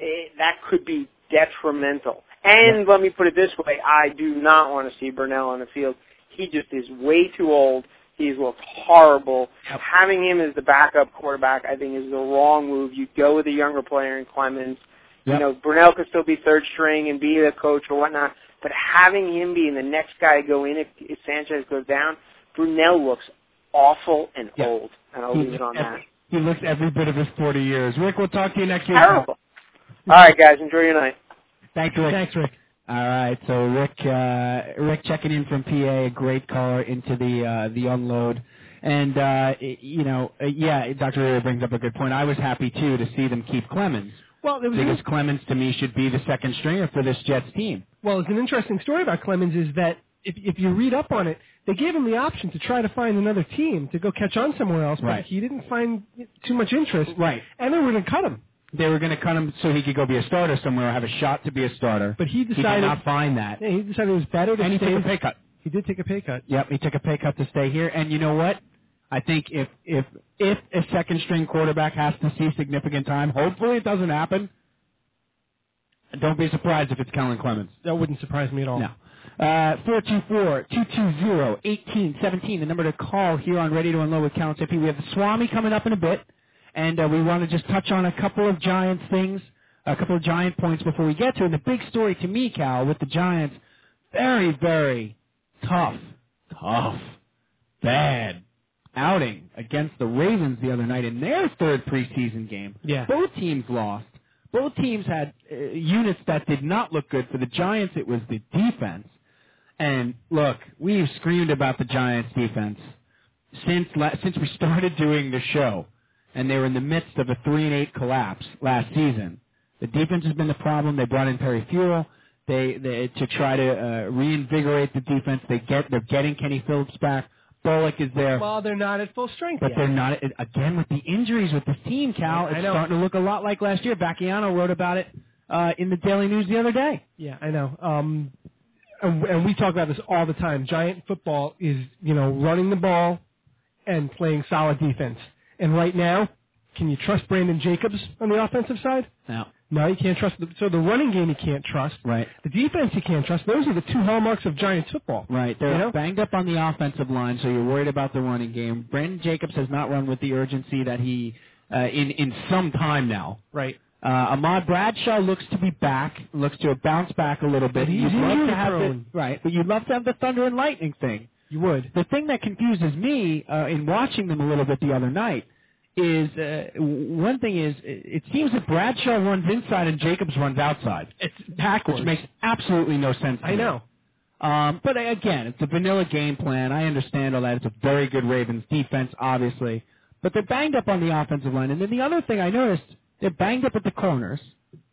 S5: Eh, that could be detrimental. And let me put it this way, I do not want to see Burnell on the field. He just is way too old. He's looked horrible.
S2: Yep.
S5: Having him as the backup quarterback, I think, is the wrong move. You go with a younger player in Clemens. You
S2: Yep.
S5: know, Brunell could still be third string and be the coach or whatnot, but having him being the next guy to go in if, if Sanchez goes down, Brunell looks awful and
S2: Yep.
S5: old, and I'll
S2: he,
S5: leave it on that.
S2: he looks every bit of his 40 years. Rick, we'll talk to you next year.
S5: Terrible. All right, guys, enjoy your night.
S2: Thanks, Rick. Thanks, Rick. All right, so Rick, uh, Rick checking in from PA, a great caller into the uh, the unload, and uh, i- you know, uh, yeah, Dr. Ray brings up a good point. I was happy too to see them keep Clemens
S3: Well, there was
S2: because Clemens to me should be the second stringer for this Jets team.
S3: well, it's an interesting story about Clemens is that if, if you read up on it, they gave him the option to try to find another team to go catch on somewhere else, but
S2: Right.
S3: he didn't find too much interest.
S2: Right.
S3: And they were going to cut him,
S2: They were going to cut him so he could go be a starter somewhere or have a shot to be a starter.
S3: but he
S2: he did
S3: decided
S2: not find that,
S3: yeah, he decided it was better to
S2: and he
S3: stay.
S2: took a pay cut.
S3: He did take a pay cut.
S2: Yep, he took a pay cut to stay here. And you know what? I think if if if a second string quarterback has to see significant time, hopefully it doesn't happen. Don't be surprised if it's Kellen Clemens.
S3: That wouldn't surprise me at all.
S2: No. Uh, 424-220-1817, the number to call here on Ready to Unload with Count CP. We have the Swami coming up in a bit, and uh, we want to just touch on a couple of Giants things, a couple of Giant points before we get to it. And the big story to me, Cal, with the Giants, very, very tough, tough, bad outing against the Ravens the other night in their third preseason game.
S3: Yeah.
S2: Both teams lost. Both teams had uh, units that did not look good. For the Giants, it was the defense. And look, we've screamed about the Giants' defense since la- since we started doing the show, and they were in the midst of a three and eight collapse last season. The defense has been the problem. They brought in Perry Fuel. They, they to try to uh, reinvigorate the defense. They get they're getting Kenny Phillips back. Bullock is there.
S3: Well, they're not at full strength
S2: But
S3: yet.
S2: they're not it- again with the injuries with this team, Cal.
S3: I
S2: It's
S3: know.
S2: starting to look a lot like last year. Bacchiano wrote about it uh, in the Daily News the other day.
S3: Yeah, I know. Um, and, and we talk about this all the time. Giant football is, you know, running the ball and playing solid defense. And right now, can you trust Brandon Jacobs on the offensive side?
S2: No,
S3: No, you can't trust. The, so the running game you can't trust.
S2: right,
S3: The defense you can't trust. Those are the two hallmarks of Giants football.
S2: right. They're
S3: You know?
S2: banged up on the offensive line, so you're worried about the running game. Brandon Jacobs has not run with the urgency that he uh, in in some time now.
S3: Right.
S2: Uh, Ahmad Bradshaw looks to be back, looks to bounce back a little bit.
S3: But he's
S2: You'd love to
S3: injury
S2: have the-
S3: prone.
S2: right, but you'd love to have the thunder and lightning thing.
S3: You would.
S2: the thing that confuses me uh, in watching them a little bit the other night is uh, w- one thing is it it seems that Bradshaw runs inside and Jacobs runs outside,
S3: It's
S2: which makes absolutely no sense. To
S3: I
S2: me.
S3: know.
S2: Um, but I- again, it's a vanilla game plan. I understand all that. It's a very good Ravens defense, obviously. But they're banged up on the offensive line. And then the other thing I noticed, they're banged up at the corners.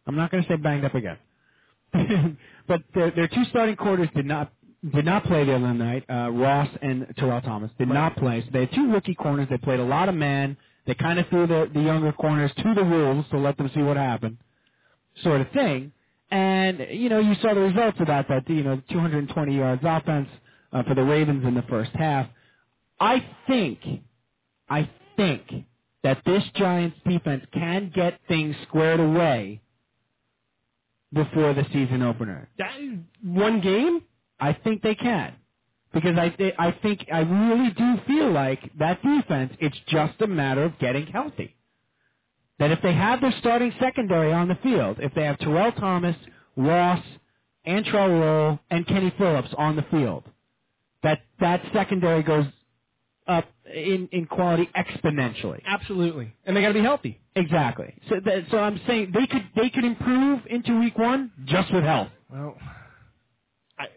S2: I'm not going to say banged up again. but their, their two starting quarters did not did not play the other night. Uh, Ross and Terrell Thomas did not play. So they had two rookie corners. They played a lot of man. They kind of threw the, the younger corners to the wolves to let them see what happened, sort of thing. And you know, you saw the results of that. That you know, 220 yards offense uh, for the Ravens in the first half. I think, I think that this Giants defense can get things squared away before the season opener.
S3: That, one game?
S2: I think they can. because I th- I think I really do feel like that defense. It's just a matter of getting healthy. That if they have their starting secondary on the field, if they have Terrell Thomas, Ross, Antrell Roll, and Kenny Phillips on the field, that that secondary goes up in in quality exponentially.
S3: Absolutely. And they got to be healthy.
S2: Exactly. So that, so I'm saying they could they could improve into week one just with health.
S3: Well, I,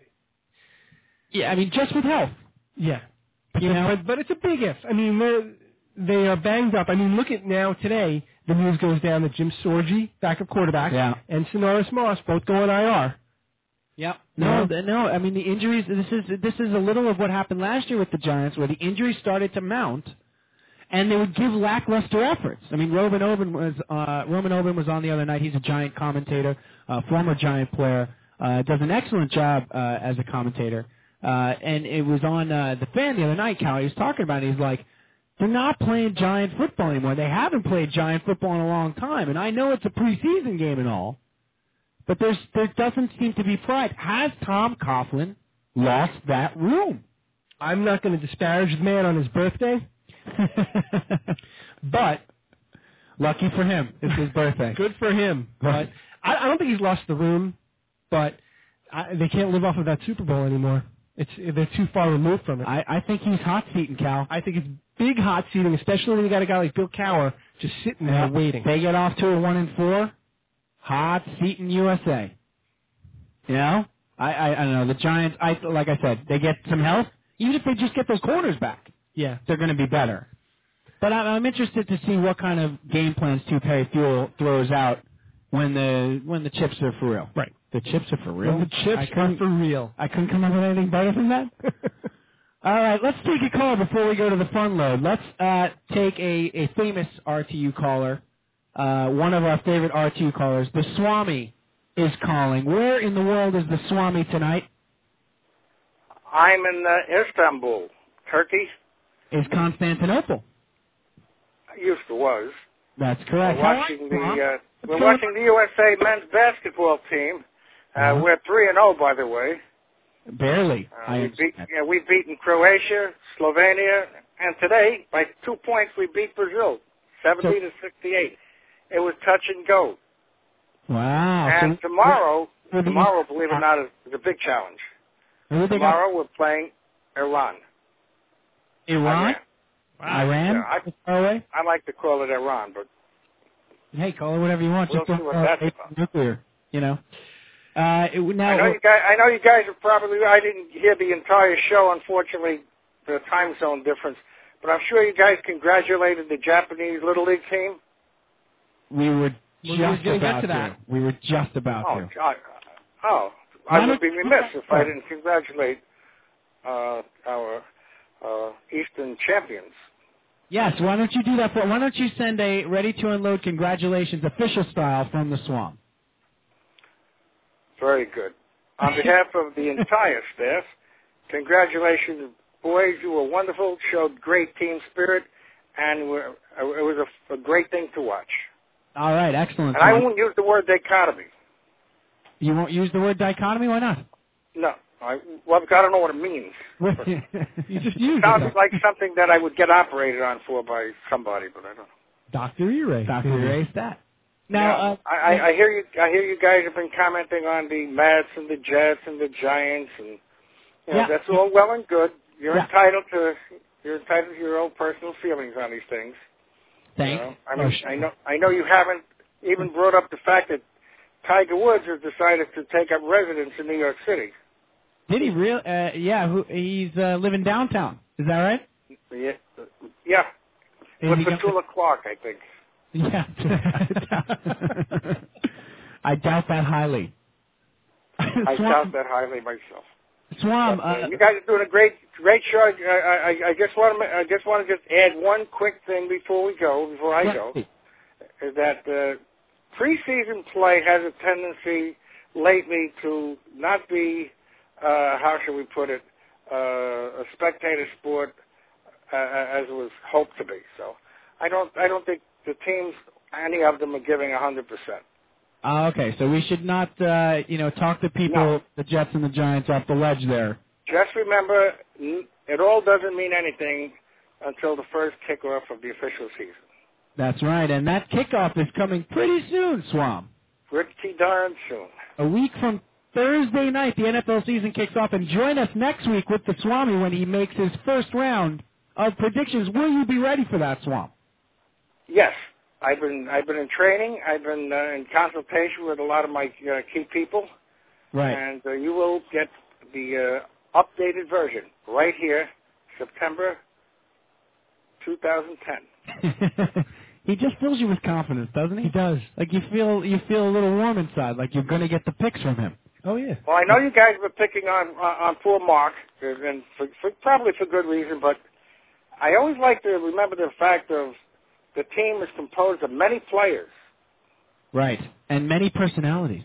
S2: Yeah, I mean just with health.
S3: yeah.
S2: You know,
S3: But, but it's a big if. I mean, they're, they are banged up. I mean, look at now today, the news goes down that Jim Sorgi, backup quarterback,
S2: Yeah.
S3: and Sonoris Moss both go on IR.
S2: Yep. No, th- no. I mean the injuries. This is this is a little of what happened last year with the Giants, where the injuries started to mount, and they would give lackluster efforts. I mean, Roman Oben was uh, Roman Oben was on the other night. He's a Giant commentator, uh, former Giant player, uh, does an excellent job uh, as a commentator. Uh, and it was on uh, the fan the other night. Cal, he was talking about. It. He's like, they're not playing Giant football anymore. They haven't played Giant football in a long time. And I know it's a preseason game and all. But there's there doesn't seem to be pride. Has Tom Coughlin lost that room?
S3: I'm not going to disparage the man on his birthday.
S2: but lucky for him, it's his birthday.
S3: Good for him.
S2: Right.
S3: But I, I don't think he's lost the room, but I, they can't live off of that Super Bowl anymore. It's They're too far removed from it.
S2: I, I think he's hot seating Cal.
S3: I think it's big hot seating, especially when you got a guy like Bill Cower just sitting there waiting.
S2: They get off to a one and four. Hot seating USA. You know, I, I I don't know the Giants. I like I said, they get some health. Even if they just get those corners back,
S3: Yeah.
S2: they're going to be better. But I, I'm interested to see what kind of game plans Two Perry Fuel throws out when the when the chips are for real.
S3: Right.
S2: The chips are for real.
S3: When the
S2: I
S3: chips are
S2: couldn't,
S3: for real.
S2: I couldn't come up with anything better than that. All right, let's take a call before we go to the fun load. Let's uh, take a, a famous RTU caller, uh, one of our favorite RTU callers. The Swami is calling. Where in the world is the Swami tonight?
S6: I'm in uh, Istanbul, Turkey.
S2: Is Constantinople.
S6: I used to was.
S2: That's
S6: We're
S2: correct. How are
S6: watching
S2: you,
S6: the
S2: Swami?
S6: uh, we're
S2: going
S6: watching the USA men's basketball team. Uh,
S2: Uh-huh.
S6: We're three and zero, by the way.
S2: Barely.
S6: Uh,
S2: I
S6: we
S2: understand.
S6: beat yeah, we beaten Croatia, Slovenia, and today by two points we beat Brazil, seventy to sixty eight. It was touch and go.
S2: Wow.
S6: and
S2: Oh, So-
S6: tomorrow,
S2: Who- who do you-
S6: tomorrow, believe it or not, is, is a big challenge.
S2: who do they got?
S6: Tomorrow we're playing Iran.
S2: Iran? Iran?
S6: Oh, Yeah, I-
S2: Far away?
S6: I like to call it Iran, but
S2: Hey, call it whatever you want.
S6: We'll
S2: Just don't
S6: see what
S2: call it
S6: that's about.
S2: nuclear. You know. Uh, it, now,
S6: I know you guys. I know you guys are probably. I didn't hear the entire show, unfortunately, the time zone difference. But I'm sure you guys congratulated the Japanese little league team.
S2: We were
S3: We were
S2: just
S3: gonna get
S2: about
S3: to that.
S2: We were just about
S6: Oh,
S2: to.
S6: God. oh, I
S2: Why
S6: would be
S2: don't-
S6: remiss if I didn't congratulate uh, our uh, Eastern champions.
S2: Yes. Why don't you do that? For, why don't you send a ready to unload congratulations official style from the swamp?
S6: Very good. On behalf of the entire staff, congratulations, boys. You were wonderful. Showed great team spirit, and were, it was a, a great thing to watch.
S2: All right. Excellent.
S6: And I
S2: Tom.
S6: won't use the word dichotomy.
S2: you won't use the word dichotomy. Why not?
S6: No. I, well, I don't know what it means.
S2: you just use
S6: Sounds like something that I would get operated on for by somebody, but I don't know.
S3: Dr. E-Ray.
S2: Doctor erase that. Now,
S6: Yeah.
S2: uh,
S6: I, I, I hear you. I hear you guys have been commenting on the Mets and the Jets and the Giants, and you know,
S2: Yeah.
S6: that's all well and good. You're
S2: Yeah.
S6: entitled to you're entitled to your own personal feelings on these things.
S2: thanks.
S6: You know?
S3: Oh,
S6: I mean, I know I know you haven't even brought up the fact that Tiger Woods has decided to take up residence in New York City.
S2: Did he real? Uh, yeah. Who, he's uh, living downtown. Is that right?
S6: Yeah, yeah.
S2: Is
S6: With
S2: he gonna-
S6: Petula Clark, I think.
S2: Yeah. I doubt that highly.
S6: I
S2: Swam,
S6: doubt that highly myself.
S2: Swam,
S6: But,
S2: uh,
S6: uh, you guys are doing a great, great show. I, I, I- I just want to, I just want to just add one quick thing before we go, before I go, is that uh, preseason play has a tendency lately to not be, uh, how should we put it, uh, a spectator sport uh, as it was hoped to be. So I don't, I don't think the teams, any of them, are giving a hundred percent.
S2: Oh, Ah, okay, so we should not, uh, you know, talk the people,
S6: No.
S2: the Jets and the Giants, off the ledge there
S6: Just remember, n- it all doesn't mean anything until the first kickoff of the official season.
S2: That's right, and that kickoff is coming pretty soon, Swam.
S6: Pretty darn soon.
S2: A week from Thursday night, the NFL season kicks off, and join us next week with the Swami when he makes his first round of predictions. Will you be ready for that, Swam?
S6: Yes, I've been I've been in training. I've been uh, in consultation with a lot of my uh, key people,
S2: Right.
S6: and uh, you will get the uh, updated version right here, September 2010.
S2: he just fills you with confidence, doesn't he?
S3: He does.
S2: Like you feel you feel a little warm inside, like you're going to get the picks from him.
S3: Oh yeah.
S6: Well, I know you guys were picking on on, on poor Mark, and for, for, probably for good reason, but I always like to remember the fact of the team is composed of many players
S2: Right. And many personalities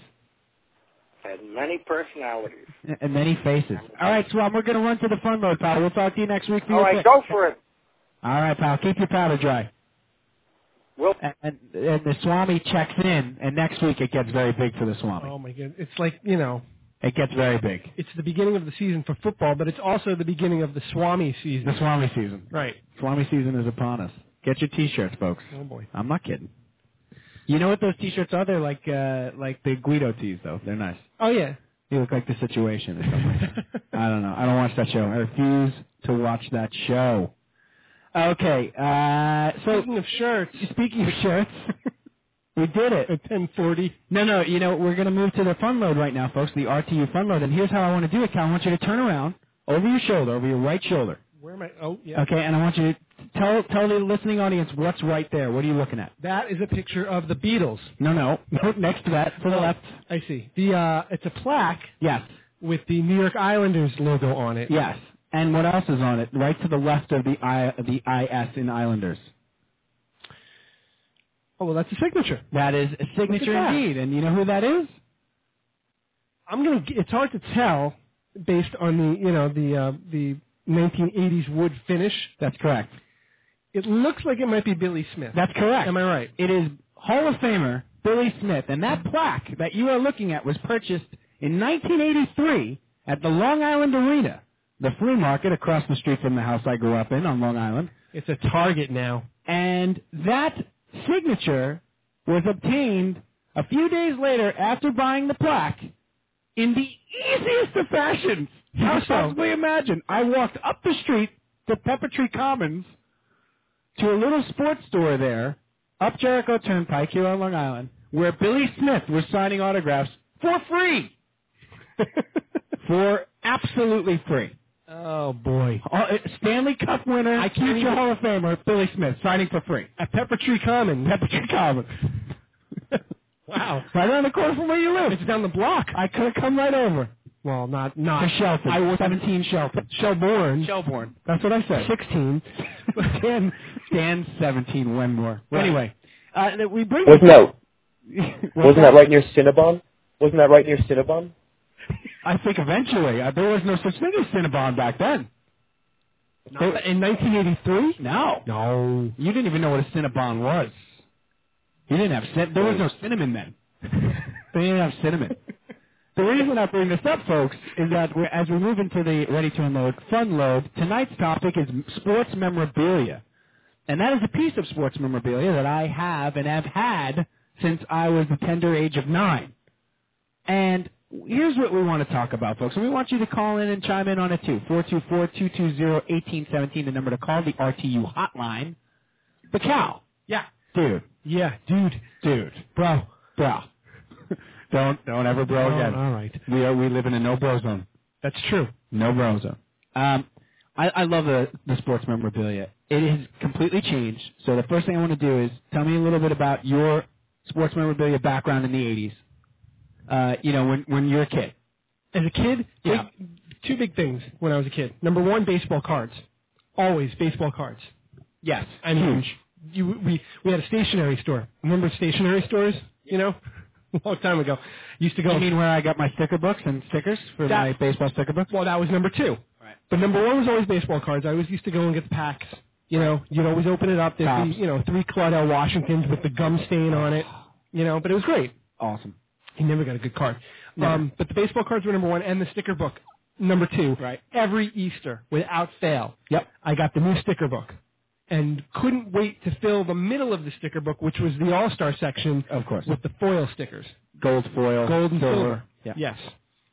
S6: and many personalities.
S2: and many faces. All right, Swam, we're going to run to the fun mode, pal. We'll talk to you next week. for
S6: All
S2: your
S6: right,
S2: pick.
S6: go for it.
S2: All right, pal. Keep your powder dry.
S6: Will
S2: And, and the Swami checks in, and next week it gets very big for the Swami.
S3: Oh my god. It's like you know,
S2: It gets very big.
S3: it's the beginning of the season for football, but it's also the beginning of the Swami
S2: The
S3: season.
S2: Swami season.
S3: Right.
S2: Swami season is upon us. Get your T-shirts, folks.
S3: Oh boy.
S2: I'm not kidding. You know what those T-shirts are? They're like uh, like the Guido tees, though. They're nice.
S3: Oh yeah.
S2: You look like the situation or something. I don't know. I don't watch that show. I refuse to watch that show. Okay. Uh, so
S3: Speaking of shirts,
S2: speaking of shirts, we did it.
S3: at 10:40.
S2: No, no, you know, we're going to move to the fun load right now, folks, the RTU fun load. And here's how I want to do it, Cal. I want you to turn around over your shoulder, over your right shoulder.
S3: Where am I? Oh yeah.
S2: Okay, and I want you to tell, tell the listening audience what's right there. What are you looking at?
S3: That is a picture of the Beatles.
S2: No, no. Next to that, to the
S3: Oh,
S2: left.
S3: I see. The uh, it's a plaque
S2: Yes,
S3: with the New York Islanders logo on it.
S2: yes. And what else is on it? Right to the left of the I, the IS in Islanders.
S3: Oh well, that's a signature.
S2: That is a signature
S3: that.
S2: indeed. And you know who that is?
S3: I'm gonna. g- It's hard to tell based on the you know the uh, the 1980s wood finish.
S2: That's correct.
S3: It looks like it might be Billy Smith.
S2: That's correct.
S3: Am I right?
S2: It is Hall of Famer Billy Smith, and that plaque that you are looking at was purchased in 1983 at the Long Island Arena, the flea market across the street from the house I grew up in on Long Island.
S3: It's a target now.
S2: And that signature was obtained a few days later after buying the plaque in the easiest of fashions. How
S3: so?
S2: possibly imagine? I walked up the street to Peppertree Commons to a little sports store there, up Jericho Turnpike here on Long Island, where Billy Smith was signing autographs for free. for absolutely free.
S3: Oh boy.
S2: Uh, Stanley Cup winner,
S3: I can't
S2: future
S3: even-
S2: Hall of Famer, Billy Smith, signing for free.
S3: At Pepper Tree Common.
S2: Peppertree Commons.
S3: Wow.
S2: Right around the corner from where you live.
S3: It's down the block.
S2: I could have come right over.
S3: well, not not.
S2: To Shelton.
S3: I was
S2: 17 Shelton.
S3: Shelbourne.
S2: Shelbourne. That's what I said.
S3: 16.
S2: Dan, Dan 17 Wenmore.
S3: Right.
S2: Anyway, uh, that we bring
S4: Wasn't that
S2: What's
S4: wasn't that right near Cinnabon? Wasn't that right near Cinnabon?
S2: I think eventually. Uh, there was no such thing as Cinnabon back then.
S3: in 1983.
S2: No.
S3: No.
S2: You didn't even know what a Cinnabon was. You didn't have cin- there was no cinnamon then. they didn't have cinnamon. The reason I bring this up, folks, is that we're, as we move into the Ready to Unload fun load, tonight's topic is sports memorabilia. And that is a piece of sports memorabilia that I have and have had since I was the tender age of nine. And here's what we want to talk about, folks. And we want you to call in and chime in on it too. 424-220-1817, the number to call the RTU hotline. But Cal,
S3: Yeah.
S2: dude,
S3: Yeah, dude.
S2: dude,
S3: Bro.
S2: bro, don't don't ever bro
S3: Oh,
S2: again.
S3: all right.
S2: We are we live in a no bro zone.
S3: That's true.
S2: No bro zone. Um, I, I love the the sports memorabilia. It has completely changed. So the first thing I want to do is tell me a little bit about your sports memorabilia background in the '80s. Uh, you know, when when you're a kid.
S3: As a kid,
S2: Yeah.
S3: big- two big things when I was a kid. Number one, baseball cards. Always baseball cards.
S2: Yes.
S3: I mean, you, we we had a stationery store. Remember stationery stores? You know, a long time ago. Used to go.
S2: You mean where I got my sticker books and stickers for
S3: That-
S2: my baseball sticker books?
S3: well, that was number two. Right. But number one was always baseball cards. I always used to go and get the packs. You know, you'd always open it up. There'd be,
S2: Tops.
S3: you know, three Claudel Washingtons with the gum stain on it. You know, but it was great.
S2: Awesome.
S3: He never got a good card. Um, but the baseball cards were number one, and the sticker book. number two.
S2: Right.
S3: Every Easter, without fail,
S2: Yep.
S3: I got the new sticker book, and couldn't wait to fill the middle of the sticker book, which was the All Star section,
S2: Of course.
S3: with the foil stickers,
S2: Gold foil.
S3: gold and silver.
S2: Yeah.
S3: Yes.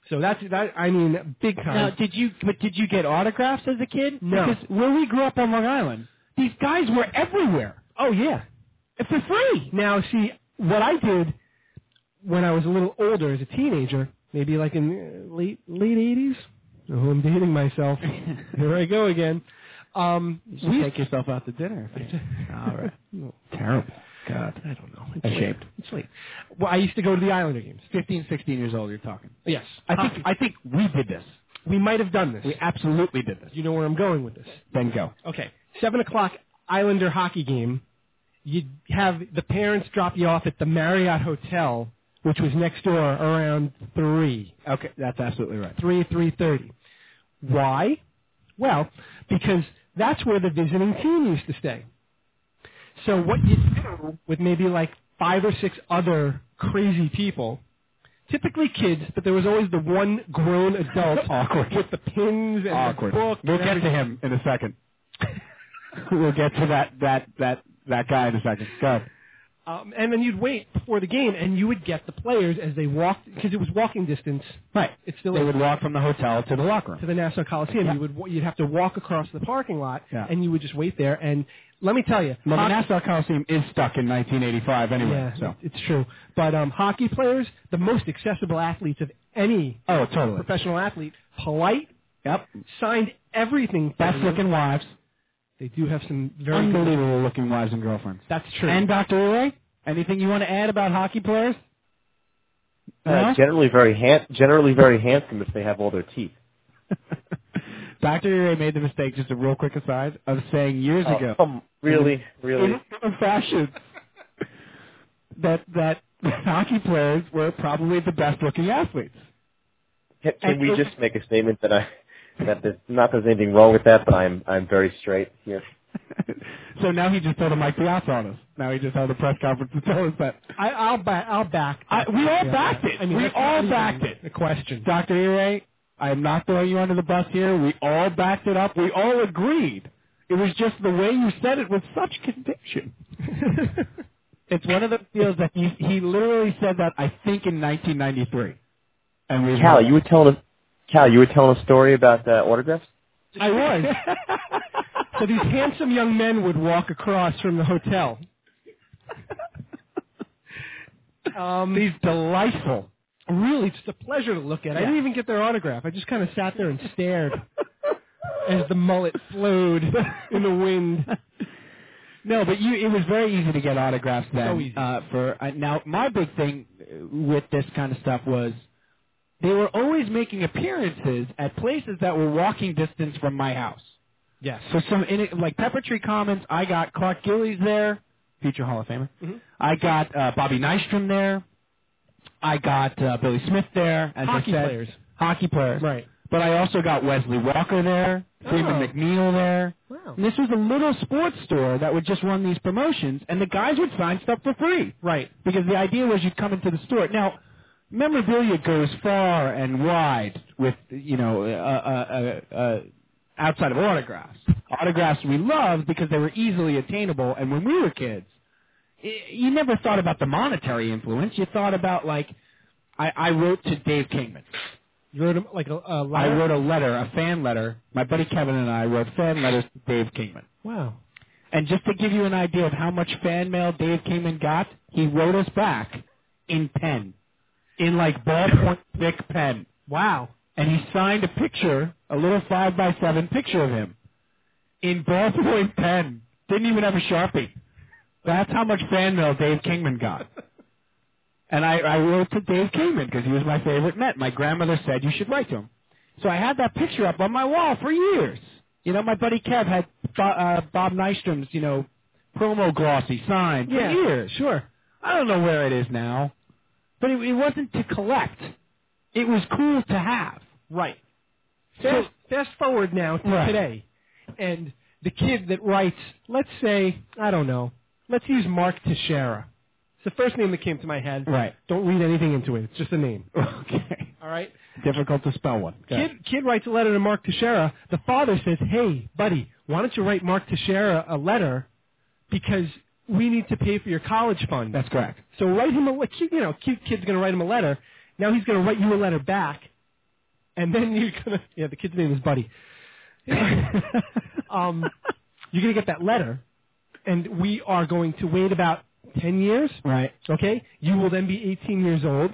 S3: So that's that. I mean, big time.
S2: Now, did you but did you get autographs as a kid?
S3: No.
S2: Because where we grew up on Long Island, these guys were everywhere
S3: oh yeah.
S2: for free.
S3: Now, see, what I did when I was a little older as a teenager, maybe like in uh, late late eighties. Oh, I'm dating myself. Here I go again. Um,
S2: You should take yourself out to dinner. All right.
S3: No,
S2: Terrible. God.
S3: I don't know. It's
S2: Ashamed.
S3: Late. It's late. Well, I used to go to the Islander games.
S2: 15, 16 years old. You're talking.
S3: Yes,
S2: I think I think we did this.
S3: we might have done this.
S2: Ah. We absolutely did this.
S3: you know where I'm going with this.
S2: Then go.
S3: Okay, seven o'clock Islander hockey game. You have the parents drop you off at the Marriott Hotel, which was next door around three.
S2: Okay, that's absolutely right.
S3: three three thirty. Why? Well, because that's where the visiting team used to stay. So what you do with maybe like five or six other crazy people, typically kids, but there was always the one grown adult
S2: Awkward.
S3: with the pins and
S2: Awkward.
S3: the book.
S2: We'll
S3: and
S2: get to him in a second. we'll get to that that that that guy in a second. Go.
S3: Um, and then you'd wait before the game, and you would get the players as they walked because it was walking distance.
S2: Right.
S3: It still
S2: They
S3: is.
S2: would walk from the hotel to the locker room.
S3: to the Nassau Coliseum. You would wa- you'd have to walk across the parking lot,
S2: Yeah.
S3: and you would just wait there. And let me tell you,
S2: Well, the
S3: hockey-
S2: Nassau Coliseum is stuck in 1985 anyway.
S3: yeah,
S2: so.
S3: it- it's true. But um, hockey players, the most accessible athletes of any
S2: Oh, totally.
S3: professional athlete, polite,
S2: Yep.
S3: signed everything. for
S2: Best
S3: you.
S2: looking wives.
S3: They do have some very good.
S2: Unbelievable looking wives and girlfriends.
S3: That's true.
S2: And Dr. Uray, anything you want to add about hockey players? Uh-huh.
S4: Uh, generally very hand- generally very handsome if they have all their teeth.
S2: Dr. Uray made the mistake, just a real quick aside, of saying years
S4: Oh,
S2: ago.
S4: come- really, really.
S2: in fashion that that hockey players were probably the best looking athletes.
S4: Can, can we
S2: and-
S4: just make a statement that I that there's not that there's anything wrong with that, but I'm I'm very straight here.
S2: so now he just told a Mike Piazza on us. Now he just held a press conference to tell us that.
S3: I, I'll back. I'll back.
S2: I, we all
S3: Yeah,
S2: backed
S3: yeah.
S2: it.
S3: I mean,
S2: we
S3: that's not
S2: all
S3: even
S2: backed it.
S3: The question.
S2: Dr. Ere, I am not throwing you under the bus here. We all backed it up. We all agreed. It was just the way you said it with such conviction. it's one of the deals that he, he literally said that, I think, in 1993. And we
S4: Cal, you were telling us Cal, you were telling a story about uh, autographs.
S3: I was. so these handsome young men would walk across from the hotel. Um,
S2: These delightful.
S3: really just a pleasure to look at. I
S2: Yeah.
S3: didn't even get their autograph. I just kind of sat there and stared as the mullet flowed in the wind.
S2: No, but you, it was very easy to get autographs then.
S3: So easy.
S2: Uh, for uh, now, my big thing uh, with this kind of stuff was they were always making appearances at places that were walking distance from my house.
S3: Yes.
S2: So some in it, like Pepper Tree Commons, I got Clark Gillies there, future Hall of Famer.
S3: Mhm.
S2: I got uh, Bobby Nystrom there. I got uh, Billy Smith there. As
S3: Hockey
S2: I said,
S3: players.
S2: Hockey players.
S3: Right.
S2: But I also got Wesley Walker there, Freeman
S3: Oh.
S2: McNeil there.
S3: Wow.
S2: And this was a little sports store that would just run these promotions, and the guys would sign stuff for free
S3: Right.
S2: because the idea was you'd come into the store. Now, memorabilia goes far and wide with you know uh, uh, uh, uh, outside of autographs. Autographs we loved because they were easily attainable, and when we were kids, i you never thought about the monetary influence. You thought about like I, I wrote to Dave Kingman.
S3: You wrote him like a,
S2: I
S3: a letter?
S2: wrote a letter, a fan letter. My buddy Kevin and I wrote fan letters to Dave Kingman.
S3: Wow.
S2: And just to give you an idea of how much fan mail Dave Kingman got, he wrote us back in pen, in like ballpoint thick pen,
S3: Wow.
S2: and he signed a picture, a little five by seven picture of him, in ballpoint pen. Didn't even have a sharpie. That's how much fan mail Dave Kingman got. And I, I wrote to Dave Kingman because he was my favorite Met. My grandmother said you should write to him. So I had that picture up on my wall for years. You know, my buddy Kev had Bo- uh, Bob Nystrom's, you know, promo glossy signed for
S3: Yeah,
S2: years. Sure. I don't know where it is now, but it, it wasn't to collect. It was cool to have.
S3: Right.
S2: So-
S3: Fast, fast forward now to
S2: Right.
S3: today, and the kid that writes, let's say, I don't know, let's use Mark Teixeira. It's the first name that came to my head.
S2: Right.
S3: Don't read anything into it. It's just a name.
S2: Okay.
S3: All right.
S2: Difficult to spell one. Go ahead.
S3: Kid, kid writes a letter to Mark Teixeira. The father says, "Hey, buddy, why don't you write Mark Teixeira a letter because we need to pay for your college fund."
S2: That's correct.
S3: So write him a le- you know cute kid's going to write him a letter. Now he's going to write you a letter back, and then you're going to yeah. The kid's name is Buddy. um, you're going to get that letter, and we are going to wait about ten years.
S2: Right.
S3: Okay, you will then be 18 years old.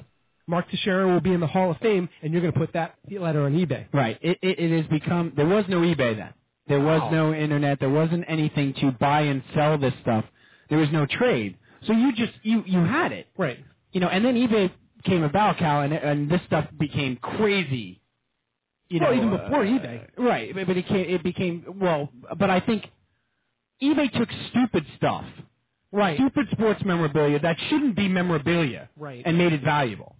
S3: Mark Teixeira will be in the Hall of Fame, and you're going to put that letter on eBay.
S2: Right. It, it, it has become, there was no eBay then. There was
S3: Wow.
S2: no internet. There wasn't anything to buy and sell this stuff. There was no trade. So you just, you, you had it.
S3: Right.
S2: You know, and then eBay came about, Cal, and, and this stuff became crazy. You
S3: Well,
S2: know,
S3: even before
S2: uh,
S3: eBay.
S2: Right. But but it, came, it became, well, but I think eBay took stupid stuff.
S3: Right.
S2: Stupid sports memorabilia that shouldn't be memorabilia.
S3: Right.
S2: And made it valuable.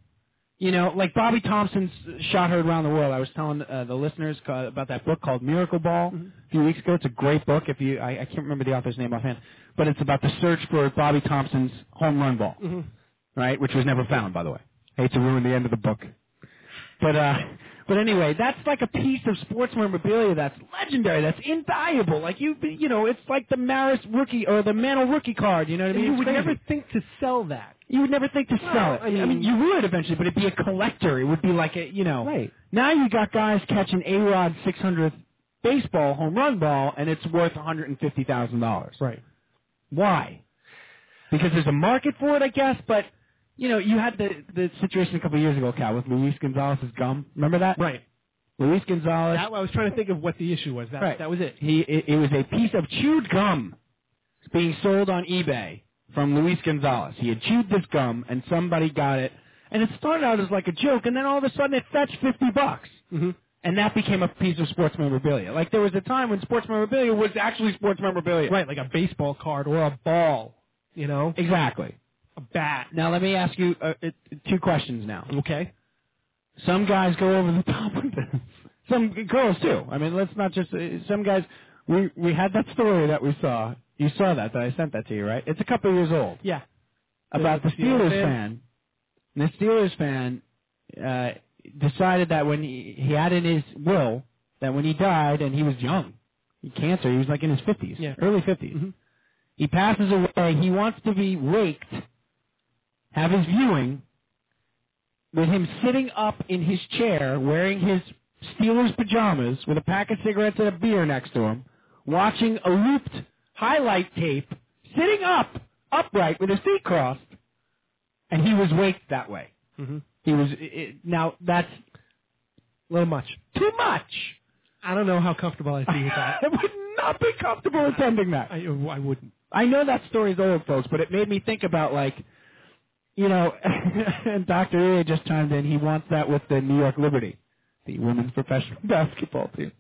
S2: You know, like Bobby Thompson's shot heard around the world. I was telling uh, the listeners ca- about that book called Miracle Ball
S3: Mm-hmm.
S2: a few weeks ago. It's a great book. If you, I, I can't remember the author's name offhand, but it's about the search for Bobby Thompson's home run ball,
S3: Mm-hmm.
S2: right, which was never found, by the way. hate to ruin the end of the book, but uh, but anyway, that's like a piece of sports memorabilia that's legendary, that's invaluable. Like you, you know, it's like the Maris rookie or the Mantle rookie card. You know what I
S3: And
S2: mean?
S3: you
S2: It's
S3: would
S2: crazy.
S3: never think to sell that.
S2: You would never think to sell
S3: Well,
S2: it.
S3: I mean-
S2: I mean, you would eventually, but it'd be a collector. It would be like a, you know.
S3: Right.
S2: Now you got guys catching A Rod 600th baseball home run ball, and it's worth $150,000.
S3: Right.
S2: Why? Because there's a market for it, I guess, but, you know, you had the, the situation a couple years ago, Cal, with Luis Gonzalez's gum. Remember that?
S3: Right.
S2: Luis Gonzalez.
S3: That I was trying to think of what the issue was. That
S2: Right.
S3: that was it.
S2: He it, it was a piece of chewed gum being sold on eBay from Luis Gonzalez. He had chewed this gum and somebody got it, and it started out as like a joke, and then all of a sudden it fetched fifty bucks,
S3: Mm-hmm.
S2: and that became a piece of sports memorabilia. Like there was a time when sports memorabilia was actually sports memorabilia.
S3: Right, like a baseball card or a ball, you know,
S2: Exactly.
S3: a bat.
S2: Now let me ask you uh, uh, two questions now.
S3: Okay.
S2: some guys go over the top with this. Some girls too. I mean, let's not just uh, some guys. We we had that story that we saw. You saw that that I sent that to you, right? It's a couple years old
S3: Yeah.
S2: about the
S3: The Steelers
S2: Steelers fan. The Steelers fan uh, decided that when he, he had in his will that when he died and he was young, he had cancer. He was like in his fifties,
S3: Yeah.
S2: early 50s
S3: Mhm.
S2: He passes away. He wants to be raked, have his viewing with him sitting up in his chair wearing his Steelers pajamas with a pack of cigarettes and a beer next to him, watching a looped highlight tape, sitting up, upright with his feet crossed, and he was waked that way.
S3: Mm-hmm.
S2: He was i i now that's
S3: A little much.
S2: too much.
S3: I don't know how comfortable I'd be with
S2: I
S3: that.
S2: would not be comfortable attending that.
S3: I, I wouldn't.
S2: I know that story's old, folks, but it made me think about like, you know, and Dr. Uri just chimed in. He wants that with the New York Liberty, the women's professional basketball team.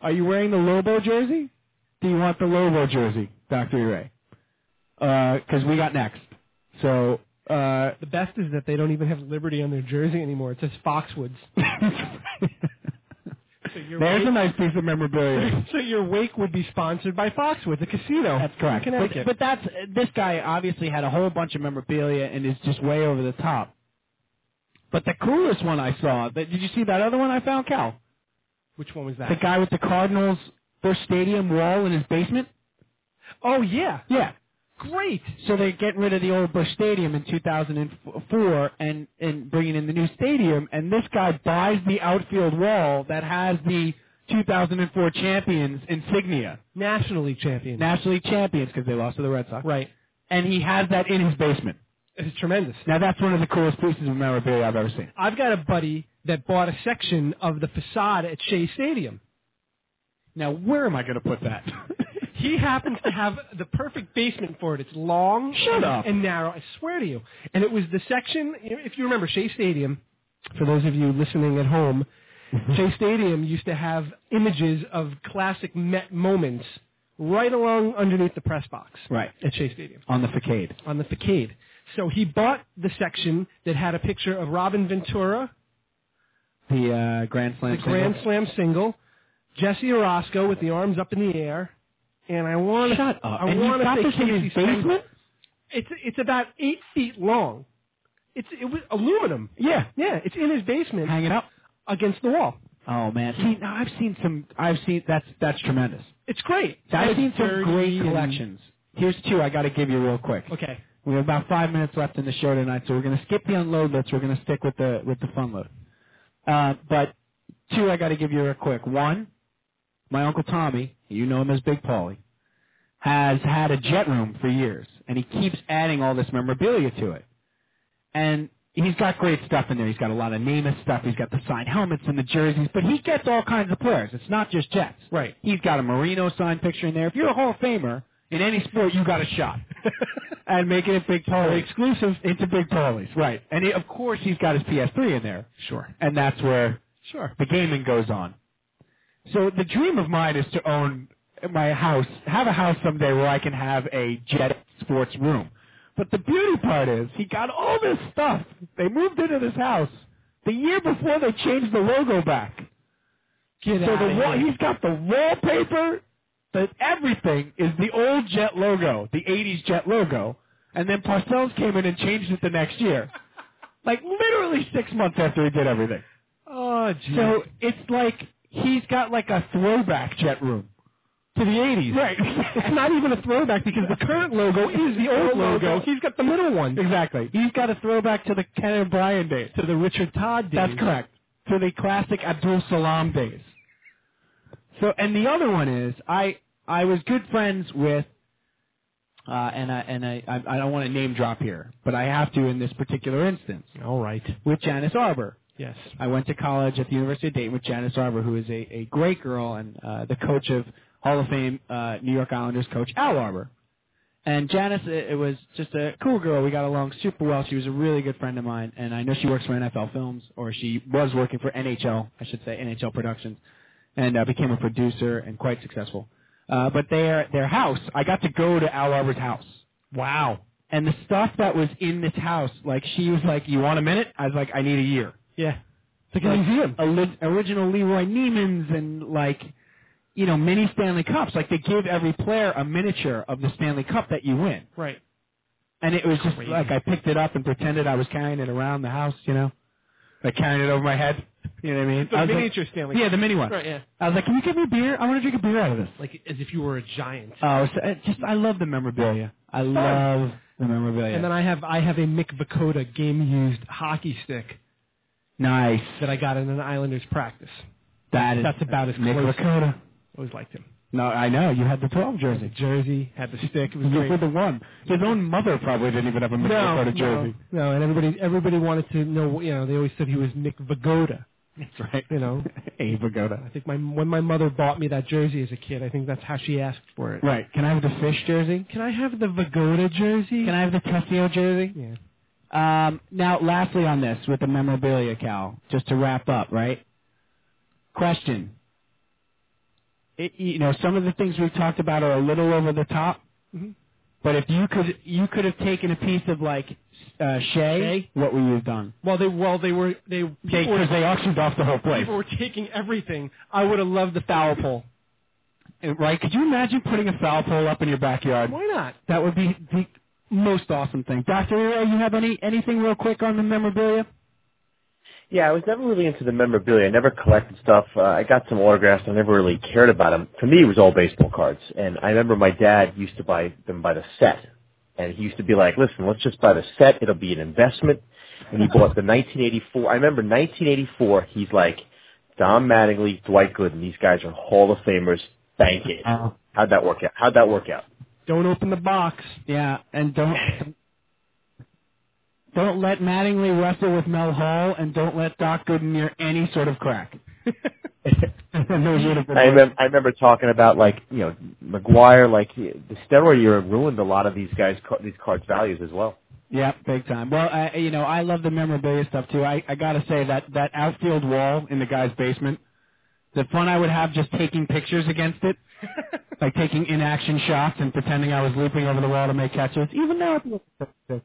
S2: Are you wearing the Lobo jersey? Do you want the Lobo jersey, Dr. Uri? Because we got next. So uh,
S3: The best is that they don't even have Liberty on their jersey anymore. It says Foxwoods. So you're
S2: there's
S3: right.
S2: a nice piece of memorabilia.
S3: so your wake would be sponsored by Foxwoods, a casino.
S2: That's correct.
S3: In
S2: But,
S3: Connecticut.
S2: but that's this guy obviously had a whole bunch of memorabilia and is just way over the top. But the coolest one I saw, that, did you see that other one I found, Cal?
S3: Which one was
S2: The
S3: that?
S2: guy with the Cardinals their stadium wall in his basement?
S3: Oh yeah,
S2: Yeah.
S3: great.
S2: So they're getting rid of the old Bush Stadium in 2004 and and bringing in the new stadium and this guy buys the outfield wall that has the 2004 champions insignia,
S3: Nationally champion.
S2: nationally champions because they lost to the Red Sox.
S3: right.
S2: And he has that in his basement.
S3: It's tremendous.
S2: Now that's one of the coolest pieces of memorabilia I've ever seen.
S3: I've got a buddy that bought a section of the facade at Shea Stadium.
S2: Now where am I going to put that?
S3: He happens to have the perfect basement for it. It's long
S2: Shut up.
S3: and narrow. I swear to you. And it was the section, you know, if you remember, Shea Stadium, for those of you listening at home,
S2: Mm-hmm.
S3: Shea Stadium used to have images of classic Met moments right along underneath the press box
S2: right
S3: at Shea Stadium
S2: on the facade.
S3: on the facade. So he bought the section that had a picture of Robin Ventura,
S2: The uh, Grand Slam.
S3: the Grand Slam single, Jesse Orozco with the arms up in the air, and I want to
S2: Shut up.
S3: I
S2: and
S3: want
S2: he got
S3: to
S2: this
S3: say
S2: in
S3: Casey
S2: his
S3: Stengel.
S2: basement.
S3: It's it's about eight feet long. It's it was aluminum.
S2: Yeah.
S3: Yeah, it's in his basement
S2: Hang it up.
S3: against the wall.
S2: Oh man. See, now I've seen some. I've seen that's that's tremendous.
S3: It's great.
S2: I've seen some
S7: dirty
S2: great
S7: and-
S2: collections. Here's two I got to give you real quick.
S3: Okay.
S2: We have about five minutes left in the show tonight, so we're going to skip the unload list. We're going to stick with the with the fun load. Uh, but two, I got to give you real quick. One, my uncle Tommy, you know him as Big Paulie, has had a jet room for years, and he keeps adding all this memorabilia to it. And he's got great stuff in there. He's got a lot of Namath stuff. He's got the signed helmets and the jerseys, but he gets all kinds of players. It's not just Jets.
S3: Right.
S2: He's got a Marino signed picture in there. If you're a Hall of Famer in any sport, you got a shot. and making it Big Paulie exclusive into Big Paulie's, right? And he, of course, he's got his PS3 in there,
S3: Sure.
S2: and that's where
S3: Sure.
S2: the gaming goes on. So the dream of mine is to own my house, have a house someday where I can have a jet sports room. But the beauty part is he got all this stuff. They moved into this house the year before they changed the logo back.
S3: Get
S2: so
S3: outta
S2: the wall,
S3: here.
S2: he's got the wallpaper, the everything is the old Jet logo, the '80s Jet logo, and then Parcells came in and changed it the next year, like literally six months after he did everything.
S3: Oh, gee.
S2: So it's like he's got like a throwback jet room.
S3: to the 80s.
S2: Right.
S3: it's not even a throwback because the current logo is the old logo. He's got the middle one.
S2: Exactly. He's got a throwback to the Ken O'Brien days.
S3: To the Richard Todd days.
S2: That's correct. To the classic Abdul Salam days. So, and the other one is I I was good friends with, uh, and I and I I I don't want to name drop here, but I have to in this particular instance
S3: All right.
S2: with Janice Arbor.
S3: Yes.
S2: I went to college at the University of Dayton with Janice Arbor, who is a, a great girl and uh, the coach of Hall of Fame uh, New York Islanders coach Al Arbor. And Janice, it, it was just a cool girl. We got along super well. She was a really good friend of mine, and I know she works for NFL Films, or she was working for NHL, I should say, NHL Productions, and uh, became a producer and quite successful. Uh, but their their house, I got to go to Al Arbor's house
S3: Wow.
S2: and the stuff that was in this house, like she was like, "You want a minute?" I was like, "I need a year."
S3: Yeah.
S2: It's
S3: like mm-hmm. a museum.
S2: original Leroy Neiman's and like, you know, many Stanley Cups. Like they give every player a miniature of the Stanley Cup that you win,
S3: Right.
S2: and it was just
S3: Crazy.
S2: like I picked it up and pretended I was carrying it around the house, you know, like carrying it over my head. You know what I mean?
S3: The
S2: I was like-
S3: miniature Stanley
S2: yeah,
S3: Cup.
S2: the mini one.
S3: Right, yeah.
S2: I was like, "Can you give me a beer? I want to drink a beer out of this."
S3: Like as if you were a giant.
S2: Oh, so, it just I love the memorabilia. I love the memorabilia.
S3: And then I have I have a Mick Vakota game used hockey stick
S2: nice.
S3: that I got in an Islanders practice.
S2: That is
S3: That's about as
S2: Nick
S3: close.
S2: Rakota.
S3: Always liked him.
S2: No, I know. You had the 12
S3: The
S2: jersey.
S3: jersey had the stick. It was
S2: You
S3: great.
S2: were the one. His own mother probably didn't even have a Mick
S3: no,
S2: Dakota jersey.
S3: no, no, and everybody everybody wanted to know. You know, they always said he was Nick Vagoda.
S2: That's right.
S3: You know,
S2: A Pagoda.
S3: I think my when my mother bought me that jersey as a kid, I think that's how she asked for it.
S2: Right. Can I have the fish jersey?
S3: Can I have the Vagoda jersey?
S2: Can I have the Tessio jersey?
S3: yeah.
S2: Um, now, lastly on this, with the memorabilia, Cal, just to wrap up, right? Question. It, you know, some of the things we've talked about are a little over the top,
S3: Mhm.
S2: but if you could, you could have taken a piece of like uh, Shea,
S3: Shea?
S2: What would you have done?
S3: Well, they well they were they people were,
S2: Because they auctioned off the whole place.
S3: people were taking everything. I would have loved the foul pole.
S2: And, Right? Could you imagine putting a foul pole up in your backyard?
S3: Why not?
S2: That would be the most awesome thing. Doctor, Arrow, you have any anything real quick on the memorabilia?
S4: Yeah, I was never really into the memorabilia. I never collected stuff. Uh, I got some autographs. I never really cared about them. For me, it was all baseball cards. And I remember my dad used to buy them by the set. And he used to be like, listen, let's just buy the set. It'll be an investment. And he bought the 1984. I remember 1984, he's like, Don Mattingly, Dwight Gooden, these guys are Hall of Famers. Bank it.
S2: Uh-huh.
S4: How'd that work out? How'd that work out?
S3: Don't open the box.
S2: Yeah, and don't don't let Mattingly wrestle with Mel Hall, and don't let Doc Gooden near any sort of crack. Those would have been
S4: I remember, I remember talking about like you know McGuire, like he- the steroid era ruined a lot of these guys ca- these cards values as well.
S2: Yep, big time. Well, I, you know, I love the memorabilia stuff too. I, I gotta say that that outfield wall in the guy's basement, the fun I would have just taking pictures against it, like taking inaction shots and pretending I was leaping over the wall to make catches. Even now, it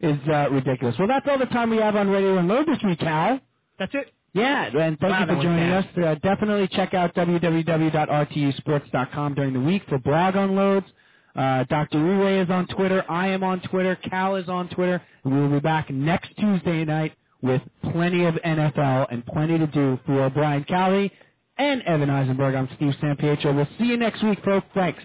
S2: is uh, ridiculous. Well, that's all the time we have on Radio Unload this week, Cal.
S3: That's it.
S2: Yeah, and thank you for joining us. Uh, definitely check out www.rtusports.com during the week for blog unloads.
S8: Uh, Dr. Ure is on Twitter. I am on Twitter. Cal is on Twitter. And we will be back next Tuesday night with plenty of NFL and plenty to do for Brian Cowley and Evan Eisenberg. I'm Steve Sampietro. We'll see you next week, folks. Thanks.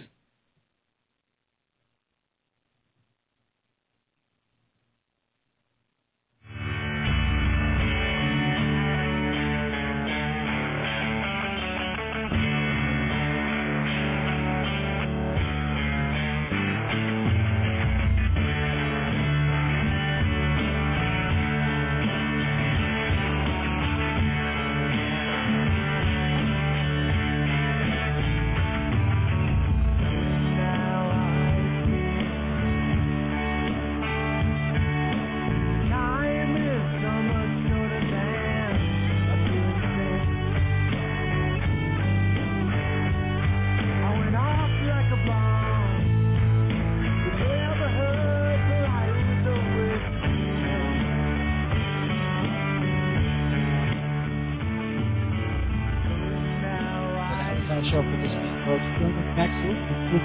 S8: show for this week, folks. Join us next week. with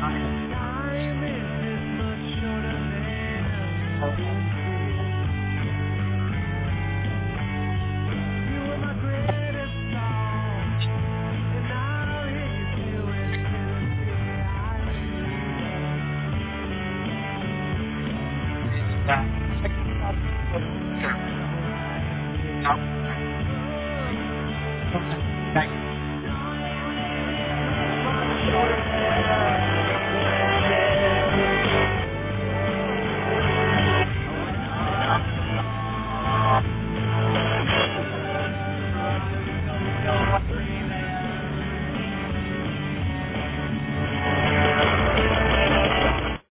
S8: Time.